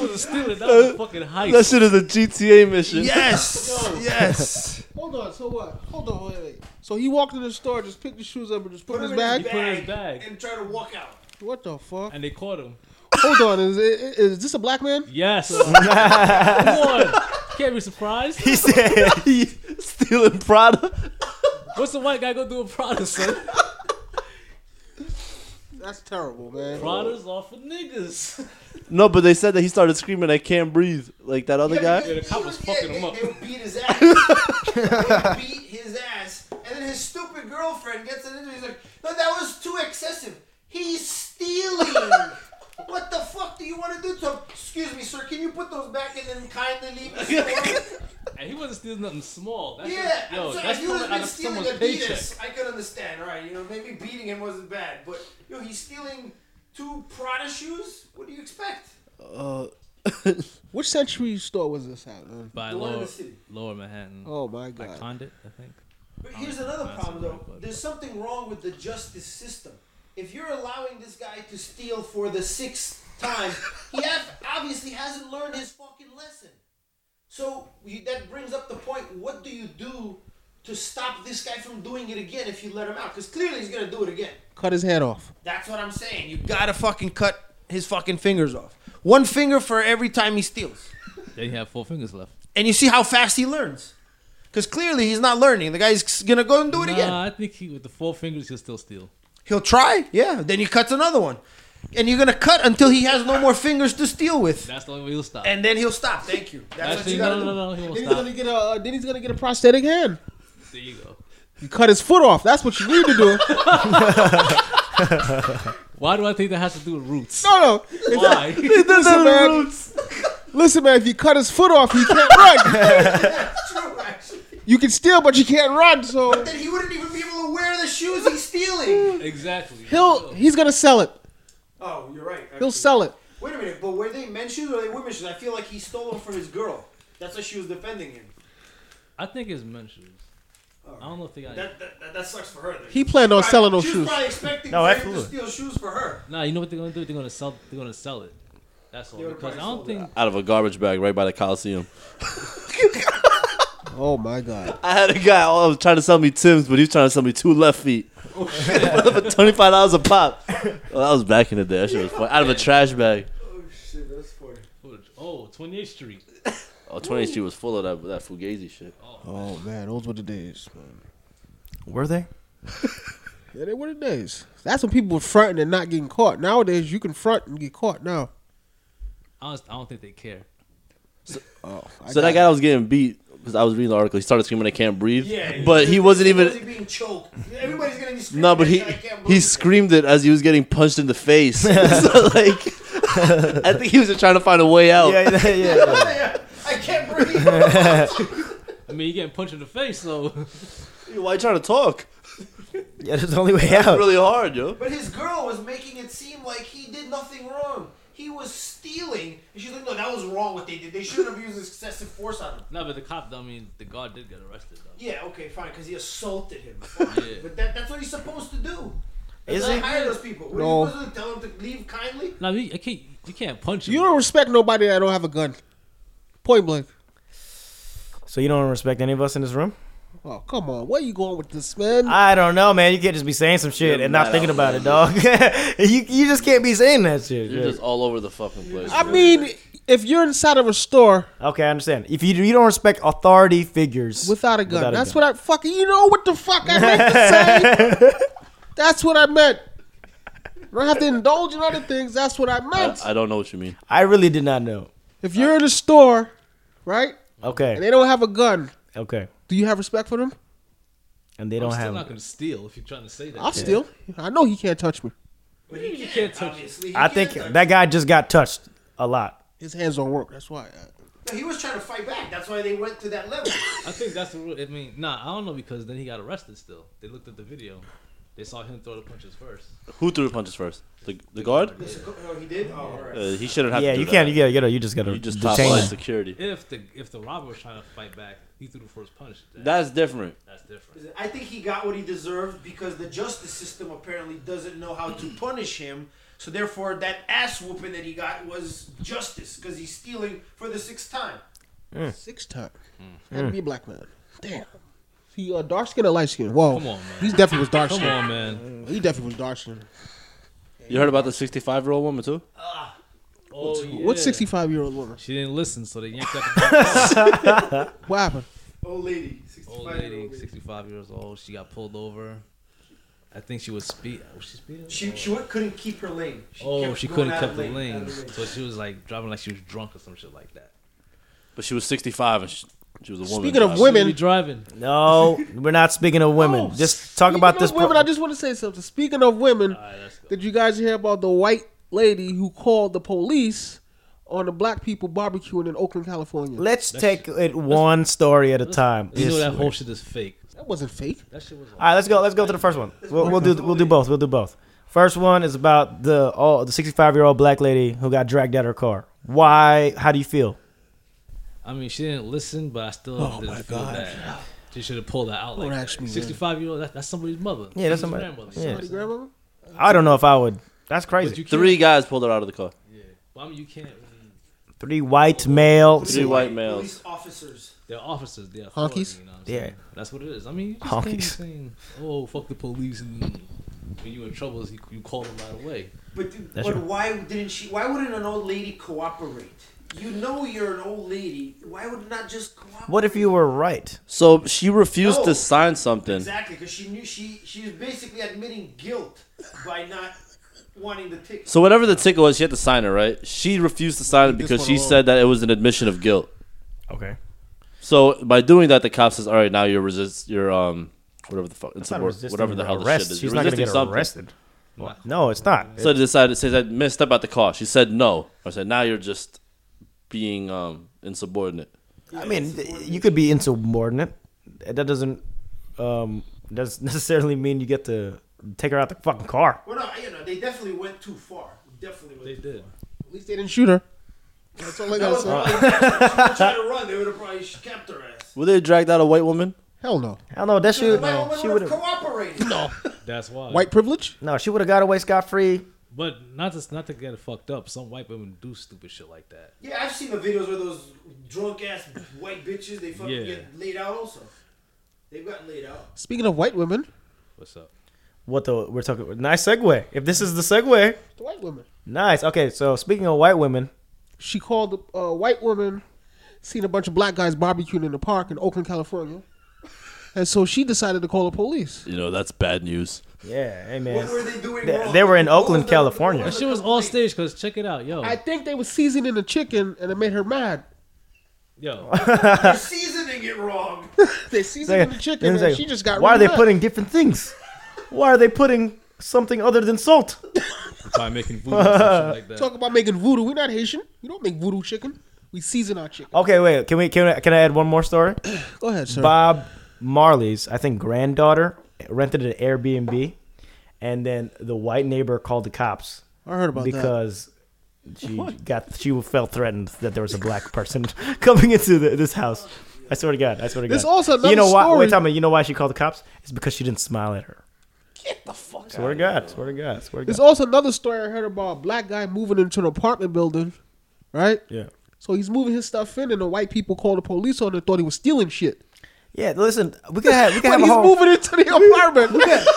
was a stealing. That was a fucking heist.
that shit is a GTA mission.
Yes, yes.
Hold on. So what? Hold on. Wait, wait. So he walked in the store, just picked the shoes up, and just put, them in his bag.
his Put it in his bag.
and try to walk out.
What the fuck?
and they caught him.
Hold on. Is, it, is this a black man?
Yes. Come on. Can't be surprised.
He said he's stealing Prada.
What's the white guy gonna do with Prada, son?
That's terrible, man.
Prada's all for niggas.
No, but they said that he started screaming, "I can't breathe," like that other
Yeah,
guy.
the cop was fucking him up.
They, they would beat his ass. they beat his ass. And then his stupid girlfriend gets an interview. He's like, no, that was too excessive. He's stealing. what the fuck do you want to do to him? Excuse me, sir. Can you put those back and then kindly leave the store?
And he wasn't stealing nothing small. That's
Yeah,
just- yo,
I'm sorry,
that's
if you would
coming
have
out
been
of
stealing
someone's
Adidas,
paycheck.
I could understand. All right, you know, maybe beating him wasn't bad, but yo, he's stealing two Prada shoes. What do you expect?
Which century store was this at, man?
By
The one in
lower,
the city.
lower Manhattan.
Oh my
By
god.
Condit, I think.
But here's
Oh,
another
that's
problem,
a good
though.
one.
There's something wrong with the justice system. If you're allowing this guy to steal for the sixth time, he have, obviously hasn't learned his fucking lesson. So you, that brings up the point: What do you do to stop this guy from doing it again if you let him out? Because clearly he's gonna do it again.
Cut his head off.
That's what I'm saying. You
Gotta fucking cut his fucking fingers off. One finger for every time he steals.
Then he had four fingers left.
And you see how fast he learns. Because clearly he's not learning. The guy's gonna go and do it
Nah,
again.
I think he with the four fingers he'll still steal.
He'll try, yeah. Then he cuts another one. And you're gonna cut until he has no more fingers to steal with.
That's the only way he'll stop.
And then he'll stop. Thank you. That's
Actually,
what you gotta
no,
do.
no, no, he won't
Then he's
stop.
gonna get a. Uh, then he's gonna get a prosthetic hand.
There you go.
You cut his foot off. That's what you need to do.
Why do I think that has to do with roots?
No, no.
Why?
Listen, man. Listen, man. If you cut his foot off, he can't run.
true, actually.
You can steal, but you can't run. So
Then he wouldn't even be able to wear the shoes he's stealing.
exactly.
he'll he's gonna sell it.
oh, you're right. actually.
He'll sell it.
Wait a minute, but were they men's shoes or were they women's shoes? I feel like he stole them from his girl. That's why she was defending him.
I think it's men's shoes. I don't know if they got.
That that, that, that sucks for her. Then.
He planned on
Probably-
selling those
she
shoes.
was probably expecting
No,
Drake
absolutely.
to steal shoes for her.
Nah, you know what they're gonna do? They're gonna sell. They're gonna sell it. That's all.
They would've
Because I don't
probably
think.
Out of a garbage bag right by the Coliseum.
Oh my god.
I had a guy oh, was trying to sell me Tim's, but he was trying to sell me two left feet. For twenty five dollars a pop. Well, that was back in the day. That shit was fun. Out of a trash bag.
Oh shit, that's funny.
Oh, 28th Street.
Oh, 20th Street was full of that that fugazi shit.
Oh man, those were the days, man.
Were they?
Yeah, they were the days. That's when people were fronting and not getting caught. Nowadays, you can front and get caught. Now,
I don't, I don't think they care.
oh, I
So
got
that guy was getting beat because I was reading the article. He started screaming, "I can't breathe."
Yeah,
but he wasn't
Why is
even.
he being choked. Everybody's gonna be screaming.
No, but he
I can't believe
he
it.
screamed it as he was getting punched in the face. so like, I think he was just trying to find a way out.
Yeah, yeah, yeah. yeah.
Yeah, I can't breathe.
I mean, you're getting punched in the face, so
Why you trying to talk?
Yeah, that's the only way out.
Really hard, yo.
but his girl was making it seem like he did nothing wrong. He was stealing, and she's like, "No, that was wrong. What they did. They shouldn't have used excessive force on him."
no. But the cop. I mean, the guard did get arrested though.
Yeah, okay, fine, because he assaulted him.
Yeah.
But that, that's what he's supposed to do. Is
Is
not
he?
hire those people. What
No.
are you supposed to do? Tell them to leave kindly?
No, you, I can't. You can't punch him.
You don't respect nobody that don't have a gun. Point blank.
So you don't respect any of us in this room?
Oh come on, where you going with this, man?
I don't know, man. You can't just be saying some shit
You're
and not
mad
thinking about
out
it, dog. you you just can't be saying that shit.
You're just all over the fucking place.
I
bro.
mean, if you're inside of a store
Okay, I understand. If you you don't respect authority figures
without a gun, that's what I fucking. You know what the fuck I meant to say? that's what I meant. You don't have to indulge in other things. That's what I meant.
I, I don't know what you mean.
I really did not know.
if you're in a store, right, and
Okay,
they don't have a gun,
okay,
do you have respect for them?
and they
I'm
don't
still
have.
not gonna steal if you're trying to say that.
I'll steal. I know he can't touch me.
But he can't,
can't touch
obviously. He
I think
can't
that guy just got touched a lot.
His hands don't work. That's why. uh,
touch- He was trying to fight back. That's why they went to that level.
I think that's the rule. I mean, nah, I don't know because then he got arrested. Still, they looked at the video. They saw him throw the punches first.
Who threw the punches first? The, the guard?
oh, he did? Oh, all right.
Uh, he shouldn't have
Yeah,
to do
you
that.
can't. You gotta, you gotta. You just gotta
You just top
detain
line
him.
security.
If the if the robber was trying to fight back, he threw the first punch. That-
That's different.
that's different.
I think he got what he deserved because the justice system apparently doesn't know how to punish him. So therefore, that ass whooping that he got was justice because he's stealing for the sixth time.
Uh, Six time.
Mm.
That'd be a black man. Damn. He uh, dark skin or light skin? Whoa.
Come on, man.
He definitely was dark
Come
skin.
on, man.
He definitely was dark skin.
You heard about the 65 year old woman too?
Oh, yeah.
What 65 year old woman?
She didn't listen, so they yanked out the back door.
What happened?
Old lady, 65
old lady, 65 years old. She got pulled over. I think she was speed. oh, Was she speeding?
She, she went- couldn't keep her lane. She
oh,
kept
she
going
couldn't
out
keep
of
the
lane, out
lane,
of lane.
so she was like driving like she was drunk or some shit like that.
But she was 65 and she, she was a woman.
Speaking of
Josh.
women-
She be driving.
No, we're not speaking of women.
No,
just talk
Oh, Speaking
about
of
this. pro-
Women, I just want to say something. Speaking of women,
All right, let's go.
did you guys hear about the white lady who called the police on the black people barbecuing in Oakland, California.
Let's take it one story at a time.
You know
This
that
way.
whole shit is fake.
That wasn't fake.
That shit was.
All right, let's go. Let's go to the first one. We'll, we'll do we'll do both. We'll do both. First one is about the all the 65 year old black lady who got dragged out of her car. Why? How do you feel?
I mean, she didn't listen, but I still didn't feel bad. She should have pulled that out.
Oh Don't
Like
ask me, man.
Sixty-five year old. That, that's somebody's mother.
Yeah, that's
Somebody's
somebody-
grandmother.
yeah.
Somebody grandma?
I don't know if I would. That's
But you
crazy.
can't,
Three guys pulled her out of the car.
Yeah. But I mean, you can't. Really,
Three white male.
Three white males.
Police officers.
they're officers. They're
Honkies?
authority, You know what I'm saying?
Yeah.
That's what it is. I mean, you just can't be
Honkies.
saying, "Oh, fuck the police," and when you in trouble, you, you call them right away.
But, dude,
That's
but
right.
why didn't she? Why wouldn't an old lady cooperate? You know you're an old lady. Why would not just cooperate?
What if you were right?
So she refused
No.
to sign something.
Exactly, because she knew she she was basically admitting guilt by not wanting the ticket.
So whatever the ticket was, she had to sign it, right? She refused to sign it
Leave this
because
one
she
alone.
said that it was an admission of guilt.
Okay.
So by doing that, the cop says, "All right, now you're resist, you're um, whatever the fuck, it's
not
a word,
resisting
whatever the hell
arrest.
this shit is.
She's
You're
not gonna
resisting
get
something."
arrested. No, it's not.
So they decided to say that miss step out the car. She said no. I said now you're just being um insubordinate.
I mean, you could be insubordinate. That doesn't um, doesn't necessarily mean you get to take her out the fucking car.
Well, no, you know they definitely went too far. Definitely went
They
too
did.
At least they didn't shoot her. That's all
far.
I gotta
That was probably if she
say.
tried to run. They would have probably kept her ass.
Were they dragged out a white woman?
Hell no.
Hell no, that
The
should
white woman
she
would
would
have
have
cooperated. No,
That's why.
White privilege?
no she would have got away scot free.
But not to not to get it fucked up. Some white women do stupid shit like that.
yeah, I've seen the videos where those drunk ass white bitches they fucking
Yeah.
get laid out. Also, they've gotten laid out.
Speaking of white women,
What's up?
What the we're talking? Nice segue. If this is the segue,
the white women.
nice. Okay, so speaking of white women,
She called the uh, white woman, seen a bunch of black guys barbecuing in the park in Oakland, California. And so she decided to call the police.
You know that's bad news.
yeah, hey
What were
man,
they doing?
They-
wrong?
they were in
What was
Oakland,
the-
California.
what was
That shit
the
was all
complaint?
stage. Cause check it out, yo,
I think they were seasoning the chicken and it made her mad.
yo.
You're seasoning it wrong.
They seasoned the chicken and
Second.
she just got
Why are
real
they
mad.
putting different things? Why are they putting something other than salt?
By making voodoo and some shit like that.
Talk about making voodoo. We're not Haitian. We don't make voodoo chicken. We season our chicken.
Okay, wait. Can we? Can I, can I add one more story?
Go ahead, sir.
Bob Marley's, I think, granddaughter rented an Airbnb, and then the white neighbor called the cops
I heard about that.
because she got she felt threatened that there was a black person coming into the, this house. I swear to God, I swear to
There's
God.
also another
you know why?
story-
Wait, tell me. You know why she called the cops? It's because she didn't smile at her. Get the fuck. Swear to God. Swear to God. Swear to
There's
God.
also another story I heard about a black guy moving into an apartment building, right?
Yeah.
So he's moving his stuff in, and the white people called the police on it, thought he was stealing shit.
Yeah. Listen, we could have we could
But
have a
he's
whole.
moving into the apartment.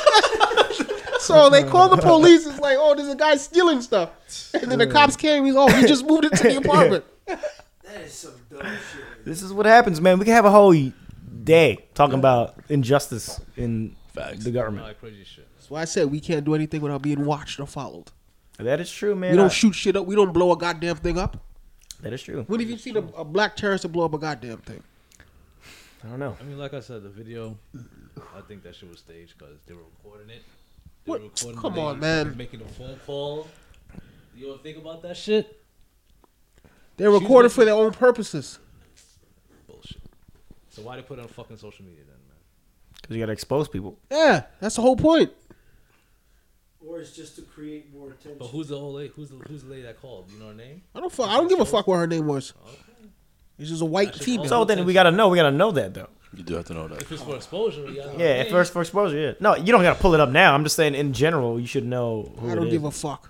so they call the police. It's like, oh, there's a guy stealing stuff. And then the cops came. He's, oh, he just moved into the apartment.
That is some dumb shit.
This is what happens, man. We could have a whole day talking about injustice in
Facts.
the
All
government.
that crazy shit.
That's why I said we can't do anything without being watched or followed.
That is true, man.
We
I-
don't shoot shit up. We don't blow a goddamn thing up.
That is true.
When have you seen a, a black terrorist to blow up a goddamn thing?
I don't know.
I mean, like I said, the video. I think that shit was staged because they were recording it. They
What?
Were recording
Come
the lady
on, man.
Making a phone call. You ever think about that shit?
They're recorded for their own purposes.
Bullshit. So why they put it on fucking social media then, man?
Because you got to expose people.
Yeah, that's the whole point.
Or it's just to create more attention.
But who's the old lady? Who's the who's the lady that called? You know her name?
I don't fuck. I don't give a fuck what her name was. It's just a white
That's
female.
your
So then we got to know. We got to know that, though.
You do have to know that.
If it's for exposure, you gotta know her
Yeah, at
name.
first for exposure, yeah. No, you don't got to pull it up now. I'm just saying, in general, you should know who
I don't
it
give
is.
a fuck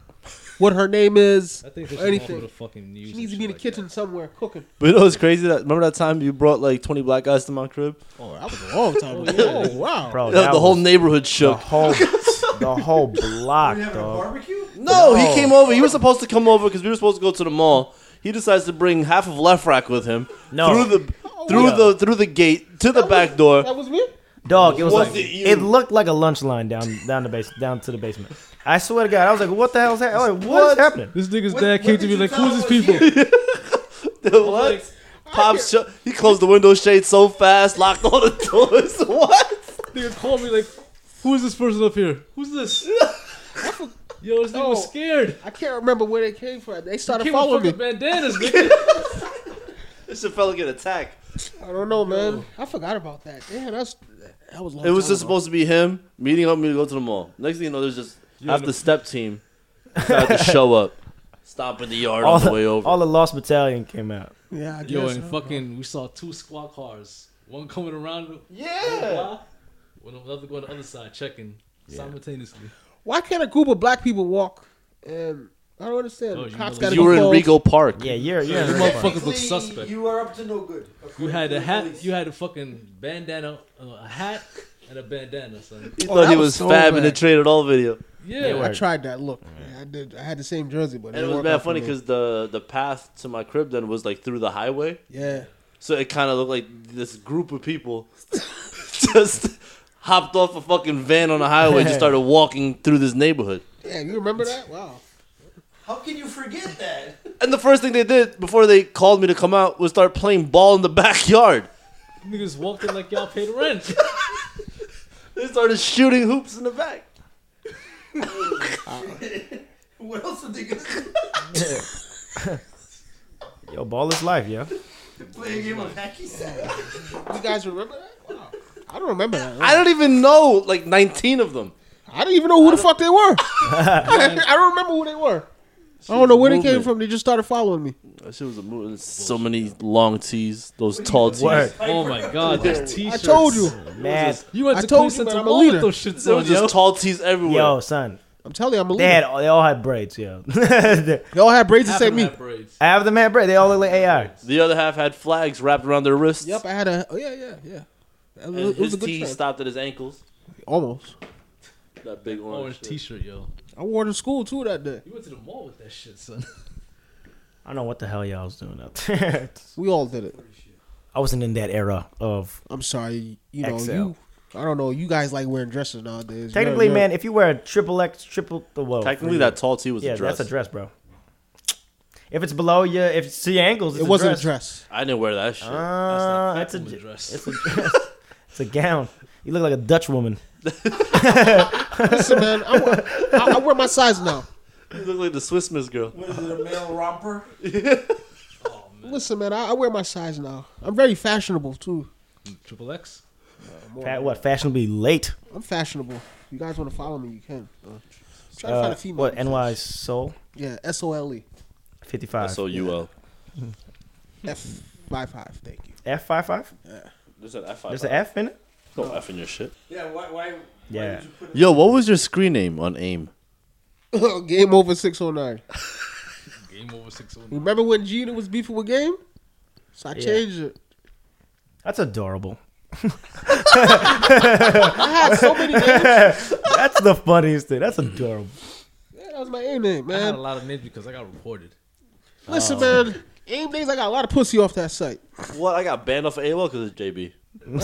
what her name is
I think they
or
should anything. the
anything.
fucking news.
She
and
needs to
shit
be in the
like
kitchen somewhere cooking.
But you know it's crazy that remember that time you brought like twenty black guys to my crib?
Oh, that was a long time ago.
yeah.
Oh, wow.
Bro,
Yeah,
that
the whole
was
neighborhood
the
shook.
whole the whole block,
we having a
dog.
barbecue?
No,
Oh, No.
he came over. He was supposed to come over because we were supposed to go to the mall. He decides to bring half of Left Rack with him
No.
through the
Oh,
through
yeah.
the through the gate to the
That
back
was-
door.
That was me.
Dog, it was
Was
like
it you?
it looked like a lunch line down down the base down to the basement. I swear to God, I was like, what the hell is happening? I was like, what is happening?
This nigga's
What-
dad
what
came to
did
me
you
like,
tell
"Who's
her
these
was
people?"
what? Pops, shut- he closed the window shade so fast, locked all the doors. what?
Niggas called me like, "Who is this person up here? Who's this?" Yo, this nigga was scared.
I can't remember where they came from. They started
Came with
following Oh. me.
fucking bandanas, nigga.
This fella get attacked.
I don't know, man. I forgot about that. Damn, that's that was. a Long
It was
time
just
ago.
supposed to be him meeting up me to go to the mall. Next thing you know, there's just half the step team about to show up, stop at the yard
all
on the way over.
all the Lost Battalion came out.
Yeah, I guess.
Yo, and
so.
fucking, we saw two squad cars. One coming around the
Yeah.
block, one on the other going the other side, checking simultaneously.
Why can't a group of black people walk? And I don't understand.
Oh,
The
you
cops
know-
got to
you were in
Rico.
Rigo Park.
Yeah, you're you're.
You
in
motherfuckers look suspect.
You are up to no good.
You had a hat. You
You
had a fucking bandana, uh, a hat, and a bandana, son.
He
Oh,
thought
that
he
was
was
so
fab in the
bad.
traded all video.
Yeah,
I tried that look. I did. I had the same jersey, but
And it was
worked
mad
out for
funny
me.
because the, the path to my crib then was like through the highway.
yeah,
So it kind of looked like this group of people just hopped off a fucking van on the highway and just started walking through this neighborhood.
yeah, you remember that? Wow.
How can you forget that?
And the first thing they did before they called me to come out was start playing ball in the backyard.
niggas walked in like y'all paid rent.
They started shooting hoops in the back.
What else are they gonna do?
Rigo. Yo, ball is life, yo.
play a game of hacky sack?
You guys remember that? Wow. I don't remember that.
I don't even know like 19 of them.
I didn't even know who the fuck they were. I don't remember who they were. I don't know where they came
movement.
from. They just started following me.
That shit was a movie. So many long tees, those tall tees.
Word.
oh my god, those
I
t-shirts.
told you.
Mad.
You went
I
to
told you,
Queens Central
man, I'm a
Mall with
leader.
those shits
There
on,
was just
yo.
tall tees everywhere.
Yo, son,
I'm telling you, I'm a
they had
leader.
they all had braids, yo. They-
They all had braids the
Half
same
of
me.
them had braids.
I have them had braids. They all look like AI.
The other half had flags wrapped around their wrists.
Yep, I had a. Oh yeah, yeah, yeah. That was-
And
it was
his
a good
tee
shirt.
stopped at his ankles.
Almost.
That big
Oh,
orange,
Orange
shit.
t-shirt, yo.
I wore it to school too that day.
You went to the mall with that shit, son.
I don't know what the hell y'all was doing out there.
We all did it.
I wasn't in that era of.
I'm sorry. You know
XL.
you. I don't know. You guys like wearing dresses nowadays.
Technically,
You're-
man, if you wear a triple X, triple the whoa.
Technically, that tall tee was
yeah,
a dress.
that's a dress, bro. If it's below your, if it's to your ankles,
you're-
it's
it wasn't
a dress.
a dress.
I didn't wear that shit.
Uh,
That's
it's a
not
j-
dress.
it's a dress. it's a gown. You look like a Dutch woman.
Listen, man, I, wear- I, I wear my size now.
you look like the Swiss Miss girl.
What is it, a male romper?
Listen, man, I, I wear my size now. I'm very fashionable too.
Triple X.
Fa- what fashionably late?
I'm fashionable. If you guys want to follow me, you can. Uh, try to find
Uh,
a female.
what
who fits.
NY Soul
Yeah, S O L E
fifty five
So you well.
F five five. Thank you.
F five five?
There's an F.
There's an F in it.
No F in your shit.
Yeah, why, why, why
Yeah.
did you put it?
Yo, what was your screen name on AIM?
Game over six oh nine.
Game over six oh nine.
Remember when Gina was beefing with Game? So I
Yeah.
changed it.
That's adorable.
I had so many names. Yeah,
That's the funniest thing. That's adorable.
that was my aim name,
I had a
man.
lot of names because I got reported.
Listen, man. Aim names. I got a lot of pussy off that site.
What? I got banned off of AOL because it's JB.
My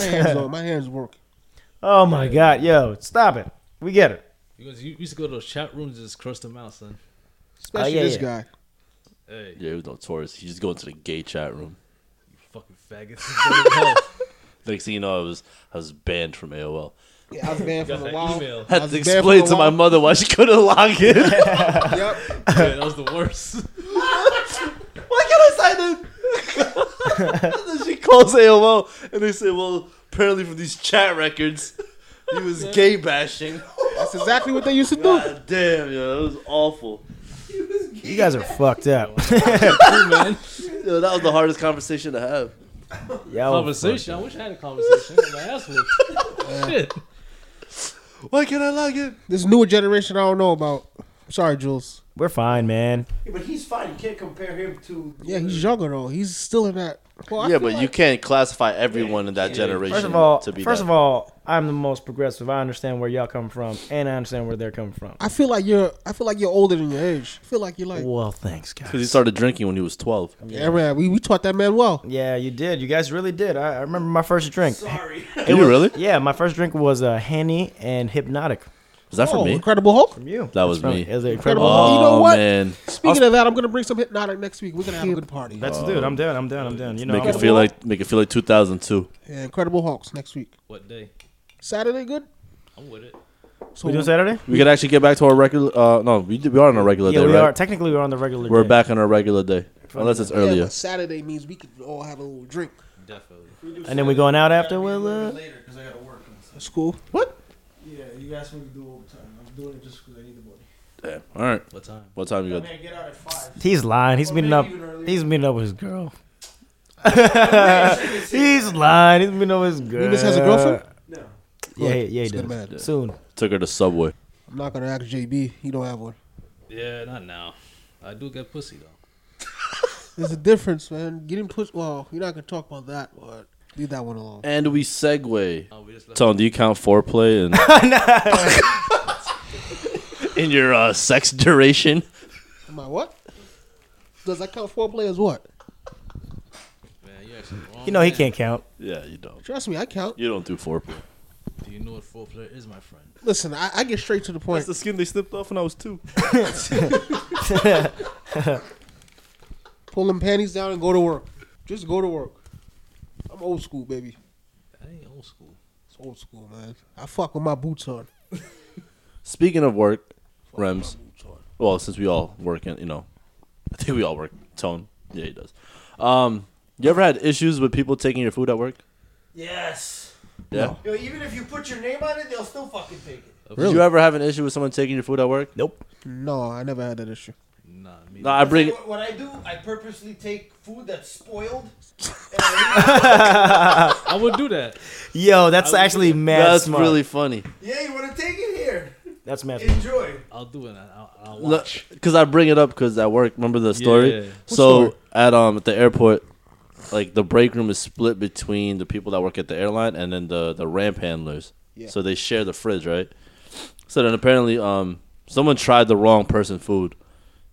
hands on. My hands work.
Oh my god, yo, stop it. We get it.
You, guys, you used to go to those chat rooms and just crush them out, son.
Especially
Oh,
yeah,
this
yeah.
guy.
Hey,
Yeah, he was notorious. He just go into the gay chat room.
you fucking faggots.
Next thing you know, I was I was banned from AOL.
Yeah, I was banned for
got
a
that
while.
email.
I
I
had
was
to
banned for
explain
a
to my
while.
mother why she couldn't log in.
Yep.
Yeah, that was the worst.
why can't I sign in? And then she calls AOL and they say, well, apparently from these chat records, he was gay bashing.
That's exactly what they used to do.
God damn, yo, that was awful.
You guys are fucked up.
Hey, man.
Yo, that was the hardest conversation to have.
Yo,
Conversation. I wish I had a conversation. I got my ass whooped. Shit.
Why can't I log in?
This newer generation, I don't know about. Sorry, Jules.
We're fine, man.
Yeah, but he's fine. You can't compare him to.
Yeah, he's younger though. He's still in that. Well, I
yeah,
feel
but
like-
you can't classify everyone in that generation
First of all,
to be
first
that.
of all, I'm the most progressive. I understand where y'all come from, and I understand where they're coming from.
I feel like you're. I feel like you're older than your age. I feel like you're like.
Well, thanks, guys.
Because he started drinking when he was 12.
Yeah, man. We, we taught that man well.
Yeah, you did. You guys really did. I, I remember my first drink.
Sorry.
Did you really?
Yeah, my first drink was uh, Henny and Hypnotic
Was that for
Oh,
me?
Incredible Hulk.
from you.
That was
That's from-
me.
It was
Incredible
incredible.
Hulk.
Oh,
you know
Oh,
what?
man.
Speaking of that, I'm gonna bring some hypnotic next week. We're gonna have a good party.
That's dude. I'm down. I'm down. I'm down. You know,
Make it
I'm-
feel like make it feel like 2002.
Yeah, Incredible Hulks next week.
What day?
Saturday, good.
I'm with it.
So
We do Saturday?
We could actually get back to our regular. Uh, no, we we are on a regular
Yeah,
day,
we
right?
are. Technically, we're on the regular.
We're
day.
back on our regular day, unless it's
yeah, but
earlier.
Saturday means we could all have a little drink.
Definitely.
and then we're going out after. Well, uh,
later because I gotta work.
That's cool. What?
Yeah, you guys want to do overtime. I'm doing it just because I need the money.
Damn. All right.
What time?
What time you got?
Man, get out at five.
he's lying. He's
Or
meeting
maybe
up.
even earlier.
He's meeting up with his girl. he's lying. He's meeting up with his girl.
Remus
Uh,
has a girlfriend?
No.
Yeah, yeah, he
It's good
does.
man.
Soon.
Took her to Subway.
I'm not gonna ask JB. He don't have one.
Yeah, not now. I do get pussy though.
There's a difference, man. Getting pushed. Well, you're not gonna talk about that. But leave that one alone.
And we segue.
Oh, we just left.
Tone, do you count foreplay and in your uh, sex duration?
Am I what? Does that count foreplay as what?
Man, you actually wrong.
You know he
man.
can't count.
Yeah, you don't.
Trust me, I count.
You don't do foreplay.
Do you know what foreplay is, my friend?
Listen, I, I get straight to the point.
skin they slipped off when I was two.
Pull them panties down and go to work. Just go to work. I'm old school, baby.
That ain't old school.
It's old school, man. I fuck with my boots on.
Speaking of work,
Fuck
Rems.
with my boots on.
Well, since we all work in, you know, I think we all work. Tone, yeah, he does. Um, you ever had issues with people taking your food at work?
Yes.
Yeah.
Yo, even if you put your name on it, they'll still fucking take it.
Did you ever have an issue with someone taking your food at work?
Nope.
No, I never had that issue.
Nah, me.
No, I bring.
What, what I do, I purposely take food that's spoiled. and I leave it.
I would do that.
Yo, that's
I-
actually mad
That's
smart.
really funny.
yeah, you want to take it here?
that's mad smart.
Enjoy.
I'll do it. and I'll, I'll watch.
Because I bring it up because at work, remember the story?
Yeah.
So at um at the airport, like the break room is split between the people that work at the airline and then the the ramp handlers.
Yeah.
So they share the fridge, right? So then apparently, um, someone tried the wrong person food,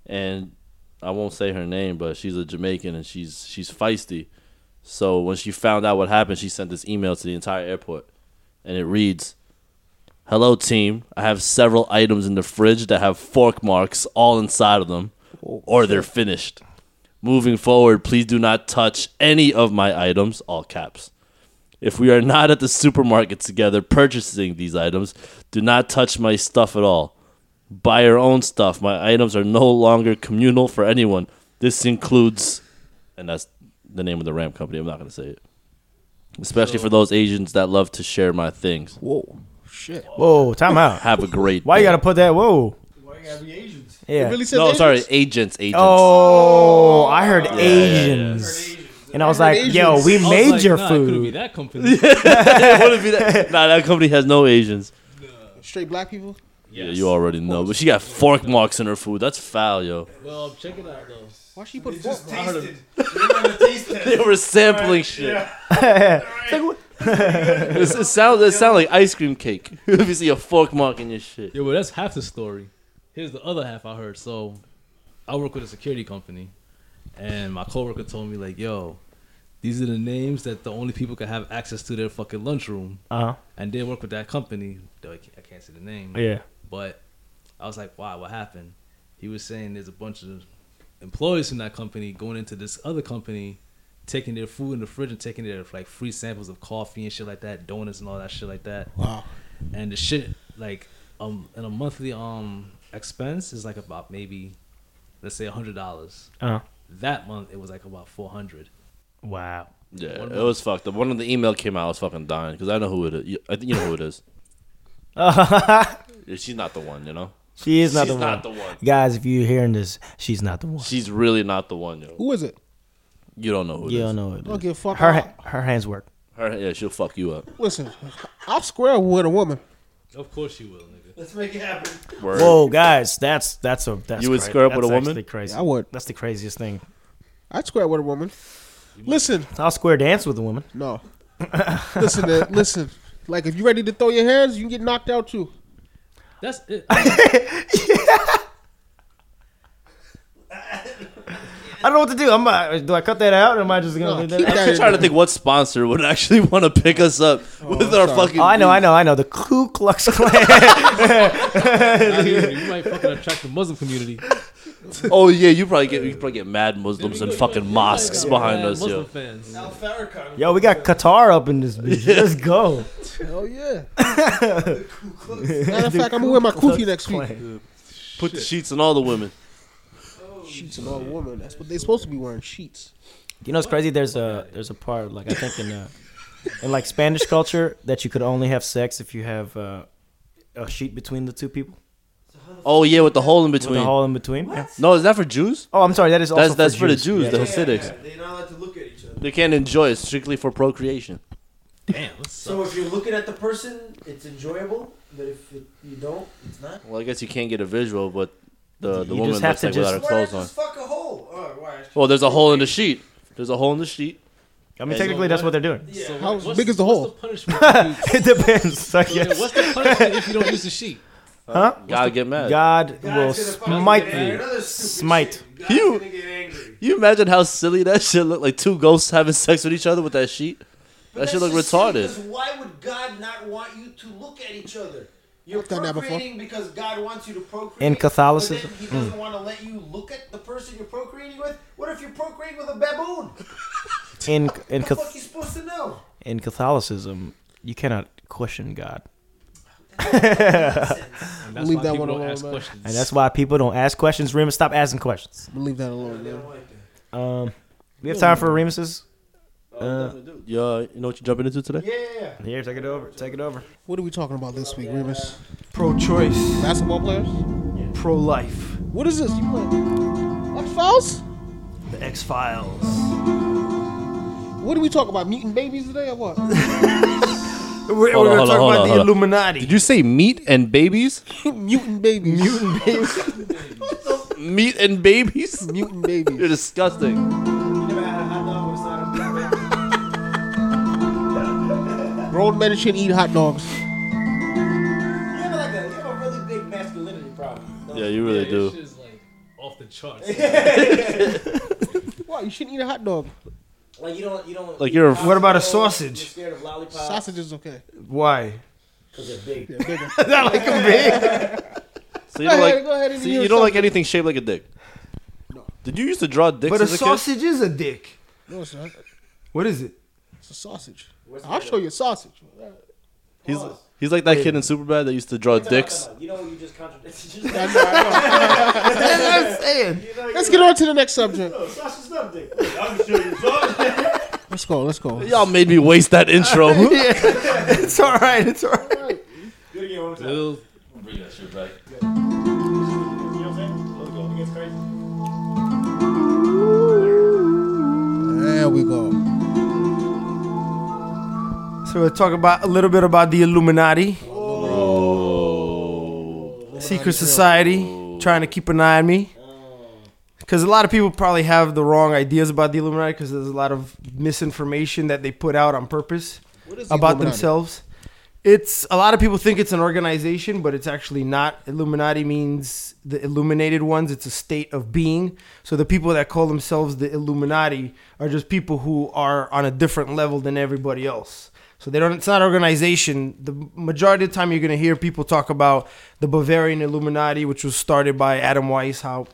and I won't say her name, but she's a Jamaican and she's she's feisty. So when she found out what happened, she sent this email to the entire airport, and it reads. Hello, team. I have several items in the fridge that have fork marks all inside of them, or they're finished. Moving forward, please do not touch any of my items, all caps. If we are not at the supermarket together purchasing these items, do not touch my stuff at all. Buy your own stuff. My items are no longer communal for anyone. This includes, and that's the name of the ramp company. I'm not going to say it. Especially for those Asians that love to share my things.
Whoa, shit.
Whoa, time out.
Have a great
Why
day.
you gotta put that? Whoa.
Why you gotta be Asians?
Yeah.
Really says
No,
Asians?
sorry, agents, agents.
Oh, I heard
yeah, yeah.
Asians. And I was like,
Asians.
yo, we
I was
made
like,
your
nah, It could be
food.
that company.
What if you- nah, that company has no Asians.
Straight black people.
Yeah, you already know. But she got fork marks in her food. That's foul, yo.
Well, check it out though.
Why she put
They
fork?
just tasted. They wanna taste
They
it.
were sampling shit.
Yeah.
It's- It sounds it sound like ice cream cake. if you see a fork mark in your shit.
Yeah, well, that's half the story. Here's the other half I heard. So, I work with a security company, and my coworker told me like, "Yo, these are the names that the only people can have access to their fucking lunchroom."
Uh huh.
And they work with that company. Though I can't, I can't say the name.
Yeah.
But I was like, "Wow, what happened?" He was saying there's a bunch of employees from that company going into this other company, taking their food in the fridge and taking their like free samples of coffee and shit like that, donuts and all that shit like that
Wow.
and the shit like um and a monthly um expense is like about maybe let's say a hundred dollars
Uh huh.
that month it was like about 400
Wow.
Yeah, it was fucked up. One of the email came out, I was fucking dying because I know who it is. You- I think you know who it is. Yeah, she's not the one, you know.
she is not
she's
the
not
one.
the one.
Guys, if you're hearing this, she's not the one.
She's really not the one, yo.
Who is it?
You don't know who it
You
is.
don't know who it
I don't
is.
give a fuck.
Her
I-
ha- her hands work.
Her, yeah, she'll fuck you up.
Listen, I'm square with a woman.
of course you will nigga
Let's make it happen.
Word.
Whoa, guys, that's that's a that's
You would
cra-
square up with
that's
a woman?
actually Crazy.
I would.
That's the craziest thing.
I'd square with a woman. Listen,
I'll square dance with a woman.
no. listen, to, listen. Like if you ready to throw your hands, you can get knocked out too.
that's it
I don't know what to do. I'm uh, do I cut that out or am I just
No,
gonna leave
keep
that? out?
that
I'm trying to think what sponsor would actually want to pick us up with our
sorry.
fucking.
Oh, I know, I know, I know. The Ku Klux Klan.
Not even, you might fucking attract the muslim community
oh yeah, you probably get you probably get mad Muslims and fucking mosques behind
Mad
us,
Muslim
yo.
fans.
Al Farrakhan.
Yo, we got Qatar up in this bitch. Let's go.
Hell yeah. Matter of fact, I'm gonna wear my kufi next week.
Put the sheets on all the women.
Sheets and all woman. That's what they're supposed to be wearing. Sheets.
You know, it's crazy. There's a there's a part like I think in uh, in like Spanish culture that you could only have sex if you have uh, a sheet between the two people,
Oh yeah, with the hole in
with
between.
a hole in between. Yeah.
No, is that for Jews?
Oh, I'm sorry. That is also
That's that's for, the
Jews.
Jews,
Yeah.
the Hasidics.
They're not allowed to look at each other.
They can't enjoy it strictly for procreation.
Damn, what's
So if you're looking at the person, it's enjoyable. But if it, you don't, it's not.
Well, I guess you can't get a visual, but the the
You
woman
just have
looks
to
like without her
just-
Why not
clothes on.
just fuck a hole? Oh, why?
Well, there's a hole in the sheet. There's a hole in the sheet.
I mean, technically, that's what they're doing.
Yeah.
So
How
what's-
big is the
what's
hole?
punishment if you-
It depends. I
so, yeah,
guess.
What's the punishment if you don't use the sheet?
Huh?
God get mad.
God
God's
will
gonna fucking
smite
get angry.
thee.
Another stupid
Smite.
shit. God's
You-
gonna get angry.
You imagine how silly that shit looked like two ghosts having sex with each other with that sheet?
But
That shit look
that's just silly,
retarded.
'cause Why would God not want you to look at each other? You're
done that before.
procreating because God wants you to procreate.
In
but
Catholicism?
then he doesn't
Hmm.
want to let you look at the person you're procreating with. What if you're procreating with a baboon?
In in
The fuck
Cath-
you supposed to know?
in Catholicism, you cannot question God,
And that's
Leave
why
that
people
one
don't
alone,
ask
man.
questions.
and that's why people don't ask questions. Remus, stop asking questions.
I'm gonna leave that alone,
They
man.
don't like that.
Um, we have time for Remus's. Uh,
Yeah, you know what you're jumping into today?
Yeah, yeah, yeah.
here, take it over. Take it over.
What are we talking about this week, Remus?
Pro-choice,
Basketball players?
pro-life,
What is this? You playing X Files?
the X Files.
What do we talk about? Mutant babies today or what?
We're,
Hold on, hold on,
gonna talk
hold
about
on,
the
hold on.
Illuminati.
Did you say meat and babies?
Mutant babies. Mutant babies.
meat and babies?
Mutant
You're
babies.
disgusting.
You never had a hot dog with a side of baby.
Grown men shouldn't eat hot dogs.
You have like a, you have a really big masculinity problem. don't
Yeah,
you?
you really
This
do.
shit is like off the charts.
Why? You shouldn't eat a hot dog.
Like you don't, you don't.
Like you're a-
you're
What about a
scared-
sausage?
You're scared of lollipops.
Sausage is okay.
Why?
Cause they're big.
So you don't
Go
like,
ahead, go ahead and
so
eat your
you don't like
sausage.
anything shaped like a dick? Did you used to draw dicks
But a
as a kid?
sausage is a dick.
No, it's not.
What is it?
It's a sausage.
What's the
I'll
matter?
show you a sausage.
He's, he's like that kid in Superbad that used to draw dicks.
You know you just contradicted
I
yourself.
know, I know.
That's what I'm saying.
You know,
Let's
you
get on to the next subject.
know, Sasha's not big. I'm sure you saw it.
Let's go. Let's go.
Y'all made me waste that intro.
It's all right. It's all right.
Do it again one more time.
Little-
Bring that shit back.
You know what I'm saying? Let's go. It gets crazy.
There we go.
So we'll talk about a little bit about the Illuminati, secret society, trying to keep an eye on me. Because a lot of people probably have the wrong ideas about the Illuminati because there's a lot of misinformation that they put out on purpose
What is the
about
Illuminati?
themselves. It's a lot of people think it's an organization, but it's actually not. Illuminati means the illuminated ones. It's a state of being. So the people that call themselves the Illuminati are just people who are on a different level than everybody else. So they don't. It's not an organization. The majority of the time, you're gonna hear people talk about the Bavarian Illuminati, which was started by Adam Weishaupt,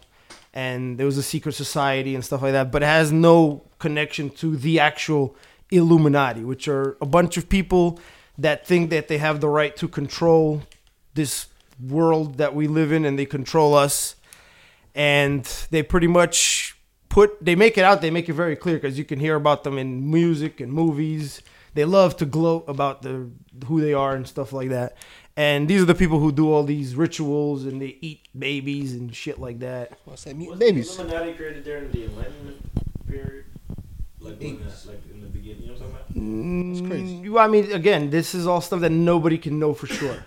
and there was a secret society and stuff like that. But it has no connection to the actual Illuminati, which are a bunch of people that think that they have the right to control this world that we live in and they control us. And they pretty much put, they make it out, they make it very clear because you can hear about them in music and movies. They love to gloat about the who they are and stuff like that. And these are the people who do all these rituals and they eat babies and shit like that.
I said mutant
Wasn't
babies.
The Illuminati created during the Enlightenment period. Like, when that, like in the beginning, you know what I'm talking
It's
crazy.
Mm, I mean, again, this is all stuff that nobody can know for sure.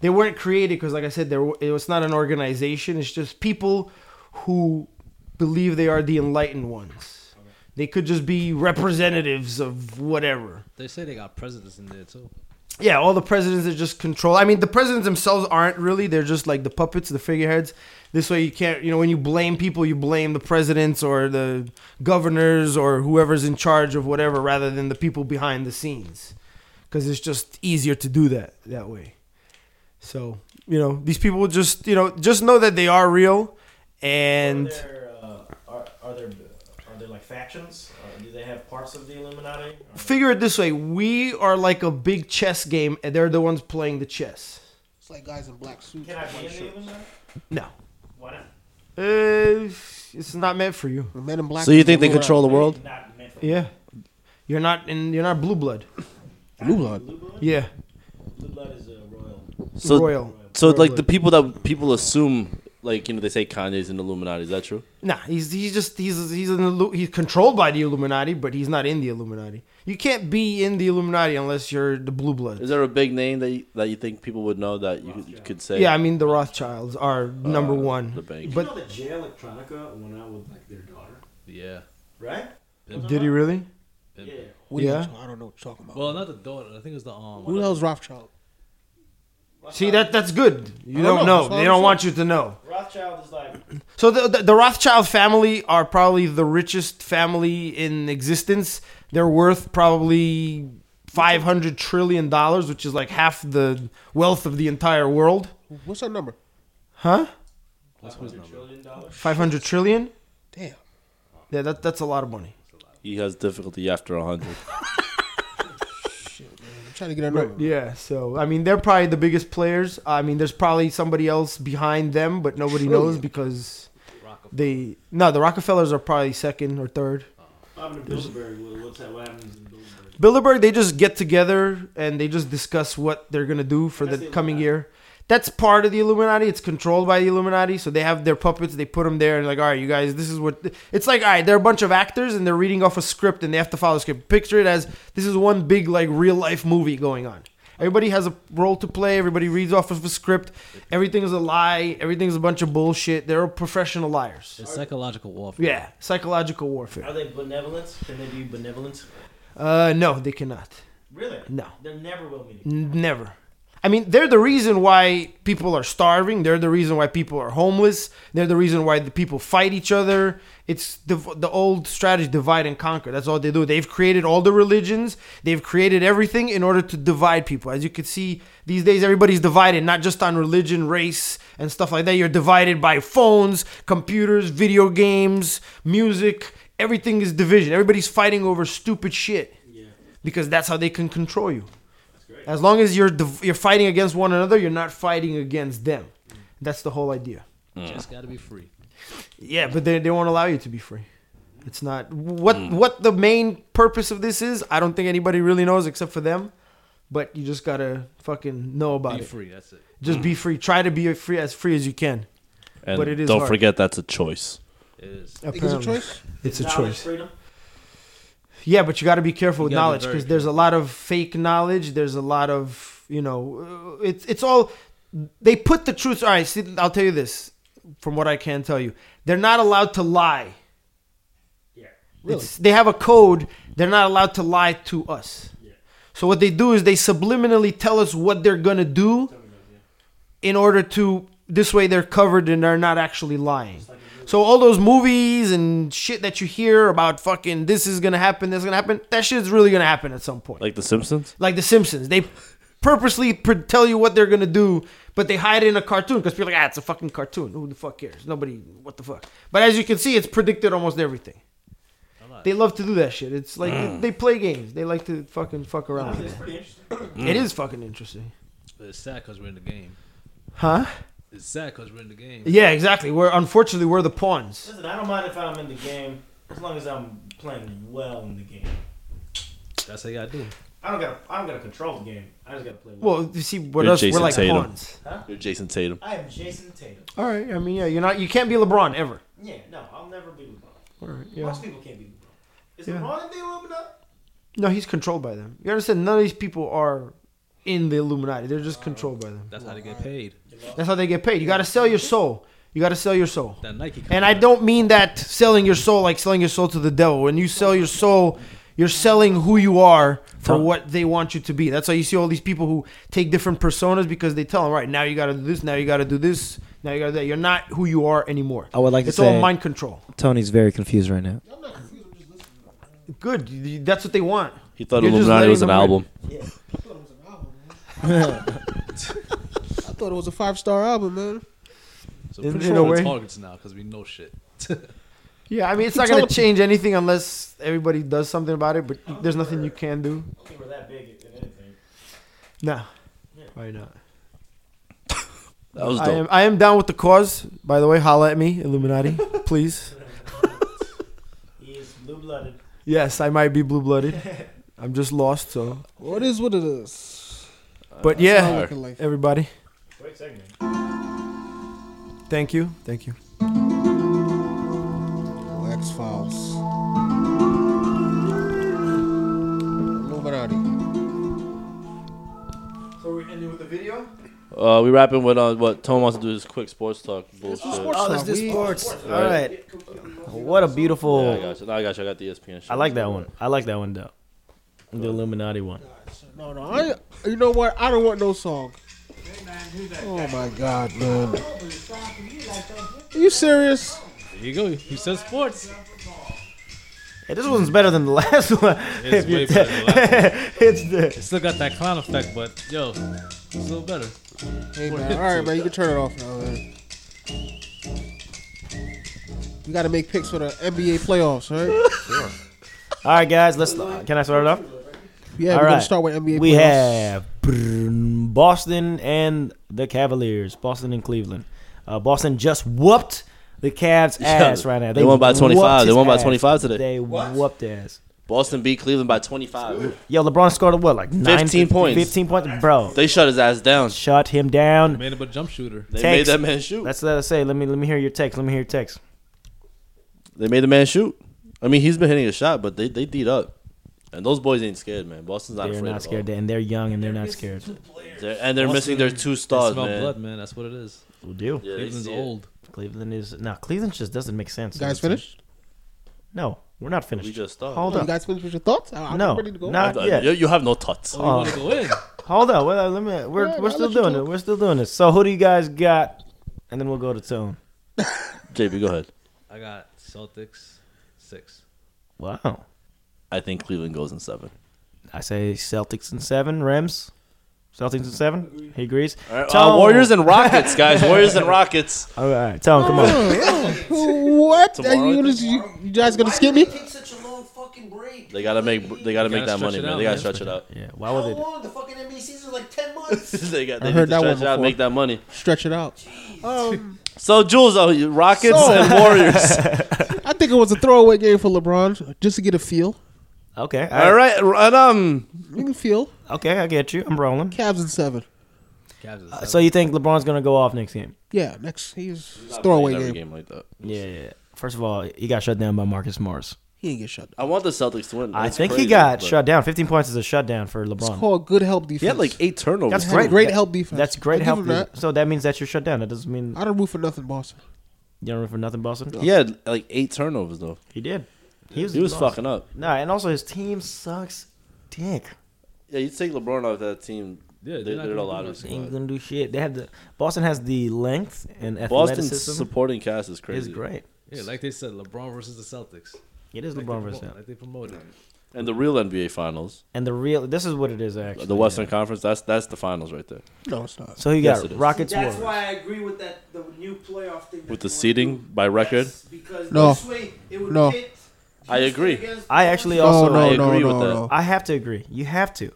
They weren't created because, like I said, there w- it was not an organization. It's just people who believe they are the enlightened ones. They could just be representatives of whatever.
They say they got presidents in there too.
Yeah, all the presidents are just control. I mean, the presidents themselves aren't really. They're just like the puppets, the figureheads. This way, you can't. You know, when you blame people, you blame the presidents or the governors or whoever's in charge of whatever, rather than the people behind the scenes, because it's just easier to do that that way. So you know, these people just you know just know that they are real, and
there, uh, are, are there are there like factions? Or do they have parts of the Illuminati? Or-
figure it this way: we are like a big chess game, and they're the ones playing the chess.
It's like guys in black suits.
Can I
with
be
white
in the
shirts.
Illuminati?
No,
Why not?
uh, it's not meant for you.
The Men in black.
So you think they
Blue
control the world?
Not meant for
Yeah, you're not in. You're not blue blood.
blood?
blue blood.
Yeah,
Blue blood is a royal.
So
royal.
so
Royal
like the
blood.
people that people assume like you know they say Kanye's in the Illuminati. Is that true?
Nah, he's he's just he's he's an, Illu- he's controlled by the Illuminati, but he's not in the Illuminati. You can't be in the Illuminati unless you're the blue blood.
Is there a big name that you, that you think people would know that you, could- you could say?
Yeah, I mean the Rothschilds are number one.
Uh, the bank.
Did
But
you know that Jay Electronica went out with like their daughter,
Yeah.
right?
did he really?
Yeah.
What are you-
Yeah.
I don't know what you're talking about.
Well, not the daughter. I think it was the um.
Who the hell's Rothschild?
See that that's good. You
I
don't,
don't know.
know.
That's what
They
I'm
don't
saying.
want you to know.
Rothschild is like
So the, the the Rothschild family are probably the richest family in existence. They're worth probably five hundred trillion dollars, which is like half the wealth of the entire world.
What's her number?
Huh?
What's his number?
trillion dollars.
Five hundred trillion?
Damn.
Yeah, that that's a lot of money.
He has difficulty after hundred.
I'm trying to get her number.
Yeah, so I mean they're probably the biggest players. I mean there's probably somebody else behind them, but nobody knows
Trillion.
because
Rockefeller.
they no the Rockefellers are probably second or third.
What happened to Bilderberg? What- What's that? What happens to Bilderberg?
Bilderberg they just get together and they just discuss what they're gonna do for
That's
the
the
coming
Illuminati.
year. That's part of the Illuminati. It's controlled by the Illuminati, so they have their puppets. They put them there and like, all right, you guys, this is what it's like. All right, they're a bunch of actors and they're reading off a script and they have to follow the script. Picture it as this is one big like real life movie going on. Everybody has a role to play. Everybody reads off of a script. Everything is a lie. Everything is a bunch of bullshit. They're all professional liars.
It's psychological warfare.
Yeah, psychological warfare.
Are they benevolent? Can they be benevolent?
Uh, no, they cannot.
Really?
No.
They're never well meaning.
N- Never. I mean, they're the reason why people are starving. They're the reason why people are homeless. They're the reason why the people fight each other. It's the the old strategy: divide and conquer. That's all they do. They've created all the religions. They've created everything in order to divide people. As you can see these days, everybody's divided, not just on religion, race, and stuff like that. You're divided by phones, computers, video games, music. Everything is division. Everybody's fighting over stupid shit
Yeah.
because that's how they can control you.
That's great.
As long as you're div- you're fighting against one another, you're not fighting against them.
Mm.
That's the whole idea.
Just gotta be free.
Yeah, but they, they won't allow you to be free. It's not what
Hmm.
what the main purpose of this is. I don't think anybody really knows except for them. But you just gotta fucking know about
Be
it.
free. Hmm. That's it.
Just be free. Try to be free as free as you can.
And
But it is
don't
hard.
forget that's a choice.
It is.
Think
Um,
it's a
Apparently.
choice?
It's a
Knowledge
choice.
Freedom.
Yeah, but you got to be careful with
gotta be
knowledge
very
because there's a lot of fake knowledge. There's a lot of you know, uh, it's it's all they put the truth. All right, see, I'll tell you this from what I can tell you, they're not allowed to lie.
Yeah.
Really?
It's, they have a code. They're not allowed to lie to us.
Yeah.
So what they do is they subliminally tell us what they're gonna do
Tell me about it, yeah.
in order to this way they're covered and they're not actually lying.
It's like a movie.
So all those movies and shit that you hear about fucking this is gonna happen, this is gonna happen, that shit's really gonna happen at some point. Like,
Like The Simpsons.
The Simpsons, they purposely pre- tell you what they're gonna do, but they hide it in a cartoon because people are like, ah, it's a fucking cartoon. Who the fuck cares? Nobody, what the fuck. But as you can see, it's predicted almost everything. They love to do that shit. It's like
Mm.
they play games. They like to fucking fuck around. with
It's pretty interesting.
Mm.
it. It is fucking interesting,
But it's sad because we're in the game.
huh?
It's sad because we're in the game.
Yeah, exactly. We're unfortunately we're the pawns.
Listen, I don't mind if I'm in the game as long as I'm playing well in the game.
That's how you gotta do. it.
I don't got. I don't got to control the game. I just got to play well.
Well, you see, what
You're
us we're
Jason
like
Tatum.
pawns.
You're Jason Tatum.
I am Jason Tatum.
All right. I mean, yeah, you're not. You can't be LeBron ever.
Yeah. No, I'll never be LeBron.
All right. Yeah.
Most people can't be LeBron. Is
Yeah.
LeBron in the Illuminati?
No, he's controlled by them. You understand? None of these people are in the Illuminati. They're just controlled by them.
That's how they get paid.
That's how they get paid. You got to sell your soul. You got to sell your soul.
That Nike. Contract.
And I don't mean that selling your soul like selling your soul to the devil. When you sell your soul, you're selling who you are for what they want you to be. That's why you see all these people who take different personas because they tell them, right now you got to do this, now you got to do this, now you got to do that. You're not who you are anymore.
I would like to
it's all
say-
mind control.
Tony's very confused right now.
I'm not confused. I'm just listening.
Good. You- you- That's what they want.
He thought
You're just
Illuminati
letting
was an
them-
album.
I thought it was an album, man. I thought it was a five star album, man.
So
In-
pretty
in
sure
a
we're
way.
targets now because we know shit.
Yeah, I mean, it's
You
not
tell
going to
them-
change anything unless everybody does something about it, but there's nothing you can do.
don't think we're that big in anything.
Nah, probably not.
That was
I
dope.
am, I am down with the cause. By the way, holla at me, Illuminati, please.
He is blue blooded.
Yes, I might be blue blooded. I'm just lost,
Uh,
so.
What is what it is?
But
How I
yeah,
look at life.
everybody,
Great segment.
thank you. Thank you.
X Files. Illuminati.
So we're ending with a video.
Uh, we wrapping with uh, what Tom wants to do is quick sports talk bullshit.
sports
Oh,
talk.
let's do
We-
sports.
Right.
All right. What a beautiful.
Yeah, I got you. No, I got you. I got the E ESPN. Shit.
I like that one. I like that one though. The Illuminati one.
No, no. I, you know what? I don't want no song. Oh my god, man. Are you serious?
There you go. You said sports.
Hey, this one's better than the last one.
It's
If you
way better than the last
it's the
It still got that clown effect, but yo, it's a little better.
Hey man, all right, man, you can turn it off now, man. We got to make picks for the NBA playoffs, all right?
All right, guys. Let's. Can I start it off?
Yeah,
All
we're gonna
right.
start with NBA.
We
playoffs.
have Boston and the Cavaliers. Boston and Cleveland. Uh, Boston just whooped the Cavs' ass right now.
they won by 25.
whooped
They
his
won by
ass.
25 today.
They whooped ass.
Boston beat Cleveland by 25.
Yo, LeBron scored what, like nine,
15 points.
15 points, bro.
They shut his ass down.
Shut him down.
Made him a jump shooter.
They made
Text.
that man shoot.
That's what I say. Let me let me hear your text. Let me hear your text.
They made the man shoot. I mean, he's been hitting a shot, but they they beat up. And those boys ain't scared, man. Boston's not
They're
afraid
not
at all.
scared, and they're young, and they're not scared.
They're- and they're missing their two
They
stars,
smell
man.
blood, man. That's what it is.
We'll do.
Yeah, they
Cleveland's
see it.
old.
Cleveland is no. Cleveland just doesn't make sense.
You guys finished?
No, we're not finished.
We just started.
Hold
You
up.
guys finished with your thoughts? I- I'm
No,
ready to go.
not
Uh,
yet.
you, you have no thoughts.
Oh, you want to go in?
Hold up. Well, let me. We're
Yeah,
we're
I'll
still
let you
doing it.
talk.
We're still doing this. So who do you guys got? And then we'll go to tone.
JB, go ahead.
I got Celtics six.
Wow.
I think Cleveland goes in seven.
I say Celtics and seven. Rams. Celtics and seven. He agrees.
All right, uh,
Tone.
Warriors and Rockets, guys. Warriors and Rockets.
All right. Tone. Come on.
what? Are
Tomorrow,
you, gonna, you, you guys gonna skip me?
Take such a long fucking break.
They gotta make. They gotta make
gotta
that money,
stretch it
man.
out,
They gotta
man.
stretch it out.
Yeah. Why
How
would it?
long? The fucking NBA season is like ten months.
they got. They
I
need
heard
to
that one
stretch it out,
before.
make that money.
Stretch it out. Um,
So Jules, oh, you- Rockets
So-
and Warriors.
I think it was a throwaway game for LeBron just to get a feel.
Okay.
All right, and um,
You can feel.
Okay. I get you. I'm rolling.
Cavs in seven.
Cavs is
Uh,
seven.
So you think LeBron's gonna go off next game?
Yeah, next he's throwaway
every
game.
game like that.
Yeah. yeah. First of all, he got shut down by Marcus Morris.
He didn't get shut. down.
I want the Celtics to win.
I
It's
think he
crazy,
got
but-
shut down. 15 points is a shutdown for
It's
LeBron.
called good help defense.
He had like eight turnovers.
That's
That's
great.
great, great
That-
help defense.
That's great
I'll
help.
give him that.
So that means that you're shut down. That doesn't mean
I don't root for nothing, Boston.
you don't root for nothing, Boston.
He had like eight turnovers though.
He did. He was
He was
lost.
fucking up.
Nah, and also his team sucks dick.
Yeah, you take LeBron off that team.
Yeah,
they
they're
did
not
it
gonna
a
do
lot
that.
of
They ain't gonna do shit. They have the Boston has the length and
Boston's
athleticism.
supporting cast is
is
crazy.
great.
yeah, like they said, LeBron versus the Celtics.
It is
Like
LeBron
they
versus
promo-
him.
Like they promoted.
And the real NBA Finals,
And the real this is what it is actually.
the Western Conference. That's that's the finals right there.
No, it's not.
So you
Yes,
got
it is.
Rockets
That's
Warriors.
why I agree with that the new playoff thing. that
With
they
the
wanna
seeding
do.
by record?
Yes, because
No.
this way it would
No.
pit
I
Houston
agree.
against
I actually
Portland.
also
No, no,
I
no,
agree
no,
with that.
no.
I have to agree. You have to.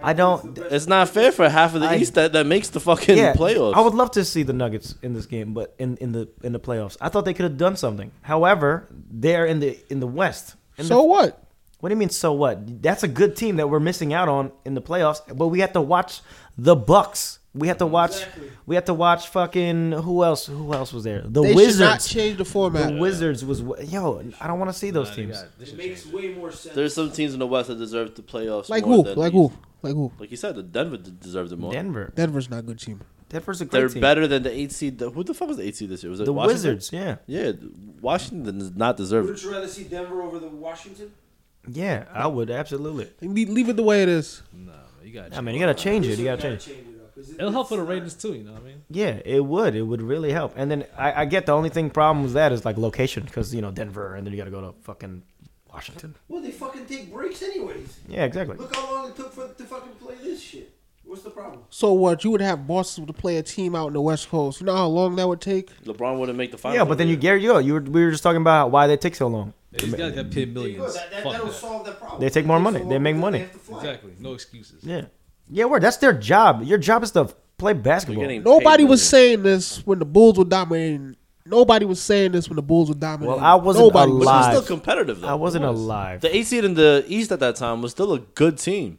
I don't
It's not fair for half of the
I-
East that, that makes the fucking playoffs.
I would love to see the Nuggets in this game, but in, in the in the playoffs, I thought they could have done something. However, they're in the in the West. In
So
the,
what?
what do you mean? So what? That's a good team that we're missing out on in the playoffs. But we have to watch the Bucks. We have to watch. We have to watch fucking who else? Who else was there? The
They should not
Wizards.
change the
The
format.
Wizards was yo. I don't want to see those
Nah, they
teams.
got- they
It
should
makes
change
way more sense.
There's some teams in the West that deserve the playoffs.
Like
more
who?
than
Like
the
who?
East.
Like who?
Like you said, the Denver d- deserves it more.
Denver.
Denver's not a good team.
Denver's a great
They're
team.
better than the eight seed. The- Who the fuck was the eight seed this year? Was it
The
Washington?
Wizards. Yeah.
Yeah, Washington does not deserve it.
Would you rather see Denver over the Washington?
Yeah. I would absolutely.
They need- Leave it the way it is.
it. Nah, man, you got.
I mean, you gotta change it. You gotta change.
it up. 'cause it-
It'll help for the
it's not-
Ravens too. You know what I mean?
Yeah, it would. It would really help. And then I, I get the only thing problem with that is like location because you know Denver, and then you got to go to fucking Washington.
Well, they fucking take breaks anyways.
Yeah, exactly.
Look how long it took for to fucking play this shit. What's the problem?
So what? You would have Boston to play a team out in the West Coast. You know how long that would take?
LeBron wouldn't make the finals.
Yeah, but then
every
you
year.
Gary, you, you were, we were just talking about why they take so long.
These guys got paid millions.
That, that,
Fuck
that'll
that.
solve that problem.
They take more money.
so
They make
long,
money.
have to fly.
Exactly. No excuses.
Yeah, yeah, word. That's their job. Your job is to play basketball.
You're getting
Nobody
paid
was
millions.
saying this when the Bulls were dominating. Nobody was saying this when the Bulls were dominating.
Well, I wasn't
Nobody was-
But it was still
Live.
competitive though.
I wasn't alive.
The eight seed in the East at that time was still a good team.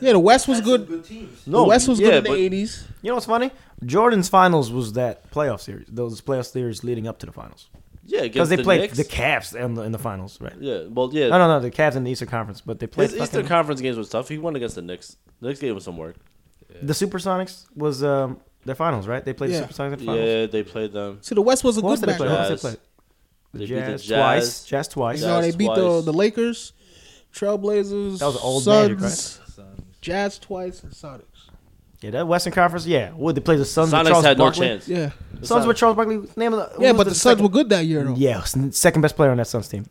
Yeah, the West was
That's
good.
some good teams.
the West was
yeah,
good in
but-
the eighties.
You know what's funny? Jordan's finals was that playoff series. Those playoff series leading up to the finals
Yeah,
because
because
they played
Knicks.
the Cavs in the, in the finals, right?
Yeah, well, yeah.
No, no, no. The Cavs in the Eastern Conference, but they played
His Eastern
fucking-
Conference games was tough. He won against the Knicks. The Knicks gave him some work.
the Supersonics was um, their finals, right? They played
Yeah.
the Supersonics in the finals.
Yeah, they played them.
See, the West was a
Who else
good
did they play? Who
matchup.
else did
Jazz.
they play? The
They beat the
Jazz,
Jazz.
twice, Jazz twice.
You know, they
Jazz
beat the
twice.
the Lakers, Trailblazers.
That was an old
Suns,
Magic, right?
Son.
Jazz twice and Sonics.
Yeah, that Western Conference. Yeah, would they play the Suns? with
Sonics
Charles
had no
Barkley?
chance.
Yeah,
The Suns with Charles Barkley. Name of the, who
yeah,
was
but the, Suns
second-
were good that year though.
Yeah, s- second best player on that Suns team.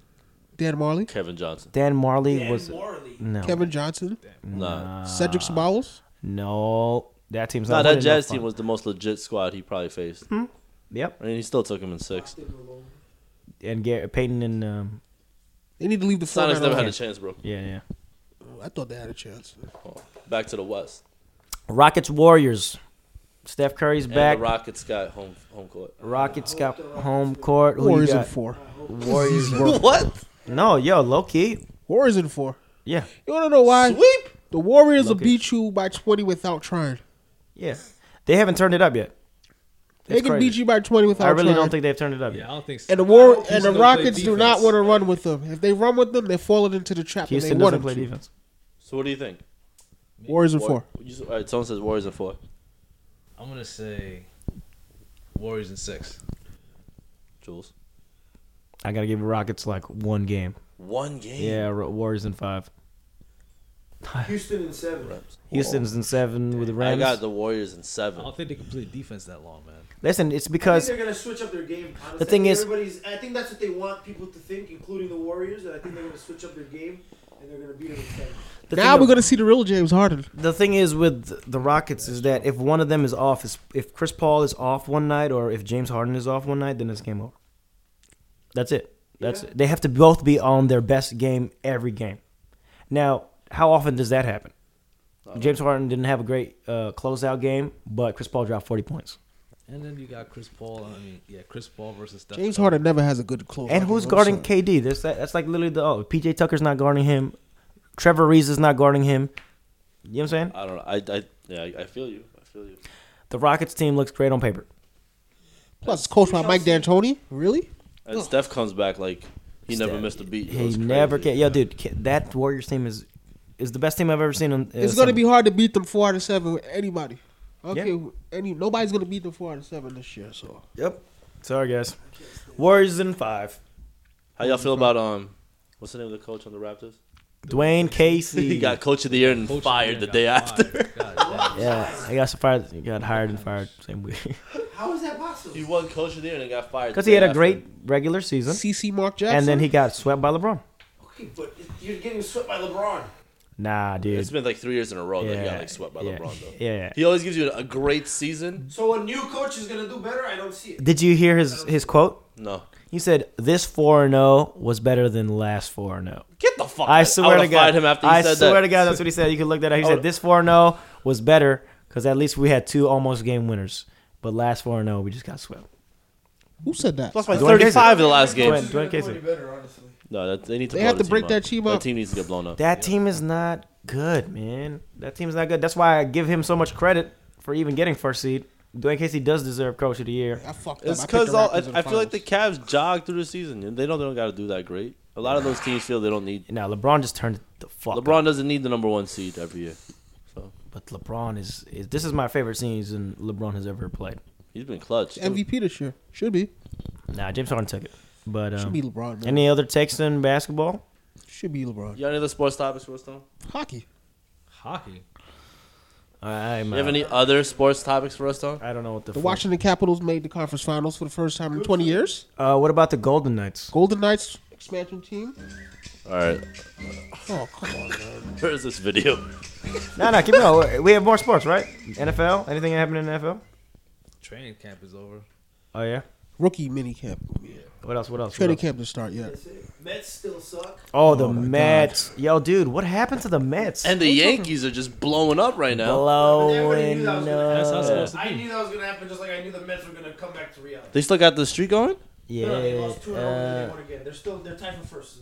Dan Marley,
Kevin Johnson.
Dan Marley
And
was
morally,
no,
Kevin Johnson,
Nah.
Cedric Sabalos.
no. That team's
Nah,
not.
that
winning no
Jazz team
fun. Hmm.
was the most legit squad he probably faced.
Yep,
And he still took him in six.
and Gar- Peyton and um,
They need to leave the format
Sonics never had
alone.
a chance, bro.
yeah, yeah.
I thought they had a chance.
Back to the West.
Rockets Warriors. Steph Curry's back.
And the Rockets got home home court.
Rockets got home court. Who
Warriors
you
in
got?
four.
Warriors. were-
What?
no, yo, low key.
Warriors in four.
Yeah,
You wanna know why?
Sweep?
The Warriors will
Look at-
beat you by twenty without trying.
yeah. They haven't turned it up yet.
They
It's
can
crazy.
beat you by twenty without.
I really
trying.
don't think they've turned it up
Yeah, I
yet.
don't think so.
And the war
Houston
and the
don't play
Rockets do not
defense.
want to run with them. If they run with them, they're falling into the trap.
Houston
and they
doesn't
want
play
them to.
defense.
So what do you think?
Warriors in
War-
four.
you s- all right, someone says Warriors in four.
I'm gonna say Warriors in six.
Jules.
I gotta give the Rockets like one game.
One game.
Yeah, Ro- Warriors in five.
Houston in seven.
Houston's in seven with the
I
Rams.
got the Warriors in
I
seven.
don't think they can play defense that long, man.
Listen, it's
I think
because
they're gonna switch up their game. Honestly.
The thing
I think
is-
everybody's. I think that's what they want people to think, including the Warriors. And I think they're gonna switch up their game, and they're gonna beat them in seven.
the
Now
thing
we're gonna see the real James Harden.
the thing is with the Rockets is that if one of them is off, is if Chris Paul is off one night or if James Harden is off one night, then it's game over. That's it. That's
Yeah.
it. They have to both be on their best game every game. Now, how often does that happen?
Uh,
James Harden didn't have a great uh, closeout game, but Chris Paul dropped forty points.
And then you got Chris Paul. I mean, yeah, Chris Paul versus Steph.
James
Curry.
Harden never has a good close.
And who's guarding KD? That's that's like literally the oh, PJ Tucker's not guarding him. Trevor Reese is not guarding him. You know what I'm saying?
I don't know. I, I yeah, I, I feel you. I feel you.
The Rockets team looks great on paper.
Plus, it's coached by Mike D'Antoni. Really?
And Steph comes back like he never
Steph-
missed a beat. It
He
was
never
crazy.
can. Yo, dude, ca- that Warriors team is is the best team I've ever seen. On, uh,
It's gonna
summer.
be hard to beat them four out of seven with anybody. Okay,
Yeah.
any nobody's gonna beat them four out of seven this year. So
Yep. Sorry, guys. Warriors in five.
How y'all feel about um? What's the name of the coach on the Raptors?
Dwayne Casey.
He got coach of the year and
Coach
fired
Durant
the
got
day after.
fired. God damn.
yeah. He got fired. He got hired and fired same week
How is that possible?
He won coach of the year and then got fired.
because
the
he had
day
a
after.
great regular season,
CC Mark Jackson.
and then he got swept by LeBron.
Okay, but you're getting swept by LeBron.
Nah, dude.
It's been like three years in a row that he got like swept by
yeah,
LeBron though.
Yeah.
He always gives you a great season.
So a new coach is gonna do better. I don't see it.
Did you hear his his quote?
No,
He said, "This four and zero was better than last four and oh." zero."
get the fuck.
I
out.
swear
would've
to God,
fired him after he
I
said
swear
that. Oh.
to God, that's what he said. You can look that up. He said,
would've-
"This four and zero was better because at least we had two almost game winners, but last four and zero we just got swept."
who said that?
Lost by
Dwayne Casey.
thirty-five in the last
Dwayne-
game.
Dwayne Casey.
Better, honestly.
No, that, they need to.
They
blow
have
the
to break
up.
that team
That
up.
team needs to get blown up.
That team is not good, man. That team's not good. That's why I give him so much credit for even getting first seed. Dwayne Casey does deserve coach of the year.
I fucked
It's
up. I picked
because
the
all I,
Raptors in the
I feel like the
finals.
Cavs jog through the season and they don't they don't got to do that great. A lot of those teams feel they don't need.
Now LeBron just turned it the fuck. up.
LeBron doesn't need the number one seed every year.
but LeBron is, is this is my favorite season LeBron has ever played.
He's been clutch.
MVP this year. Should be.
Nah, James Harden took it, but
Should
um,
be LeBron. Man.
any other takes in basketball?
Should be LeBron.
You got any other sports topics for us, though?
Hockey.
Hockey.
I'm,
You have
uh,
any other sports topics for us, though?
I don't know what the,
The
fuck-
Washington Capitals made the conference finals for the first time in 20 years.
Uh, what about the Golden Knights?
Golden Knights expansion team.
All right.
Oh,
Where is this video?
No, no, keep going. We have more sports, right? NFL. Anything happening in the NFL?
Training camp is over.
Oh yeah.
Rookie mini camp.
What else? What else? What
Training
else?
camp to start, yeah.
Mets still suck.
Oh, the Mets. Yo, dude, what happened to the Mets?
And the Yankees are just blowing up right now.
Oh,
Everybody knew
Blowing
that was gonna
That's how it's
up.
supposed to
I
be.
knew that was gonna happen, just like I knew the Mets were gonna come back to reality.
They still got the streak going?
Yeah.
No, they lost two in a row and then
uh,
they won again. They're still they're tied for first.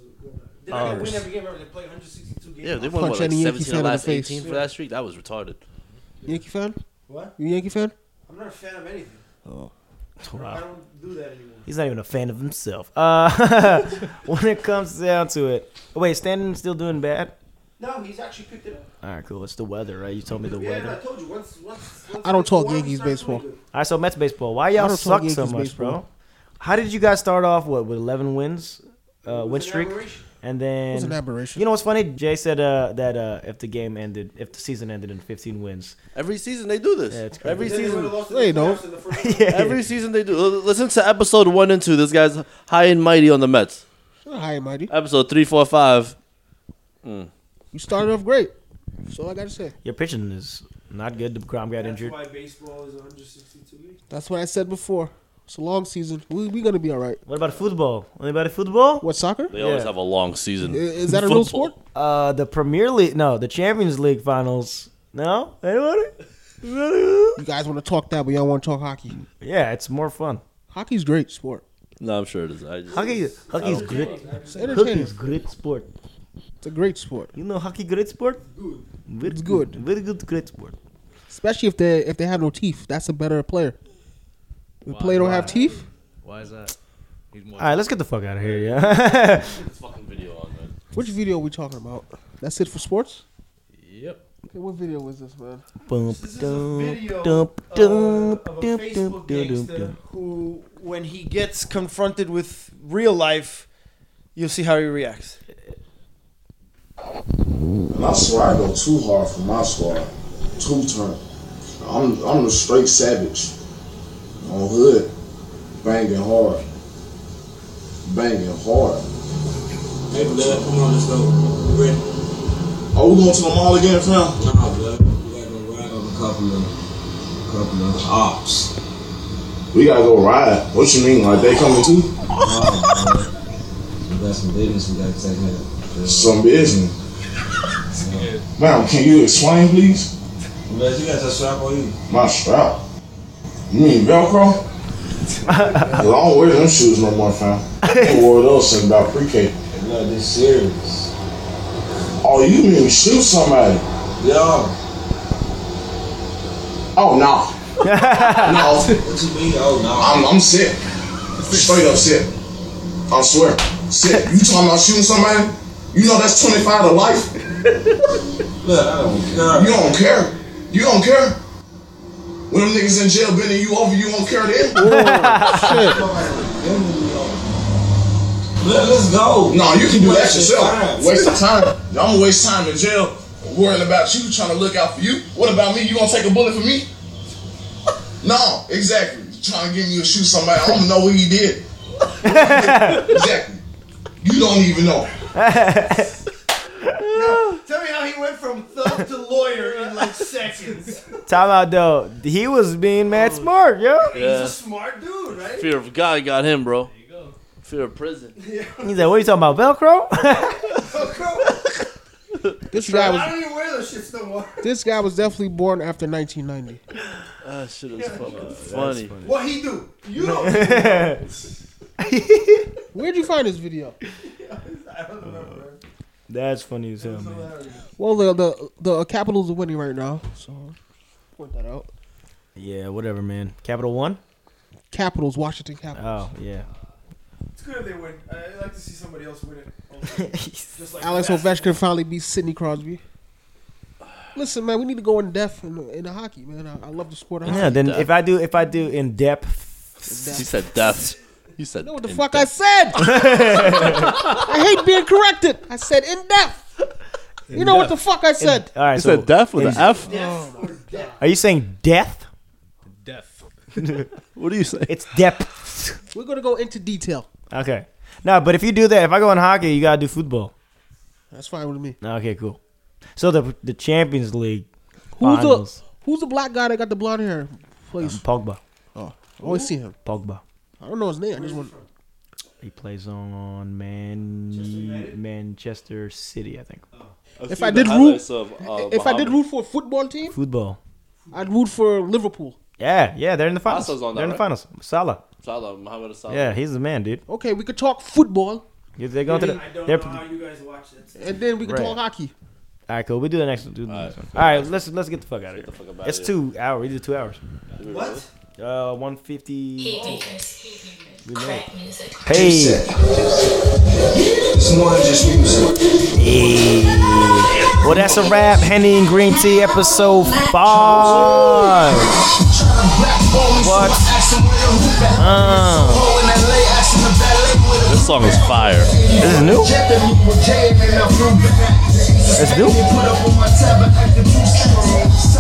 They're not gonna
Oh.
win every game ever. They play 162 games.
Yeah, they won
Punch
what, like
any
17
Yankee fan
of
in
the
the
last
face.
18 for that streak? That was retarded.
Yankee fan?
What?
You a Yankee fan?
I'm not a fan of anything. I
Oh.
wow.
don't do that anymore.
He's not even a fan of himself. Uh, when it comes down to it, oh, wait, Stanton's still doing bad.
No, he's actually picked it up.
All right, cool. It's the weather, right? You told me the
Yeah, no, I
weather.
told you once. once, once
I don't
Warren
talk Yankees
starts
baseball.
doing good.
All right, so Mets baseball. Why
I
y'all
don't
suck
talk
so
Yankees
much, bro?
baseball.
How did you guys start off what with 11 wins, uh,
It's
win
an
streak,
aberration.
and
It was an
then
aberration.
you know what's funny? Jay said uh, that uh, if the game ended, if the season ended in 15 wins,
Every season they do this.
Yeah, it's crazy.
Every
Then they would've
season.
lost to
They
the
know.
playoffs in the first round.
Every season they do. L- Listen to episode one and two. This guy's high and mighty on the Mets.
You're high and mighty.
Episode three, four, five.
You started off great. That's all I gotta say.
your pitching is not good. Degrom got
That's
injured.
why baseball is 162 games.
That's what I said before. It's a long season. We we gonna be all right.
What about football? Anybody football?
What soccer?
They always
Yeah.
have a long
I-
season.
Is that a real
Football.
sport?
Uh, the Premier League. No, the Champions League finals. No, anybody?
You guys want to talk that, but y'all want to talk hockey.
Yeah, it's more fun.
Hockey's great sport.
No, I'm sure it is. I just,
Hockey,
Oh,
hockey's
don't
great.
It's
Hockey's
entertaining.
great sport.
It's a great sport,
You know hockey great sport? Very
It's good.
Very good great sport.
especially if they if they have no teeth. That's a better player. If
Why-
a player don't
why?
have teeth,
Why is that? He's more
All right, let's get the fuck out of here, yeah.
This fucking video on, man.
which video are we talking about? That's it for sports.
Yep.
Okay, what video was this, man?
Bump,
This is a video
dump,
of,
dump,
of
dump,
a
dump,
Facebook
dump, dump,
gangster
dump.
who, when he gets confronted with real life, you'll see how he reacts.
My squad go too hard for my squad. Two turn. I'm I'm the straight savage. On hood. Banging hard. Banging hard.
Hey, blood, come on, let's go. Ready?
Are we going to the mall again, fam?
Nah, blood. We gotta go ride on a couple of, couple of ops.
We gotta go ride. What you mean? Like they coming too?
We got some business we gotta take care of.
Some business. Ma'am, can you explain please?
Blood, you got your strap on you.
My strap. You mean Velcro? 'Cause I don't wear them shoes no more, fam. I wore those since about pre-K.
Blood, this serious.
Oh, you mean shoot somebody?
Yo,
Oh no. no.
what you mean? Oh, no.
I'm, I'm sick. Straight up sick. I swear. Sick. You talking about shooting somebody? You know that's 25 to life.
Blood, I
You
don't care.
don't care. You don't care. When them niggas in jail bending you over, you don't care then?
Blood, let's go.
no, you can do that yourself.
Time.
Waste of time. I'm gonna waste time in jail worrying about you, trying to look out for you. What about me? You gonna take a bullet for me? No, exactly. Trying to get me to shoot somebody. I don't know what he did. exactly. You don't even know.
Tell me how he went from thug to lawyer in like seconds.
Time out though. He was being mad
Oh.
smart, yo.
He's
Yeah.
a smart dude, right?
Fear of God got him, bro. Fear of prison.
He's like, what are you talking about, Velcro?
This guy
I
was
don't even wear those shits no more.
this guy was definitely born after 1990.
Ah, That shit is fucking Oh, funny.
What he do? You don't. I
Where'd you find this video?
don't remember.
That's funny as hell, man.
Well, the the the uh, Capitals are winning right now, so point that out.
Yeah, whatever, man. Capital One?
Capitals, Washington Capitals.
Oh, yeah.
It's good if they win. I- I'd like to see somebody else win it. also. Just like
Alex
that.
Ovechkin finally beat Sidney Crosby. Listen, man, we need to go in depth in, in the hockey, man. I, I love the sport of hockey.
Yeah, then
Depth.
if I do if I do in depth
He said death. He said
know what the
in
fuck I
death.
said. I hate being corrected. I said in depth. you know what the fuck I said.
all right,
He
so
said death with an F?
are you saying death?
Death.
What do you say?
It's depth.
We're gonna go into detail.
Okay. No, but if you do that, if I go in hockey, you gotta do football.
That's fine with me.
Okay, cool. So the the Champions League
Who's
finals. um,
the Who's the black guy that got the blonde hair? Please,
Pogba.
oh, I always see him.
Pogba.
I don't know his name. I just want.
He plays on Man Manchester City, I think.
If I did root,
uh,
if I
um,
did root for a football team,
Football.
I'd root for Liverpool.
Yeah, yeah, they're in the finals.
Salah's on that,
they're in the
right? Oh.
finals. Salah.
Salah, Mohamed Salah.
Yeah, he's the man, dude.
Okay, we could talk football,
They're going to the.
I don't
They're,
know how you guys watch that.
and then we could
Right.
talk hockey.
All right, cool. We do the next, do the next one. All right, let's let's get the fuck out of here.
fuck outta
it's
here.
two hours. We did two hours.
What?
Uh, one fifty.
Hate makers. Hate makers. Crack music.
Hey,
It's more than just music.
well, that's a wrap. Henny and Green Tea, episode five.
What?
This song is fire.
This is new.
It's new?